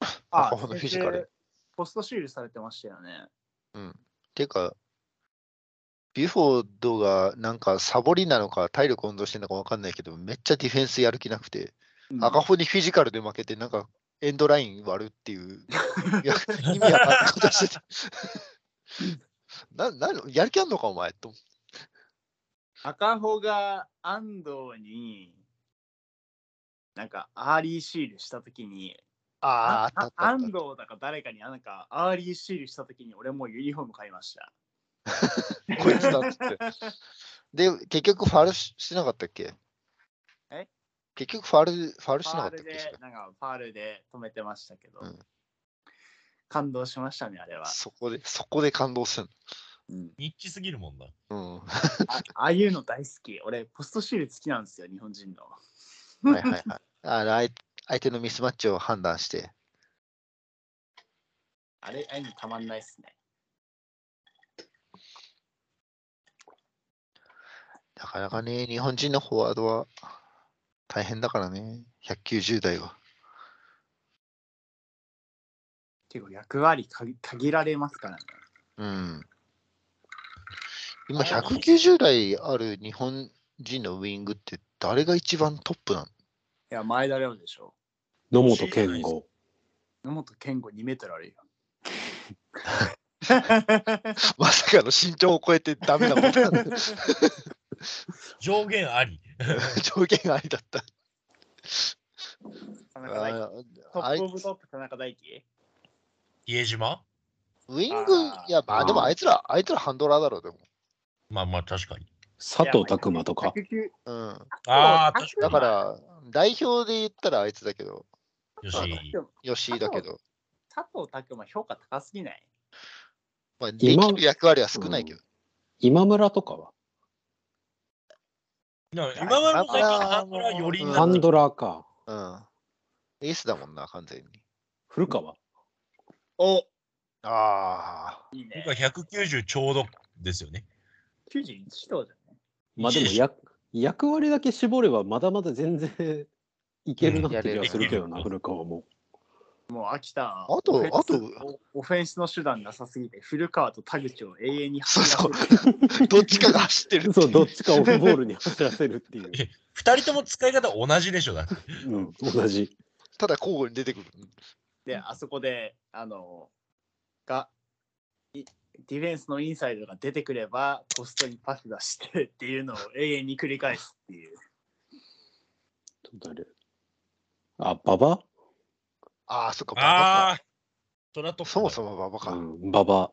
S3: あ
S4: 赤穂のフィジカル。
S3: ポストシールされてましたよね。
S4: な。うん。ていうか、ビュフォードがなんかサボりなのか体力温存してるのかわかんないけど、めっちゃディフェンスやる気なくて、
S3: うん
S4: 赤穂にフィジカルで負けて、なんかエンドライン割るっ ていう、いや意味わかんないことしてた。な、なのやる気あんのか、お前と。
S3: 赤穂が安藤に、なんか、アーリーシールしたときに、
S4: ああ、あったあ
S3: 安
S4: ったあっ
S3: 藤だか誰かになんかアーリーシールしたときに俺もうユニフォーム買いました。
S4: た。こいつだっつって。で、結局ファールししなかったっけ
S3: え
S4: 結局ファール、ファールし
S3: フ
S4: なか
S3: ァ
S4: っ
S3: ー
S4: たっ
S3: ル
S4: け
S3: で、なんかファールで止めてましたけど、
S4: うん
S3: 感動しましたね、あ れは。
S4: そこで、そこで感動する
S5: ニッチすぎるもんな。
S4: の。うん。
S3: あああいうの大好き。俺、ポストシール好きなんですよ、日本人の。
S4: はいはいはい。あの相相手のミスマッチを判断して。
S3: あれ、ああいうのたまんないっすね。
S4: なかなかね、日本人のフォワードは大変だからね、190代は。
S3: 結構役割かぎ限られますからね。
S4: うん。今、190代ある日本人のウイングって誰が一番トップなの
S3: いや、前田亮でしょ。
S7: 野本健吾。
S3: 野本健吾2メートルあるよ。
S4: まさかの身長を超えてダメなことなん だ
S5: 上限あり。
S4: 条件ありだった。
S3: 田中大輝ト
S4: ああ
S3: ッ
S4: い
S3: プオブトップ田中大輝
S5: 比江島
S4: ウイング、いや、まあでもあいつら、あいつらハンドラーだろう、でも。
S5: まあまあ確かに。
S7: 佐藤拓磨とか。
S3: 109
S4: うん。
S5: ああ、
S3: そう
S5: 確
S4: だ
S5: か
S4: から、代表で言ったらあいつだけど、
S5: に。よ
S4: あ
S5: し。
S3: でも
S4: 吉井だけど。
S3: 佐藤拓磨評価高すぎない
S4: まあ、でき
S7: 今
S4: る役割は少ないけど。
S7: 今村とかは
S5: な今までの最近ハンドラーよりにな
S7: ハ
S5: っ
S7: ン
S5: た。
S7: ドラーか。
S4: うん。エースだもんな、完全に。
S7: 古川
S3: お
S4: あ
S3: いいね
S5: 僕。は190ちょうどですよね。
S3: 91頭じゃない
S7: まあでも役役割だけ絞ればまだまだ全然いけるなって気がするけど
S5: う
S7: な、
S5: ん
S7: 古川も。
S3: もう秋田は
S4: あと
S3: オフェンス
S4: あと
S3: おオフェンスの手段なさすぎて古川と田口を永遠に
S4: そうそう
S3: 走らせる
S4: あ、どっちかが走ってるってい
S7: そう、どっちかオフボールに走らせるっていう。
S5: 二人とも使い方同じでしょだって。
S7: うん、同じ。
S4: ただ交互に出てくる。
S3: であそこであのがいディフェンスのインサイドが出てくればポストにパス出してっていうのを永遠に繰り返すっていう
S7: 誰あ、馬場
S4: ああ、そっか、
S5: あ
S4: バ
S5: あ、そら
S4: バ
S5: と
S4: か。そもそもババか。
S7: うん、馬場。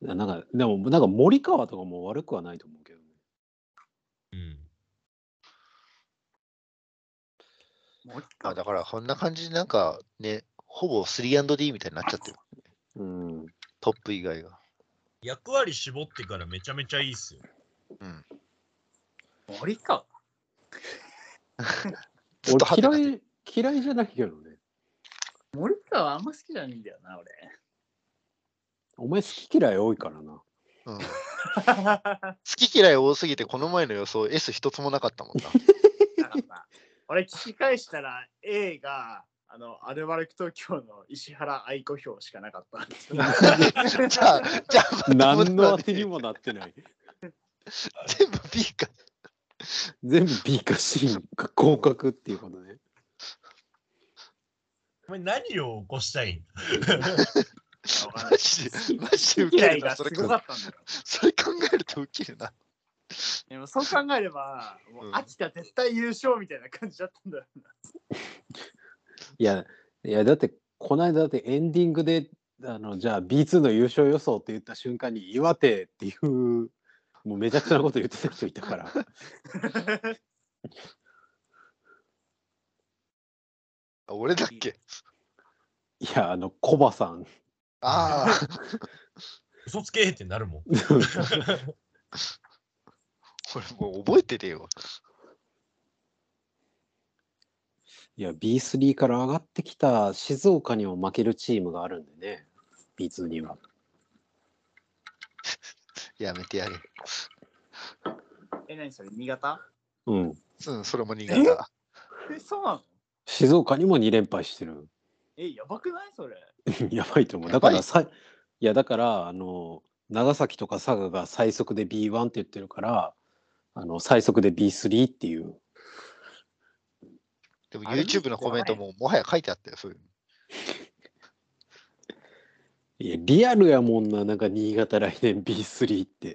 S7: なんか、でも、なんか森川とかも悪くはないと思うけどね。
S5: うん。
S3: もう一
S4: まあ、
S3: 回
S4: だから、こんな感じで、なんかね、ほぼ 3&D みたいになっちゃってる。
S7: うん。
S4: トップ以外が。
S5: 役割絞ってからめちゃめちゃいいっすよ。
S3: 森川
S4: ずっと
S7: 俺
S4: 働いて
S7: 嫌い、嫌いじゃないけどね。
S3: 森川はあんま好きじゃないんだよな、 俺。
S7: お前好き嫌い多いからな。
S4: うん、好き嫌い多すぎて、この前の予想 S 一つもなかったもんな。
S3: な かった俺聞き返したら A があのアルバルク東京の石原愛子票しかなかったんですよ。
S4: じゃあ、じゃあ、
S7: 何の当てにもなってない。
S4: 全部 B か。
S7: 全部 B か C か合格っていうことね。
S5: お前何を起こしたいん
S3: わかんな
S4: マ
S3: い
S4: ジで、マジでウケ
S3: 嫌
S4: る
S3: い
S4: な、
S3: が
S4: そ
S3: す
S4: れ
S3: ごかったんだよ。
S4: それ考えるとウケるな。
S3: でもそう考えれば、もう
S4: うん
S3: 秋田絶対優勝みたいな感じだったんだよな。
S7: いや、いやだって、この間だってエンディングで、あのじゃあ B2 の優勝予想って言った瞬間に、岩手っていう、もうめちゃくちゃなこと言ってた人いた から。
S4: あ俺だっけ
S7: いや、あの、コバさん。
S4: ああ、
S5: 嘘つけってなるもん。
S4: 俺もう覚えててよ。
S7: いや、B3 から上がってきた静岡にも負けるチームがあるんでね、B2 には。
S4: やめてやれ。
S3: え、何それ新潟
S7: うん。
S4: うん、それも新潟。
S3: え、そうなの
S7: 静岡にも2連敗してる。
S3: え、やばくないそれ。
S7: やばいと思う。だか
S4: やば
S7: ら
S4: い
S7: さ、いや、だから、あの、長崎とか佐賀が最速で B1 って言ってるから、あの、最速で B3 っていう。
S4: でも
S3: あれ
S4: YouTube のコメントももはや書いてあったよ、そういうの。
S7: いや、リアルやもんな、なんか新潟来年 B3 って。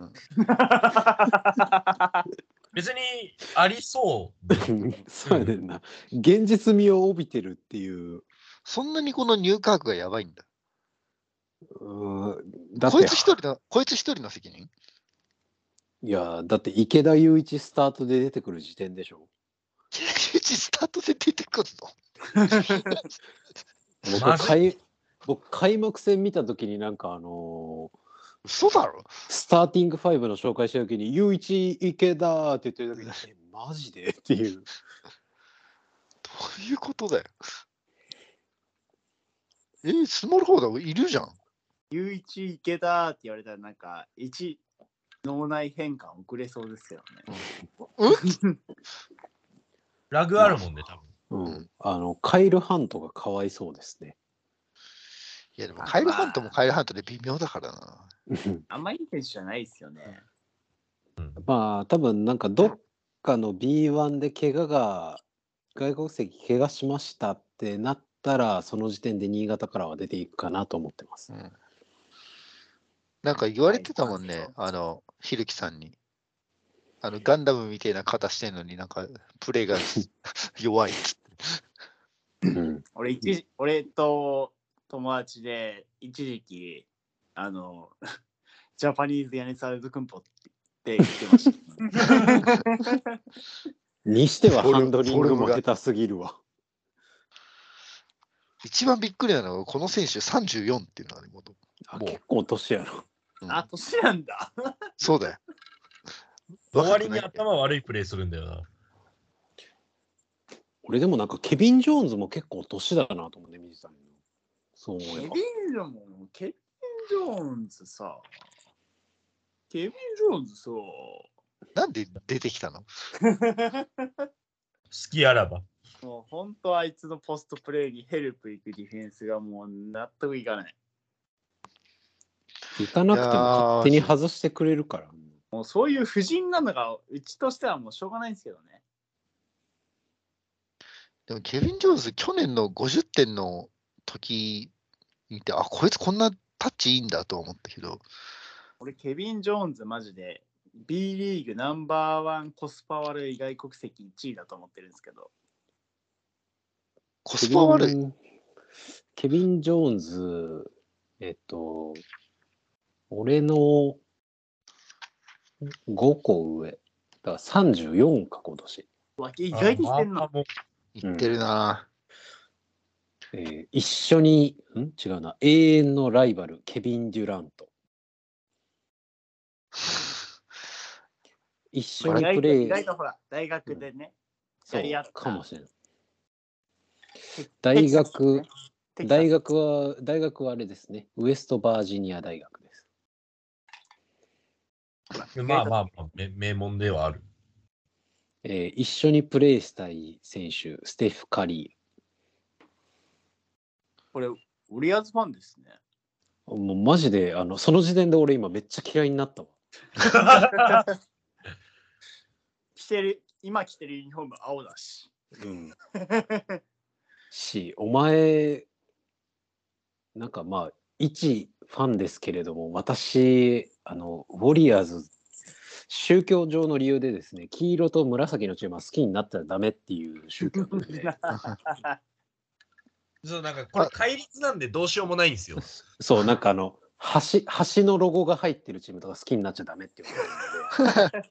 S5: 別にありそうで。
S7: そうやねんな。現実味を帯びてるっていう。
S4: そんなにこの入荷額がやばいんだ。
S7: うんだっ
S4: こい
S7: て
S4: つ、一人の、こいつ一人の責任
S7: いや、だって池田雄一スタートで出てくる時点でしょ。
S4: うちスタートで出てくんの
S5: ま
S7: 僕、
S5: ずい
S7: 開僕開幕戦見たときになんかあのー
S4: 嘘だろ
S7: スターティングファイブの紹介したときに、雄一池田って言ってるだけで、えマジでっていう。
S4: どういうことだよ。えー、スモールホーダーいるじゃん。
S3: ゆういちいけたって言われたら、なんか、1、脳内変換遅れそうですよね。
S5: ラグあるもんで、多分。
S7: うん
S4: うん
S7: あのカイル・ハントがかわいそうですね。
S4: いやでも
S3: あ
S4: カイルハントもカイルハントで微妙だからな。
S3: あんまいい選手じゃないですよね。
S7: まあ多分なんかどっかの B1 で怪我が外国籍怪我しましたってなったらその時点で新潟からは出ていくかなと思ってます。
S4: うんなんか言われてたもんね、あの、ひるきさんに。あの、ガンダムみたいな肩してんのになんか、プレイが弱いっつって。
S7: うん、
S3: 俺一時、俺と友達で一時期あの ジャパニーズヤネサルズクンポって言ってました
S7: にしては
S4: フォル
S7: ハンドリン
S4: フ
S7: グ
S4: ォルム
S7: も
S4: が
S7: 下手すぎるわ。
S4: 一番びっくりなのが、この選手34っていうのがね、もと、
S7: あ
S4: もう
S7: 結構年やろ。
S4: うん
S3: あ年なんだ
S4: そうだよ。
S5: 終わりに
S4: 若くない
S5: 頭悪いプレイするんだよな。
S7: 俺でもなんかケビン・ジョーンズも結構年だなと思うね、水谷の。そう
S3: ケ
S7: 思
S3: ビ
S7: え
S3: ンジョー
S7: ば。・
S3: ンズケビン・ジョーンズさケビン・ジョーンズさ
S4: なんで出てきたの
S5: 好きあらば。
S3: もう本当あいつのポストプレーにヘルプ行くディフェンスがもう納得いかない
S7: 行かなくても勝手に外してくれるから。
S3: もうそういう不尽なのがうちとしてはもうしょうがないんですけどね
S4: でも、ケビン・ジョーンズ、去年の50点の時見て、あ、こいつこんなタッチいいんだと思ったけど、
S3: 俺、ケビン・ジョーンズ、マジで、B リーグナンバーワンコスパ悪い外国籍1位だと思ってるんですけど、
S4: コスパ悪
S7: ケ
S4: い。
S7: ビン。ケビン・ジョーンズ、えっと、俺の5個上。だから34か今年。
S3: わ意外にしてんな。
S5: あまあ
S4: いってるな、
S7: えー一緒に、ん違うな。永遠のライバル、ケビン・デュラ ント。一緒
S3: 意
S7: に
S3: 外
S7: プ
S3: と
S7: レ
S3: 意
S7: イ
S3: 外とほら、大学でね、
S7: そ
S3: やり合った
S7: うかもしれない。
S3: テ
S7: 大
S3: キサスね、
S7: 学
S3: テキサス
S7: 大学は、大学はあれですね。ウエストバージニア大学です。
S5: まあまあ、まあ、め名門ではある。
S7: えー一緒にプレーしたい選手、ステフ・カリ
S3: これ、ウォリアーズファンですね。
S7: ー。もうマジで、あの、その時点で俺今めっちゃ嫌いになったわ。
S3: 着てる、今着てるユニフォーム青だし。
S7: うん、し、お前、なんかまあ、一ファンですけれども、私、あの、ウォリアーズ、宗教上の理由でですね、黄色と紫のチームは好きになったらダメっていう宗教なん で、
S5: そうなんかこれ、戒律なんでどうしようもないんですよ。
S7: そう、なんかあの、橋、橋のロゴが入ってるチームとか好きになっちゃダメっていうことなんで、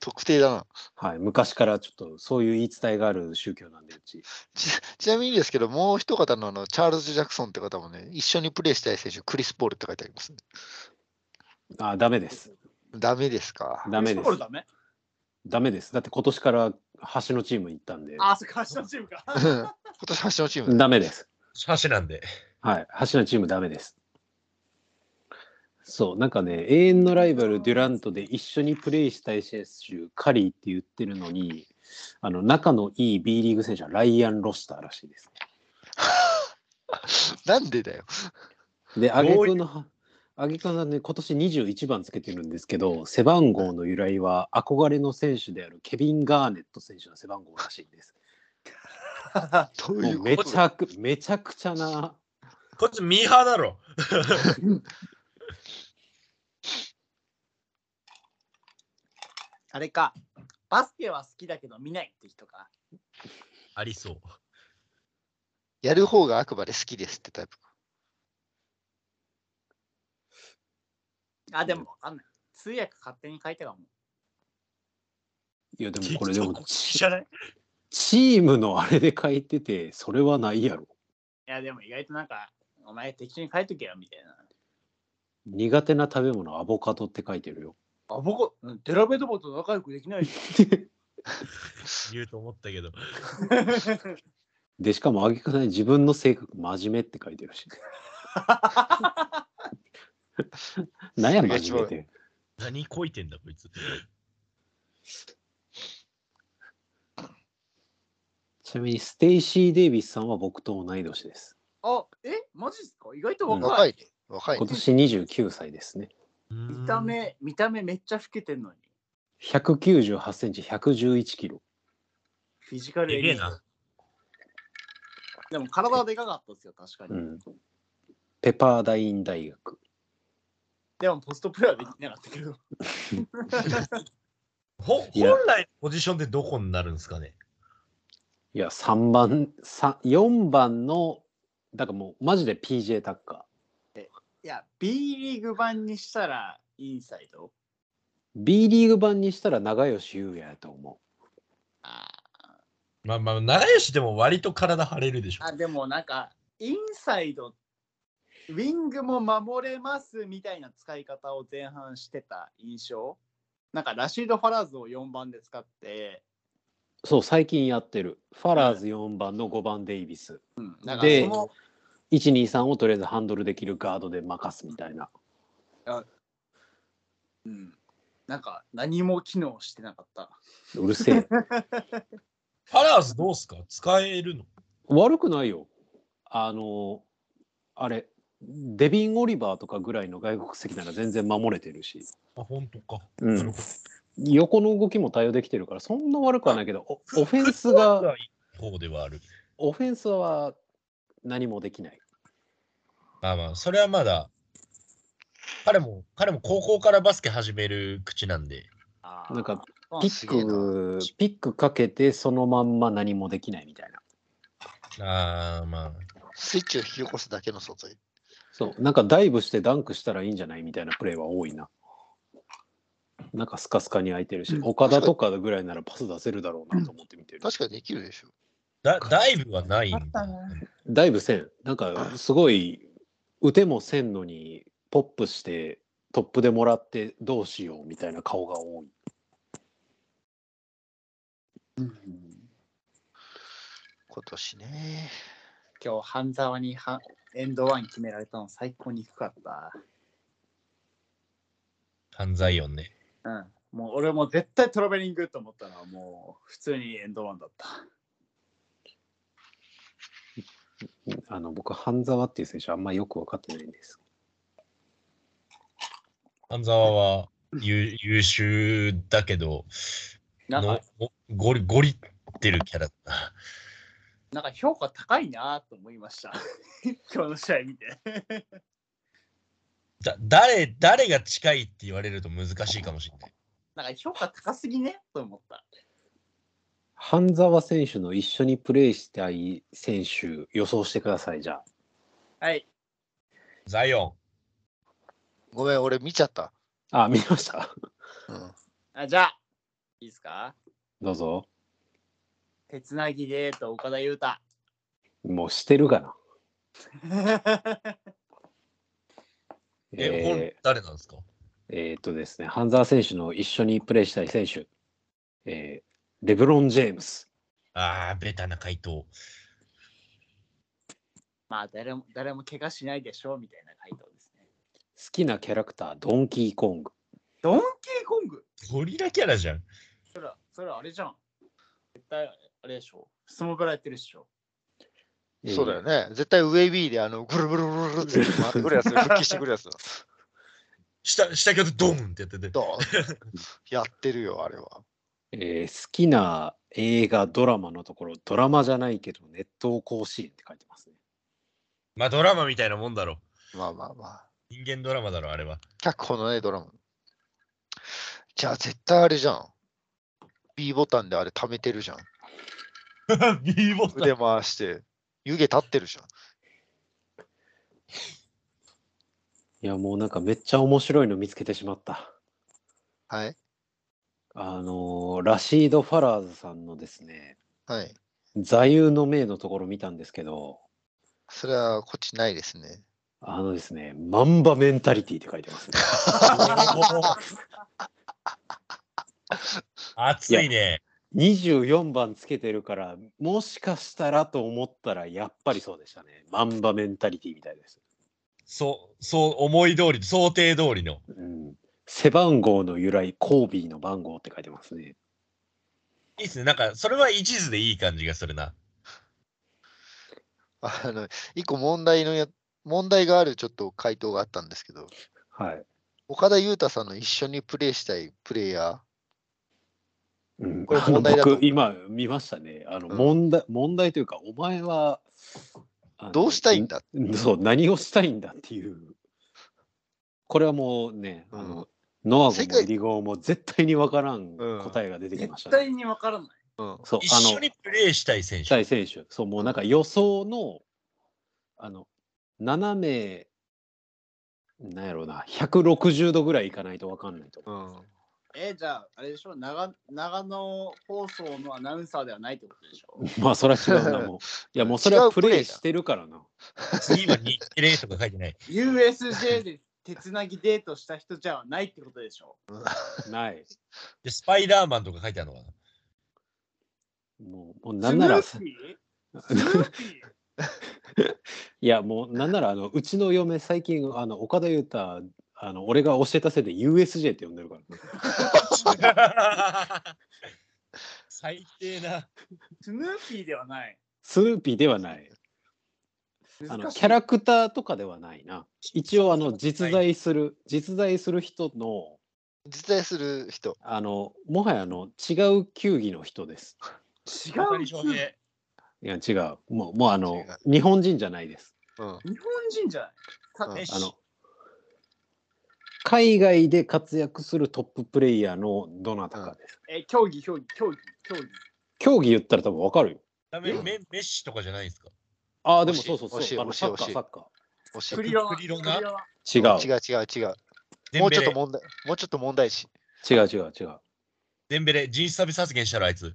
S4: 特定だな
S7: はい、昔からちょっとそういう言い伝えがある宗教なんで、うち。
S4: ち。 ちなみにですけど、もう一方のあのチャールズ・ジャクソンって方もね、一緒にプレーしたい選手、クリス・ポールって書いてあります、ね。
S7: あ、ダメです。
S4: ダメですか。
S7: ダメで
S3: これ
S7: す。
S3: ダメ
S7: ダメです。だって今年から橋のチーム行ったんで、
S3: あ、そっか、明日のチームか。
S4: うん今年発祥のチームだ
S7: ダメです。
S5: 箸なんで。
S7: はい、橋のチームダメです。そう、なんかね、永遠のライバル、デュラントで一緒にプレーしたい選手、カリーって言ってるのに、あの仲のいい B リーグ選手はライアン・ロシターらしいです、
S4: なんでだよ。
S7: ね。で、あげくの、あげくのね、今年21番つけてるんですけど、背番号の由来は、憧れの選手であるケビン・ガーネット選手の背番号らしいです。
S4: どう
S7: も
S4: いうう
S7: め
S4: こと
S7: ちゃく、めちゃくちゃな
S5: こっちミーハーだろ。
S3: あれか、バスケは好きだけど見ないって人か。
S5: ありそう。
S4: やる方があくまで好きですってタイプ。
S3: あ、でもわかんない。通訳勝手に書いたかも。
S7: いや、でもこれでも、
S5: 知らない。
S7: チームのあれで書いてて、それはないやろ。
S3: いや、でも意外となんか、お前適当に書いとけよみたいな。
S7: 苦手な食べ物アボカドって書いてるよ
S3: あ、僕、デラベドボと仲良くできないじ
S5: 言うと思ったけど。
S3: ゃん。
S7: でしかもあげくない自分の性格真面目って書いて るし何や真面目って
S5: 何こいてんだ、こいつ。
S7: ちなみにステイシー・デイビスさんは僕と同い年です
S3: あ、え、マジっすか意外と若い。
S4: 若いね。若い
S7: 今
S4: ね。
S7: 年29歳ですね
S3: 見た目、見た目めっちゃ老けてんのに。
S7: 1 9 8センチ1 1 1キロ
S3: フィジカル
S5: え
S3: エ
S5: げ
S3: リ
S5: え
S3: ート
S5: な。
S3: でも体はでかかったですよ、確かに。
S7: うんペパーダイン大学
S3: でもポストプレーはできなかったけど。
S5: ほ
S7: いや
S5: 本来のポジションってどこになるんですかね
S7: いや3番三4番のだからもうマジで PJ タッカー
S3: いや、B リーグ版にしたらインサイド。
S7: B リーグ版にしたら長吉優也やと思う
S3: あ
S5: まあまあ、長吉でも割と体張れるでしょ。
S3: あ、でもなんか、インサイド、ウィングも守れますみたいな使い方を前半してた印象。なんか、ラシード・ファラーズを4番で使って、
S7: そう、最近やってる。ファラーズ4番の5番デイビス。
S3: なんか
S7: で
S3: その、
S7: 1、2、3をとりあえずハンドルできるガードで任すみたいな。
S3: うん、なんか何も機能してなかった。
S7: うるせえ。
S5: ファラーズどうすか使えるの
S7: 悪くないよ。あの、あれ、デビン・オリバーとかぐらいの外国籍なら全然守れてるし、
S5: あ、本当か。
S7: うん
S5: なるほど
S7: 横の動きも対応できてるから、そんな悪くはないけど、おオフェンスが、
S5: 方ではある。
S7: オフェンスは何もできない。
S5: まあまあ、それはまだ、彼も、彼も高校からバスケ始める口なんで、
S3: あー
S7: なんか、
S3: あ
S7: ピ
S4: す
S7: ッ
S4: げえ
S7: ク、ピックかけて、そのまんま何もできないみたいな。
S5: ああまあ、
S4: スイッチを引き起こすだけの存在。
S7: そう、なんかダイブしてダンクしたらいいんじゃないみたいなプレーは多いな。なんかスカスカに空いてるし、岡田とかぐらいならパス出せるだろうなと思って見てる。
S4: 確かにできるでしょ。
S5: だダイブはないん
S3: あ
S5: だ
S3: ったな。
S7: ダイブせん。なんかすごい腕もせんのにポップしてトップでもらってどうしようみたいな顔が多い。
S3: うん
S4: 今年ね。
S3: 今日、半沢にはエンドワン決められたの最高に低かった。
S5: 犯罪音ね。
S3: うん。もう俺も絶対トラベリングと思ったら、もう普通にエンドワンだった。
S7: あの僕、半沢っていう選手、あんまよく分かってないんです。
S5: 半沢は優優秀だけど、
S3: なん
S5: の
S3: か、
S5: ごゴリゴリってるキャラだな。
S3: なんか評価高いなと思いました。 今日の試合見て。
S5: だ誰誰が近いって言われると難しいかもしれない。
S3: なんか評価高すぎねと思った。
S7: 半沢選手の一緒にプレーしたい選手、予想してください、じゃあ。
S3: はい。
S5: ザイオ
S4: ごめん、俺見ちゃった。
S7: あ、見ました。
S4: うん。
S3: あじゃあ、いいですか
S7: どうぞ。
S3: 手つなぎでーと岡田優太。
S7: もうしてるかな。
S5: ン。え、ほん
S7: えー
S5: 誰なんですか
S7: えーっとですね、半沢選手の一緒にプレーしたい選手、えーレブロン・ジェームス。
S5: ああ、ベタな回答。
S3: まあ誰も、誰も怪我しないでしょうみたいな回答ですね。
S7: 好きなキャラクター、ドンキーコング。
S3: ドンキーコング
S5: ゴリラキャラじゃん。
S3: それ、それあれじゃん。絶対あれでしょ。スモブラやってるでしょ。
S7: えー
S4: そうだよね。絶対ウェイビーで、あの、ぐるぐるぐるぐるって回ってくるやつ、復帰してくるやつだ。
S5: 下、下脚でドンってやってて。
S4: ドーン やってるよ、あれは。
S7: えー好きな映画、ドラマのところ、ドラマじゃないけど、熱湯甲子園って書いてますね。
S5: まあドラマみたいなもんだろ。
S4: まあまあまあ。
S5: 人間ドラマだろ、あれは。
S4: 脚本のね、ドラマ。じゃあ、絶対あれじゃん。B ボタンであれ貯めてるじゃん。
S5: B ボタン。
S4: 腕回して、湯気立ってるじゃん。
S7: いや、もうなんかめっちゃ面白いの見つけてしまった。
S4: はい。
S7: あのーラシード・ファラーズさんのですね、
S4: はい。
S7: 座右の銘のところ見たんですけど、
S4: それはこっちないですね。
S7: あのですね、マンバメンタリティって書いてますね。
S5: 熱いね。
S7: 24番つけてるから、もしかしたらと思ったら、やっぱりそうでしたね。マンバメンタリティみたいです。
S5: そう、そう、思い通り、想定通りの。
S7: うん。背番号の由来、コービーの番号って書いてますね。
S5: いいっすね。なんか、それは一途でいい感じがするな。
S4: あの、一個問題のや、問題があるちょっと回答があったんですけど、
S7: はい。
S4: 岡田優太さんの一緒にプレイしたいプレイヤー、
S7: うん、
S4: これ
S7: あの
S4: 問題だと
S7: 僕、今見ましたね。あの、
S4: うん
S7: 問題、問題というか、お前は、あの
S4: どうしたいんだ
S7: そう、何をしたいんだっていう。これはもうね、あの、ノアゴ
S4: 世
S7: も
S4: 界
S7: イリゴーも絶対に分からん
S4: うん
S7: 答えが出てきました
S3: 絶
S7: ね。
S3: 対にわからない。
S4: うん、
S7: そう、
S5: 一
S7: あの
S5: 緒にプレイしたい選手。
S7: 対選手、そう、もうなんか予想の、あの、斜め、なんやろうな、160度ぐらいいかないと分かんないと思
S4: うん。
S3: えーじゃあ、あれでしょ長長野放送のアナウンサーではないってことでしょ
S7: う。まあ、それは違うな、 もう。いや、もうそれは
S4: 違うプレ
S7: プ
S4: ーだ
S7: レイしてるからな。
S5: 次は日テレとか書いてない。
S3: USJ で手つなぎデートした人じゃないってことでしょ
S7: ない。
S5: で、スパイダーマンとか書いてあるのかな。
S7: もう、もうなんなら、
S3: スヌーピースヌー
S7: い
S3: ピー
S7: や、もう、なんなら、あの、うちの嫁、最近、あの、岡田優太、あの、俺が教えたせいで USJ って呼んでるからね、
S5: 最低な。
S3: スヌーピーではない。
S7: スヌーピーではない。あのキャラクターとかではないな。一応あの実在する実在する人の
S4: 実在する人。
S7: あのもはやあの違う球技の人です。
S3: 違
S5: 大
S3: う
S5: 谷
S3: 日
S5: 翔
S3: 本
S5: 平
S7: いや違う。もうもうあの
S4: 違
S7: 日本人じゃないです。
S4: うん。
S3: 人じゃない。
S4: う
S3: た
S4: ん
S3: え
S7: あの海外で活躍するトッププレイヤーのどなたかです。
S3: え競技、競技、競技、競技。
S7: 競技言ったら多分わかるよ。
S5: ダメメメッシとかじゃないですか。
S7: ああでも
S4: 惜しい
S7: そうそうそ。
S4: 惜しいう
S7: あの
S4: 惜しい
S7: サッカ
S4: 惜し
S7: ー
S4: い
S7: サッカ
S4: 惜しい
S3: クリロナ。
S5: クリロナ
S3: クリ
S7: ー。違う
S4: 違う違う違う。
S5: デ
S4: も
S5: ン
S4: う
S5: ベ
S4: ちょっと
S5: レ、
S4: 問題、もうちょっと問題し。
S7: 違う違う違う。
S5: デンベレ、人種差別発言したらあいつ。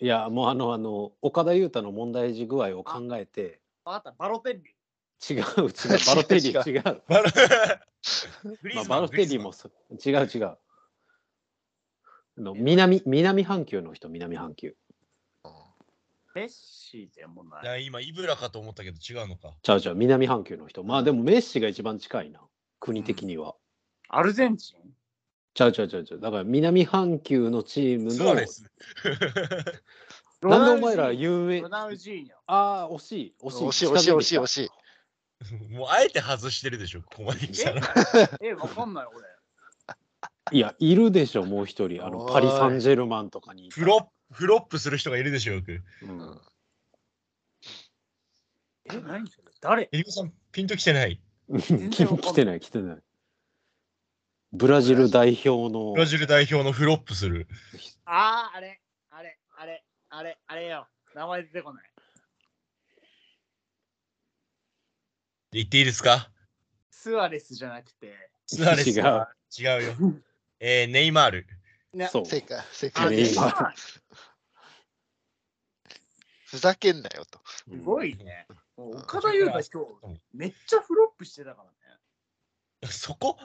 S7: いやもうあのあの岡田優太の問題児具合を考えて
S3: わかった、バロテッリ。
S7: 違う違う バロテリ
S4: 違
S7: 違う。
S5: バルグリ
S7: ま
S5: ー
S7: あ、
S5: ズ
S7: バ
S5: マン
S7: ロテリもそう違う違う。あの南南半球の人、南半球。
S4: うん
S3: メッシでもない。
S5: な今、イブラかと思ったけど違うのか。
S7: ちゃうちゃう、南半球の人。まあでもメッシが一番近いな、国的には。
S3: アルゼンチン
S7: ちゃうちゃうちゃうちゃう。だから南半球のチーム
S5: ス
S7: の
S5: アレ。ス。
S7: なんでお前ら有名
S3: ロ。ナウジーニョ。
S7: ああ、惜しい、惜しい。
S4: 惜しい惜しい惜しい惜しい。
S5: もうあえて外してるでしょ、ここまで来たら。
S3: え、わかんない俺。
S7: いや、いるでしょ、もう一人。あの、
S4: おい
S7: パリ・サンジェルマンとかにいた。
S5: フロップ、フロップする人がいるでしょ、よく。
S7: うん
S3: え、何それ誰
S5: エリコさん、ピンときてない。
S3: 全然わかんない
S7: 来てない、来てない。ブラジル代表の
S5: ブラジル代表のフロップする。
S3: ああ、あれ、あれ、あれ、あれ、あれよ。名前出てこない。
S5: 言っていいですか
S3: スアレスじゃなくて、
S5: スアレス。
S7: 違う。
S5: 違う よ。えー、ネイマール。
S3: ね
S7: そう。
S4: 正解、正
S3: あ
S7: あ
S4: 解。
S7: れ
S3: れ、
S7: ネイマー
S3: す
S4: ふざけんなよと。
S3: ごいね。もう岡田優太今日、めっちゃフロップしてたからね。
S5: そこ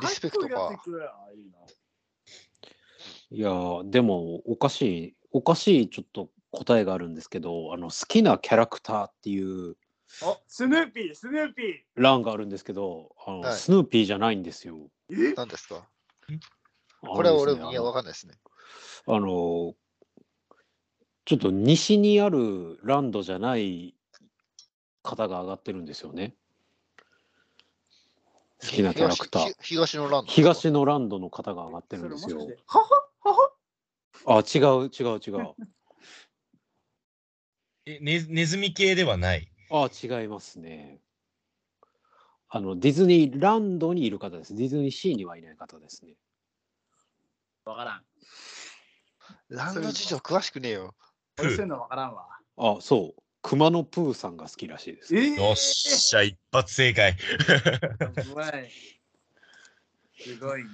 S4: リスペクトか
S3: かっこいいやつ行くわいいな。
S7: いやーでもおかしいおかしいちょっと答えがあるんですけどあの好きなキャラクターっていう
S3: あ、スヌーピー、スヌーピー。
S7: 欄があるんですけどあの、
S4: はい
S7: スヌーピーじゃないんですよ。
S4: 何ですか
S7: こ
S4: これは俺、いや、わかんないですね。
S7: あのちょっと西にあるランドじゃない方が上がってるんですよね。好きなキャラクター
S4: 東。東のランド。
S7: 東のランドの方が上がってるんです
S3: それもし
S7: よ
S3: かし。てはははは
S7: あ違う違う違う。
S5: えネ、ネズミ系ではない。
S7: あ違いますね。あのディズニーランドにいる方です。ディズニーシーにはいない方ですね。
S3: わからん。
S4: ランド事情詳しくねえよ。
S5: プ
S3: 俺そういう
S5: ー。
S3: のわからんわ。
S7: あそう。熊野プーさんが好きらしいです。
S3: え
S5: よっしゃ、一発正解。
S3: ーすごい。すごいね。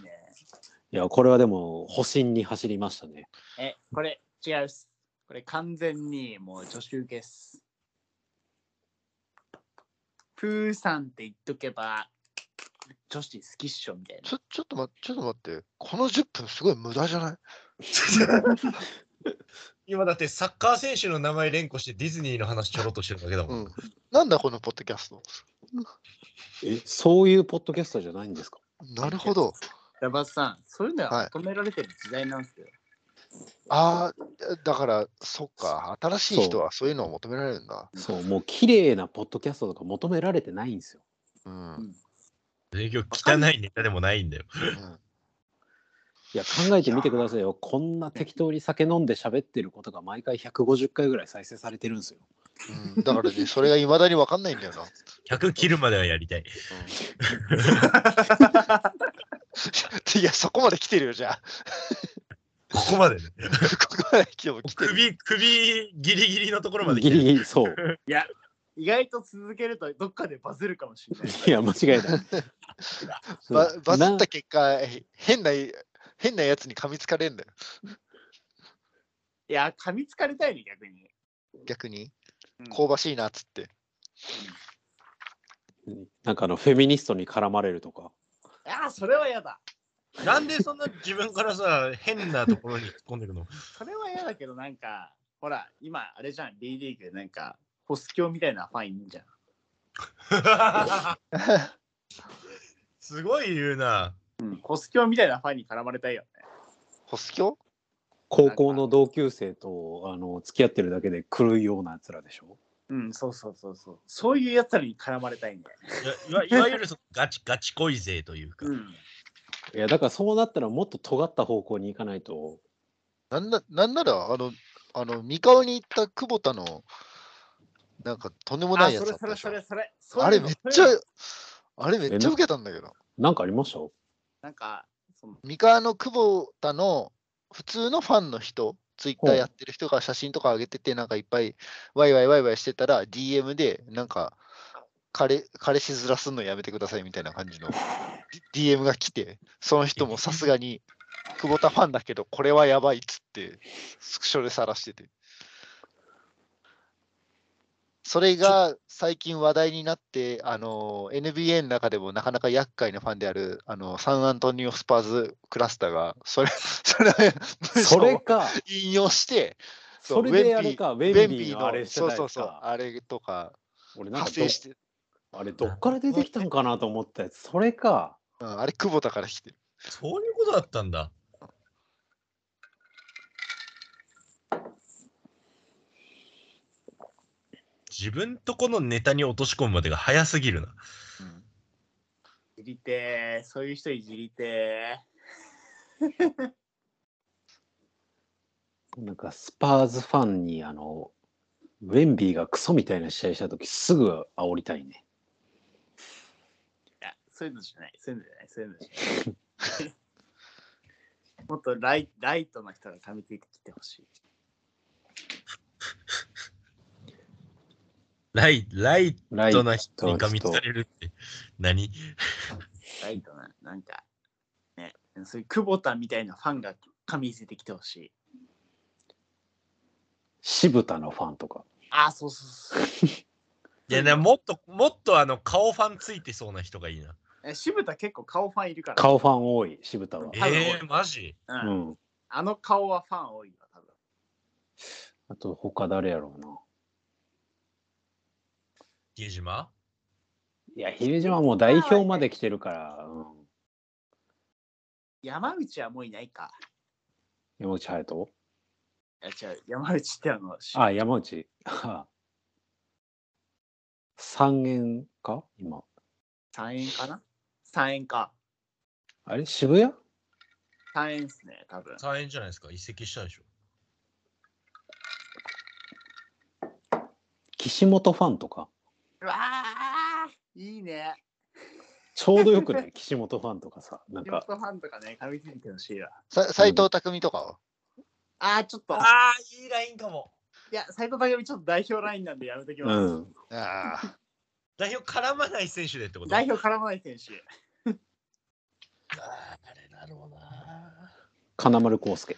S7: いやこれはでも保身に走りましたね。
S3: え、これ違うっす。これ完全にもう助手受けっす。プーさんって言っとけば、女子好きっしょみたいな。
S4: ちょ、ちょっと待って、ちょっと待って。この10分すごい無駄じ ゃない
S5: 今だってサッカー選手の名前連呼してディズニーの話ちょろっとしてるだけだ
S4: うん
S5: も。
S4: ん。なんだこのポッドキャスト。
S7: えそういうポッドキャスターじゃないんですか。
S4: なるほど。
S3: ラバさん、そういうの
S4: は
S3: はい求められてる時代なんですよ。
S4: ああ、だから、そっか。新しい人はそういうのを求められるんだ。
S7: そうもう綺麗なポッドキャストとか求められてないんですよ。
S4: うん。うん
S5: 今日汚いネタでもないんだよ。
S7: いや考えてみてくださいよ。こんな適当に酒飲んで喋ってることが毎回150回ぐらい再生されてるんですよ。
S4: うんだからね、それがいまだにわかんないんだよな。 うん
S5: 100切るまではやりたい。
S4: いや、そこまで来てるよ、じゃあ。
S5: ここまでね。
S4: ここまで来ても来てる。
S5: 首、首ギリギリのところまで来
S7: ギ
S5: てる
S7: リギリ そう。
S3: 意外と続けるとどっかでバズるかもしれない。
S7: いや間違いない。
S4: ばバズ
S7: な
S4: った結果、変な、変なやつに噛みつかれるんだよ。
S3: いや、噛みつかれたいね、逆に。
S4: 逆に
S3: うん。
S4: 香ばしいなっつって。
S7: なんかあのフェミニストに絡まれるとか。
S3: ああ、それは嫌だ。
S5: なんでそんな自分からさ、変なところに突っ込んでるの
S3: それは嫌だけど、なんか、ほら、今、あれじゃん、B リーグ、なんか、ホス教みたいなファンいんじゃん。
S5: すごい言うな。
S3: ホス教みたいなファンに絡まれたいよね。
S4: ホス教
S7: 高校の同級生とあの付き合ってるだけで狂いようなやつらでしょ
S3: うん、そうそうそうそう。そういうやつらに絡まれたいね。
S5: いわいわゆるそのガチガチ恋勢というか、
S3: うん。
S7: いやだからそうなったらもっと尖った方向に行かないと
S4: なんななんなら、あの、あの、三河に行った久保田の、なんかとんでもな
S3: あ、
S4: いや
S3: そ
S4: つだ
S3: れ
S4: っ
S3: そ
S4: たで
S3: れ
S4: し
S3: そ
S4: ょ
S3: れそれ。
S4: あれめっちゃ
S3: そういうの、
S4: あれめっちゃ受けたんだけど。
S7: なんかあり ました
S3: なんか、その
S4: 三河の久保田の普通のファンの人、ツイッタ
S7: ほ
S4: ー
S7: う
S4: やってる人が写真とか上げてて、なんかいっぱいワイワイワイワイしてたら、DM で、なんか、彼彼氏面すんのやめてくださいみたいな感じ の D- DM が来て、その人もさすがに久保田ファンだけど、これはやばいっつって、スクショで晒してて。それが最近話題になって、あの NBA の中でもなかなか厄介なファンであるあのサンアントニオ・ス パーズクラスターが、それ、それ、
S7: それか
S4: 引用して、そ
S7: そうれで
S4: ウェン
S7: あ
S4: ピー
S7: れか、ウ
S4: ウ
S7: ェ
S4: ェ
S7: ン
S4: ン
S7: ビ
S4: ビ
S7: ー
S4: ー
S7: の
S4: の
S7: あれして
S4: そう
S7: た
S4: そ
S7: や
S4: う
S7: つ
S4: そう、
S7: か。
S4: あれとか、
S7: 俺なん
S4: 派
S7: かど
S4: 生して、
S7: あれどっから出てきたんかなと思ったやつ。それか。
S4: うん、あれ久保田から来てる。
S5: そういうことだったんだ。自分とこのネタに落とし込むまでが早すぎるな。
S4: うん
S3: いじりてーそういう人いじりて
S7: なんかスパーズファンにあの、ウェンビーがクソみたいな試合した時すぐ煽りたいね。
S3: ーいやそういうのじゃないそういうのじゃないそういうのじゃ ないもっとライライトな人が噛みついてきてほしい
S5: ライ、ライ
S7: ライ
S5: ト
S7: ト
S5: な
S7: な
S5: 人に噛みつかれるって何
S3: ライトななんかねそういう久保田みたいなファンが噛みついてきてほしい
S7: 渋田のファンとか。
S3: あーそうそうそう
S5: いやね、もっと、もっとあの、顔ファンついてそうな人がいいな。
S3: え渋田結構顔ファンいるから
S7: 顔ファン多い、渋田は
S3: え。
S5: えー、マジ
S3: うん
S7: うん。
S3: あの顔はファン多いわ多分
S7: あと他誰やろうな。
S5: 比江島
S7: いや、姫島はもう代表まで来てるから、うん、
S3: 山内はもういないか
S7: 山内隼人
S3: いや違う山内ってあのし
S7: あ、山内。はあ三円か今。
S3: 3円かな3円か
S7: あれ渋谷
S3: 3円っすね多分
S5: ?3 円じゃないですか。移籍したでしょ。
S7: 岸本ファンとか。
S3: うわあいいね
S7: ちょうどよくない岸本ファンとかさ。なん
S3: 地元
S7: か、
S3: ファンとかね噛みついてほしいわ
S4: さ斎藤匠とかは、
S3: ああちょっと
S5: あー、いいラインかも。
S3: いや斎藤匠ちょっと代表ラインなんでやめときます、
S7: うん。
S4: ああ、
S5: 代表絡まない選手でってこと
S3: 代表絡まない選手
S5: あーあれだろうな。
S7: 金丸康介。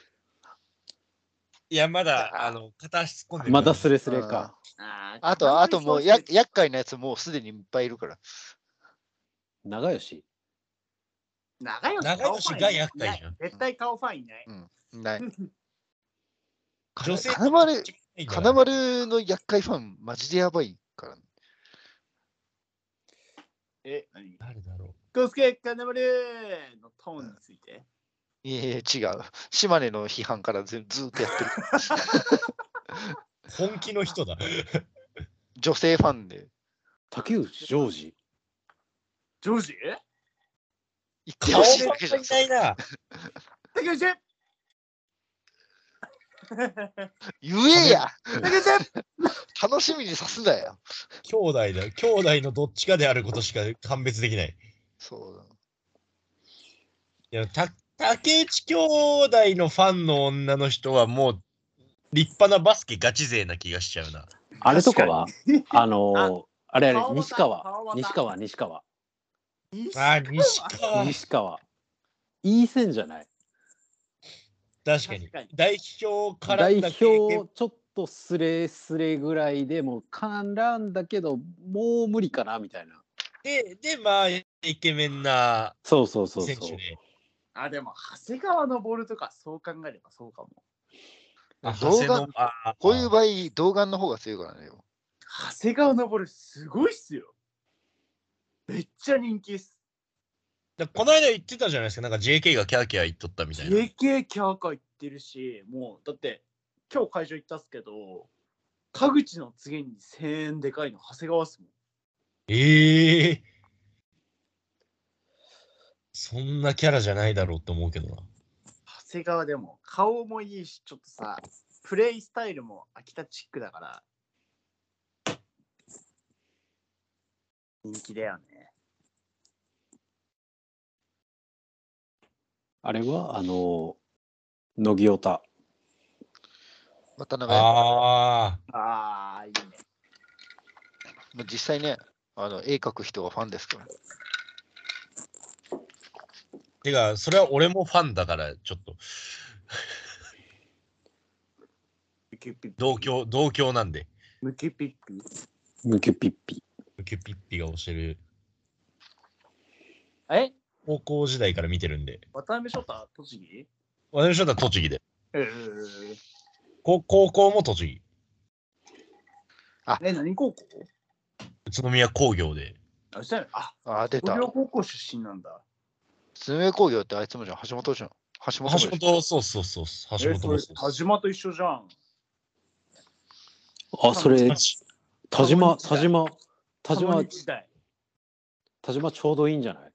S5: いや、ま
S4: いや
S5: だ、あの、片足突っ込んでる
S7: まだスレスレか。
S3: あー
S4: あと、あともうや厄介なやつもうすでにいっぱいいるから。
S7: 長吉。
S3: 長吉
S5: 長吉が厄介じゃ
S3: い
S5: ん
S3: ない絶対顔ファンいない、
S4: ない。
S5: 女性
S4: 金丸、
S5: いいから
S4: 金丸の厄介ファン、マジでやばいから、ね。
S3: え何
S5: 誰だろ
S3: コスケ金丸のトーンについて
S4: いやいや違う。島根の批判からずずーっとや ってる。
S5: う本気の人だ。
S4: 女性ファンで。
S7: 竹内ジョージ。
S3: ジョージ
S4: 言ってほ
S5: 顔も
S4: しい
S5: い
S4: だけじゃん。そ
S5: ない
S4: れ
S5: な。
S3: 竹 内
S4: 言えや
S3: 竹内
S4: 楽しみにさすなよ。
S5: 兄弟だ。兄弟のどっちかであることしか判別できない。
S4: そうだ。
S5: いや、た竹内兄弟のファンの女の人はもう立派なバスケガチ勢な気がしちゃうな。
S7: あれとかはあのーあれあれ
S3: 川、端
S7: 西川
S3: 川。端
S7: 西川、西川。
S5: あー、西川。
S7: 西川。いい線じゃない
S5: 確かに
S3: 確かに。
S5: 代表から
S7: 代
S5: んだ
S7: 表
S5: 経
S7: ち
S5: 験
S7: ょっとスレスレぐらいでもう絡んだけどもう無理かなみたいな
S5: で、で、まあ、イケメンな
S7: そうそうそう
S5: 選
S7: そ
S5: 手
S7: う
S5: で。
S3: あでも長谷川のボールとかそう考えればそうかも
S5: あ
S4: 動画
S5: 長谷のあー
S4: こういう場合、動画の方が強いからね。
S3: 長谷川のボールすごいっすよめっちゃ人気っす
S5: だこの間言ってたじゃないですか、なんか JK がキャーキャー言っとったみたいな。
S3: JK キャーカー行ってるしもうだって今日会場行ったっすけど田口の次に1000円でかいの長谷川っすもん
S5: ええそんなキャラじゃないだろうと思うけどな。
S3: 長谷川でも顔もいいしちょっとさプレイスタイルも秋田チックだから人気だよね
S7: あれはあの乃木太田
S4: 渡辺、ま
S5: ああ、
S3: ああいいね
S4: あ実際ね、あの絵描く人がファンですから。
S5: てか、それは俺もファンだから、ちょっと、
S3: ムキュピッ
S5: 同郷、同郷なんで、
S3: ムキュピッピ
S7: ムキュピッピ
S5: ウキュピッピが推してる、
S3: え
S5: 高校時代から見てるんで、
S3: 渡辺翔太栃木
S5: 私は栃木で。
S3: えー、
S5: こ高校も栃木。
S3: え、何高校
S5: 宇都宮工業で。
S3: あ、したあ、
S4: あ、出た
S3: 東。京高校出身なんだ。
S4: 津上工業ってあいつもじゃん、橋本じゃん。橋
S5: 橋
S4: 本もじゃん
S5: 本、そうそうそうそう。橋
S3: え、
S5: 本
S3: そ
S5: も
S3: れ
S5: そう
S3: 田島と一緒じゃん。
S7: あ、それ、田島、田島、
S3: タ
S7: 田
S3: モ
S7: 島
S3: リ、時代。
S7: 田島ちょうどいいんじゃない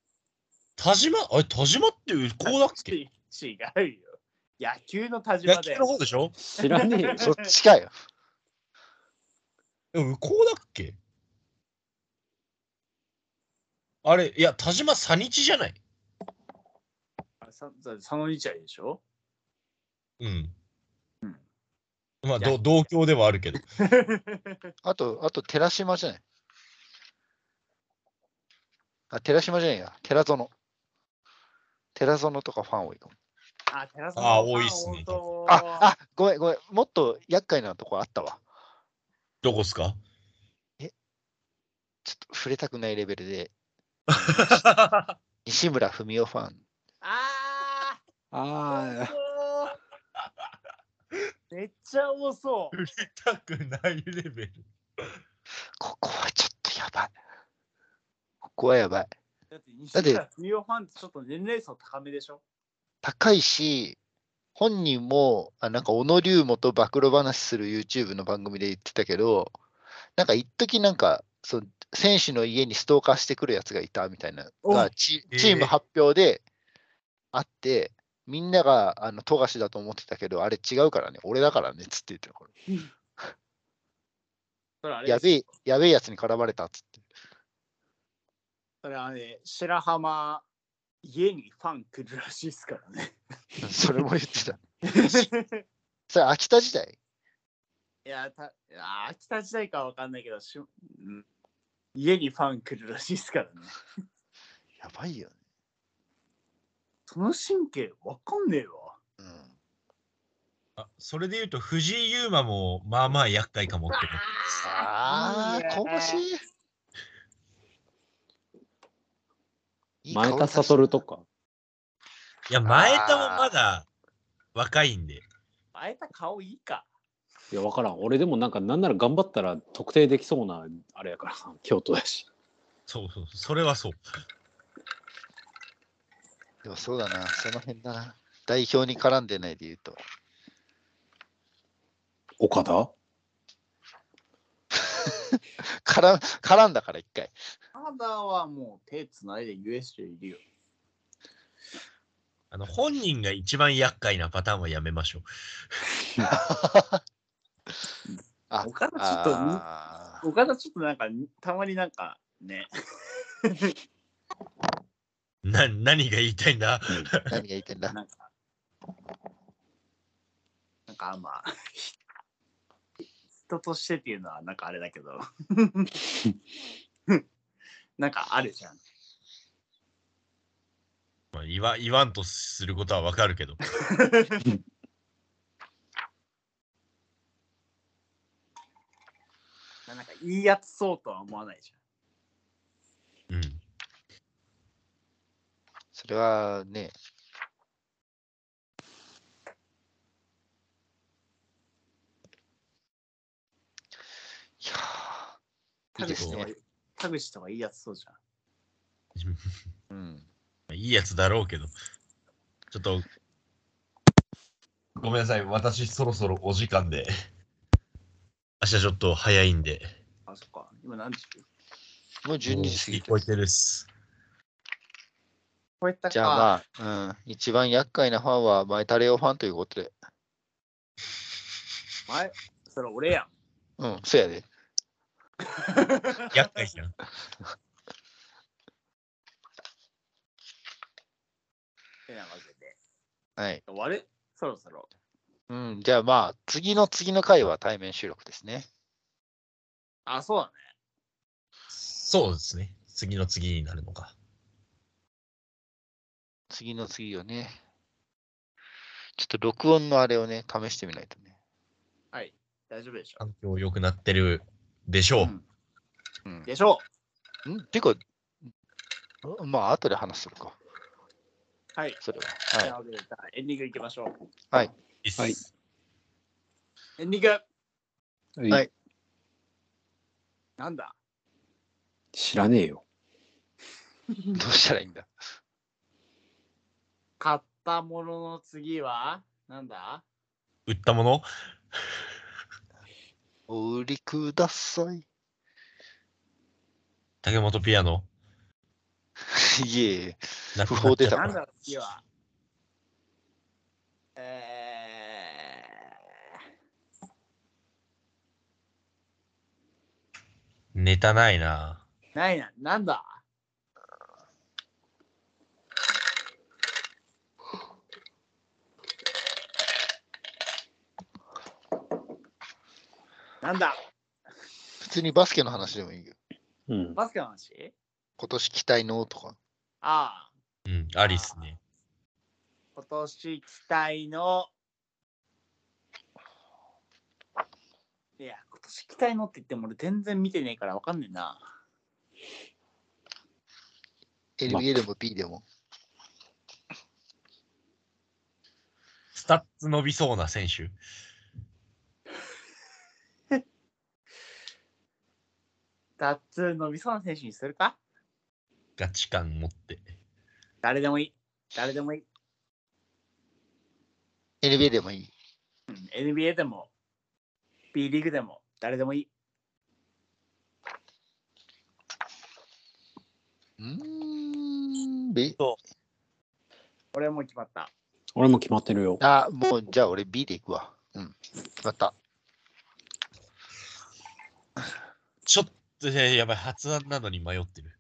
S5: 田島、あれ、田島ってこうだっけ
S3: 違うよ。野球の田島
S5: 野
S3: で。。
S5: 球の方でしょ
S7: 知らねえよ
S4: そっちかよ。
S5: え、向こうだっけあれ、いや、田島佐日じゃない。
S3: あさ佐野日大でしょ
S5: うん。まあ、ど同郷ではあるけど。
S4: あと、あと、寺島じゃない。あ、寺島じゃないや。寺園。寺園とかファン多いかも。
S3: あ、寺さん。
S5: あ多いっすね
S3: 本当
S4: あ、あ、 ごめん、ごめん。もっと厄介なとこあったわ。
S5: どこっすか
S4: ちょっと触れたくないレベルで、西村文雄ファン。
S3: あ
S7: ああ、
S3: あ。めっちゃ多そう。
S5: たくないレベル。
S4: ここはちょっとやばい。ここはやばい。
S3: だって西村文雄ファンってちょっと年齢層高めでしょ
S4: 高いし、本人も、あなんか、小野龍もと暴露話する YouTube の番組で言ってたけど、なんか、一時なんか、その選手の家にストーカーしてくるやつがいたみたいな
S3: お
S4: がチ、
S5: えー
S4: チーム発表であって、みんながあの富樫だと思ってたけど、あれ違うからね、俺だからねっつって言ってるこれ
S3: それあれ
S4: や
S3: です
S4: べえ、やべえやつに絡まれたっつって。
S3: それあれ、白浜、家にファン来るらしいですからね。
S4: それも言って た。 それ、秋田時代
S3: いや、たあー秋田時代かわかんないけど、しうん家にファン来るらしいですからね。
S4: やばいよね。
S3: その神経わかんねえわ。
S4: うん。
S5: あそれで言うと、藤井優馬も、まあまあ厄介かもって思う。
S4: ああ、香ばしい。いい香り
S7: 前田悟とか。
S5: いや、前田もまだ若いんで。
S3: あえた顔いいか。
S7: いや、わからん。俺でもなんか、なんなら頑張ったら特定できそうな、あれやからさ、京都やし。
S5: そうそう、それはそう。
S4: でもそうだな、その辺だな。代表に絡んでないで言うと。
S7: 岡田
S4: 絡ん絡んだから一回。
S3: ただはもう手つないで USJ いるよ。
S5: あの、本人が一番厄介なパターンはやめましょう。
S4: あ
S3: 岡田ちょっとに
S4: あー
S3: 岡田ちょっとなんか、たまになんか ね、
S5: な、何が言いたいんだ
S4: 何が言ってんだ。
S3: なんか、なんかまあ、 人としてっていうのはなんかあれだけど、 なんかあるじゃん。
S5: まあ、言わ言わんとすることはわかるけど。
S3: なんかいいやつそうとは思わないじ
S5: うん。
S4: それはね、いや
S3: ゃん。
S4: いいです
S3: 田口
S4: ね
S3: とか田口とかいいやつそうじゃん。
S4: ーうん。
S5: いいやつだろうけど。ちょっと。ごめんなさい。私、そろそろお時間で。明日ちょっと早いんで。
S3: あ、そっか。今何時
S4: もう12時過ぎて
S5: 超えてるっす。
S3: こういったか。
S4: じゃあまあ、うん、一番厄介なファンはマイタレオファンということで。
S3: 前、それ俺やん。
S4: うん、そうやで。
S5: 厄介じゃん。
S3: てなわけで。
S4: はい。
S3: 終わるそろそろ。
S4: うん、じゃあまあ、次の次の回は対面収録ですね。
S3: あ、そうだね。
S5: そうですね。次の次になるのか。
S4: 次の次をね。ちょっと録音のあれをね、試してみないとね。
S3: はい。大丈夫でしょ
S5: 環境良くなってるでしょう。
S3: うん
S4: うん
S3: う。でしょ
S4: んてか、んまあ、後で話するか、
S3: うはい。
S4: それ
S3: とい
S4: は。
S3: う
S4: はい。
S3: わけでじゃあエンディングいきましょう。
S5: いいっす
S7: はい
S3: エンディング
S7: はい
S3: なんだ
S7: 知らねえよ。
S4: どうしたらいいんだ
S3: 買ったものの次はなんだ
S5: 売ったもの
S4: お売りください。
S5: 竹本ピアノ。
S4: いえいえ。
S5: なく
S4: 不
S5: な
S4: 法
S5: っち
S4: 出
S5: ゃった
S4: た
S3: なんだろう次はえ
S5: ネタないな。
S3: ー、ないな、なんだなんだ
S4: 普通にバスケの話でもいいよ。
S7: うん。
S3: バスケの話
S4: 今年期待のとか。
S3: ああ、
S5: うん、ありっすね。
S3: 今年期待の。いや、今年期待のって言っても俺全然見てねえからわかんねえな。
S4: NBA でも B でも。
S5: スタッツ伸びそうな選手。
S3: ダッツ伸びそうな選手にするか
S5: ガチ感持って。
S3: 誰でもいい。誰でもいい。
S4: NBA でもいい。
S3: うん NBA でも、B リーグでも、誰でもいい。
S4: うーん。B?
S3: 俺はもう決まった。
S7: 俺も決まってるよ。
S4: あ、もうじゃあ俺 B でいくわ。うん。決まった。
S5: ちょっと、いややばい、発案なのに迷ってる。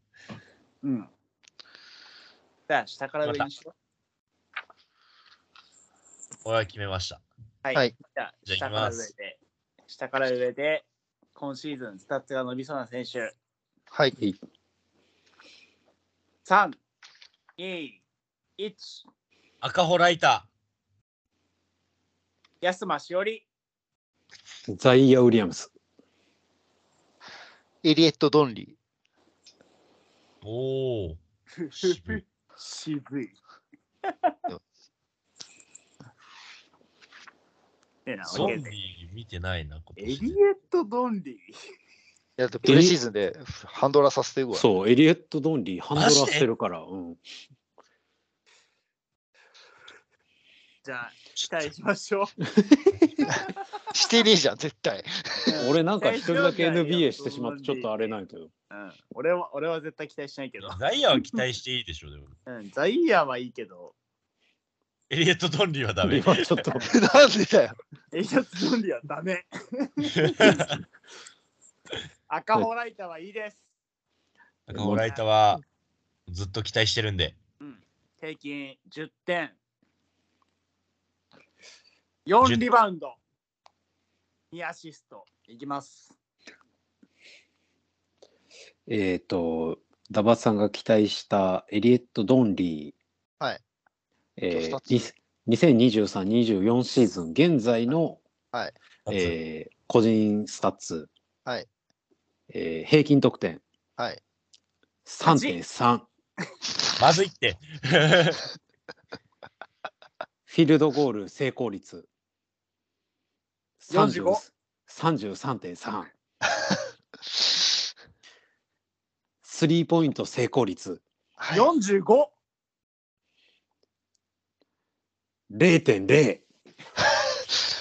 S3: うん。じゃあ、下から上にしよう。
S5: 俺は決めました。
S3: はい。
S4: はい
S3: じゃあ、
S5: じゃあ
S3: 下から上
S5: 行きます
S3: で。下から上で、今シーズン、スタッツが伸びそうな選手。
S4: はい。
S3: 3、2、1、
S5: 赤穂ライタ
S3: 安間しおり、
S7: ザイヤ・ウィリアムス。
S4: エリエット・ドンリー。
S5: ー。おお。渋い
S3: 渋い。ねえな、
S5: ゾン
S3: 俺
S5: ビ見てないな、
S3: エ
S5: 今
S3: リエ
S5: 年
S3: ット・ドンリ
S4: いやだってプレシーズンでハンドラーさせていくわ。
S7: そう、エリエット・ドンリー、ハンドラーしてるから。うん。
S3: じゃあ、期待しましょう。
S4: してねえじゃん、絶対。
S7: 俺なんか一人だけ
S3: 期待しよう
S7: NBA してしまって、ちょっとあれないけど。
S3: うん、俺は、俺は絶対期待しないけど。
S5: ザイアは期待していいでしょ、でも。
S3: うん、ザイヤーはいいけど、
S5: エリエット・ドンリー はダメ。
S7: 今ちょっ と。
S4: なんでだよ。
S3: エリアット・ドンリーはダメ。赤ホライターはいいです。
S5: 赤穂ライタはずっと期待してるんで。
S3: 平均10点。4リバウンド。2アシスト。いきます。
S7: えっ、と、ダバさんが期待したエリエット・ドンリー。
S4: はい。
S7: え
S4: 今日
S7: ー、2023-24シーズン、現在の、
S4: はい
S7: えー個人スタッツ。
S4: はい
S7: えー平均得点。
S4: はい。
S7: 3.3。
S5: まずいって。
S7: フィールドゴール成功率。
S3: 45
S7: 33.3。スリーポイント成功率
S4: はい、
S3: 45!
S7: 0.0。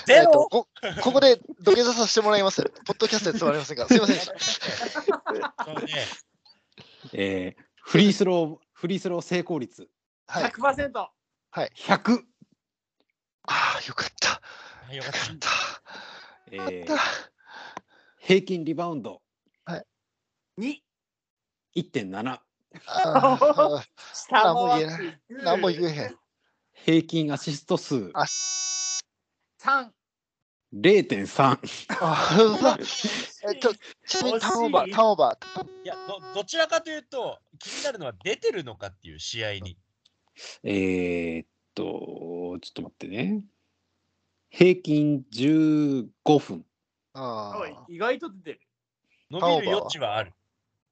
S5: ゼ
S4: えっと
S5: ロ
S4: こここで土下座させてもらいます。ポッドキャストでつまりませんが、すいませんでした。
S5: そうね
S7: えーフリースロー、フリースロー成功率
S4: はい。
S3: 100%!
S7: 100。
S4: ああ、よかった。
S5: あよかっ
S4: よかった。
S7: え
S4: よ
S7: ー
S4: かっ
S7: 平均リバウンド
S3: 2!
S7: 1.7。
S4: た。ああ、
S3: 下
S4: 何も言え
S3: え
S4: へん。
S7: 平均アシスト数
S4: あ
S3: 3!
S7: 0.3。
S4: あうわえっと、ちなみにターンオーバ
S3: 惜し
S4: ー、
S3: い
S4: ターンオーバー。
S5: た。いやど、どちらかというと、気になるのは出てるのかっていう試合に。
S7: えーっと、ちょっと待ってね。平均15分。
S4: あ
S3: おい意外と出てる。
S5: 伸びる余地はある。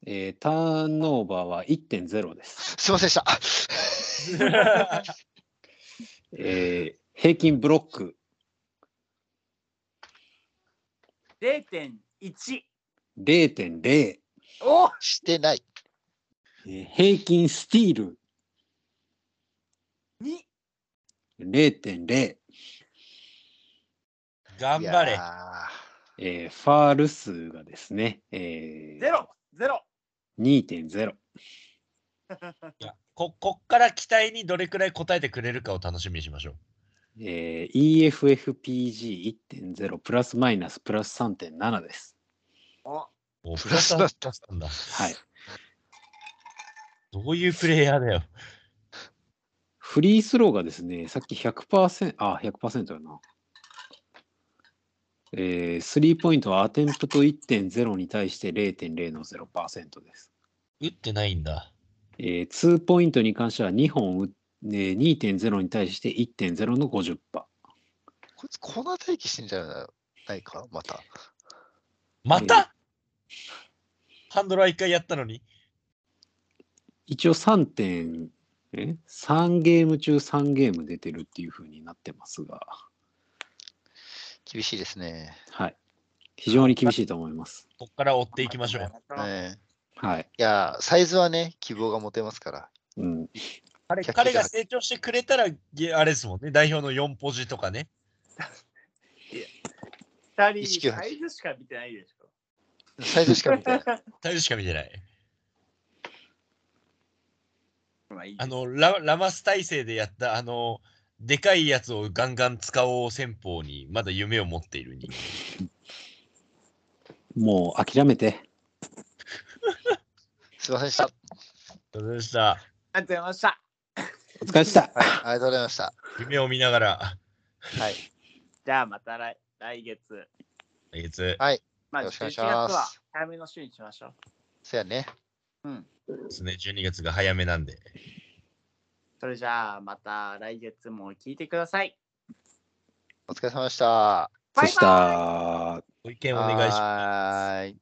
S7: えーターンオーバーは1.0です。
S4: ーすいませんでした。
S7: えー平均ブロック
S3: 0.1。
S7: 0.0。
S3: お
S4: してない。
S7: えー平均スティール
S3: !2!
S7: 0.0。
S5: 頑張
S4: い
S5: れ。
S4: や
S7: えーファール数がですね、え
S3: ゼ
S7: ー、
S3: ロゼロ
S7: 2.0。
S5: いやここっから期待にどれくらい応えてくれるかを楽しみにしましょう。
S7: えー、EFFPG1.0 プラスマイナスプラス3.7です。
S3: お
S5: お
S4: プ
S5: プ
S4: ラ
S5: ラ
S4: ス
S5: ス
S4: だ
S5: だ
S4: っ
S5: ったんだ。
S7: はい。
S5: どういうプレイヤーだよ。
S7: フリースローがですね、さっき100%、あ、100%やな。えー、スリーポイントはアテンプト1.0に対して0.0の0%です。
S5: 打ってないんだ。
S7: えー、2ポイントに関しては2本打っ、えー、2.0に対して1.0の
S4: ー
S7: 50%。
S4: こいつコーナー待機してんじゃないか、また。
S5: ま
S7: う
S5: たハンドラー一回やったのに。
S7: 一応3点、え ?3 ゲーム中3ゲーム出てるっていう風になってますが、
S4: 厳しいですね。
S7: はい。非常に厳しいと思います。
S5: こっから追っていきましょう。
S4: ええ
S7: はい。
S4: いやー、サイズはね、希望が持てますから。
S7: うん。
S5: 彼
S4: 100
S5: 彼が成長してくれたら、げあれですもんね。代表の4ポジとかね。
S3: 二人
S4: 198
S3: サイズしか見てないでしょ。
S4: サイズしか見てない。
S5: 体重しか見てない。
S3: まあいいで
S5: あ
S3: す
S5: のラ、ラマス体制でやった、あの、でかいやつをガンガン使おう戦法に、まだ夢を持っているに。
S7: もう諦めて。
S4: すいませんでした。はい、
S5: どうでした
S3: ありがとうございました。
S7: お疲れでした。
S4: ありがとうございました。
S5: 夢を見ながら、
S4: はい。
S3: じゃあまた来来月。
S5: 来月
S3: まあ11
S4: よろしくお願い
S3: 月
S4: します
S3: は早めの週にしましょう。
S4: そやね。
S5: ですね。12月が早めなんで。
S3: それじゃあまた来月も聞いてください。
S4: お疲れ様でした。
S3: バイバイ
S7: そした。
S5: ご意見お願いします。
S4: はーい。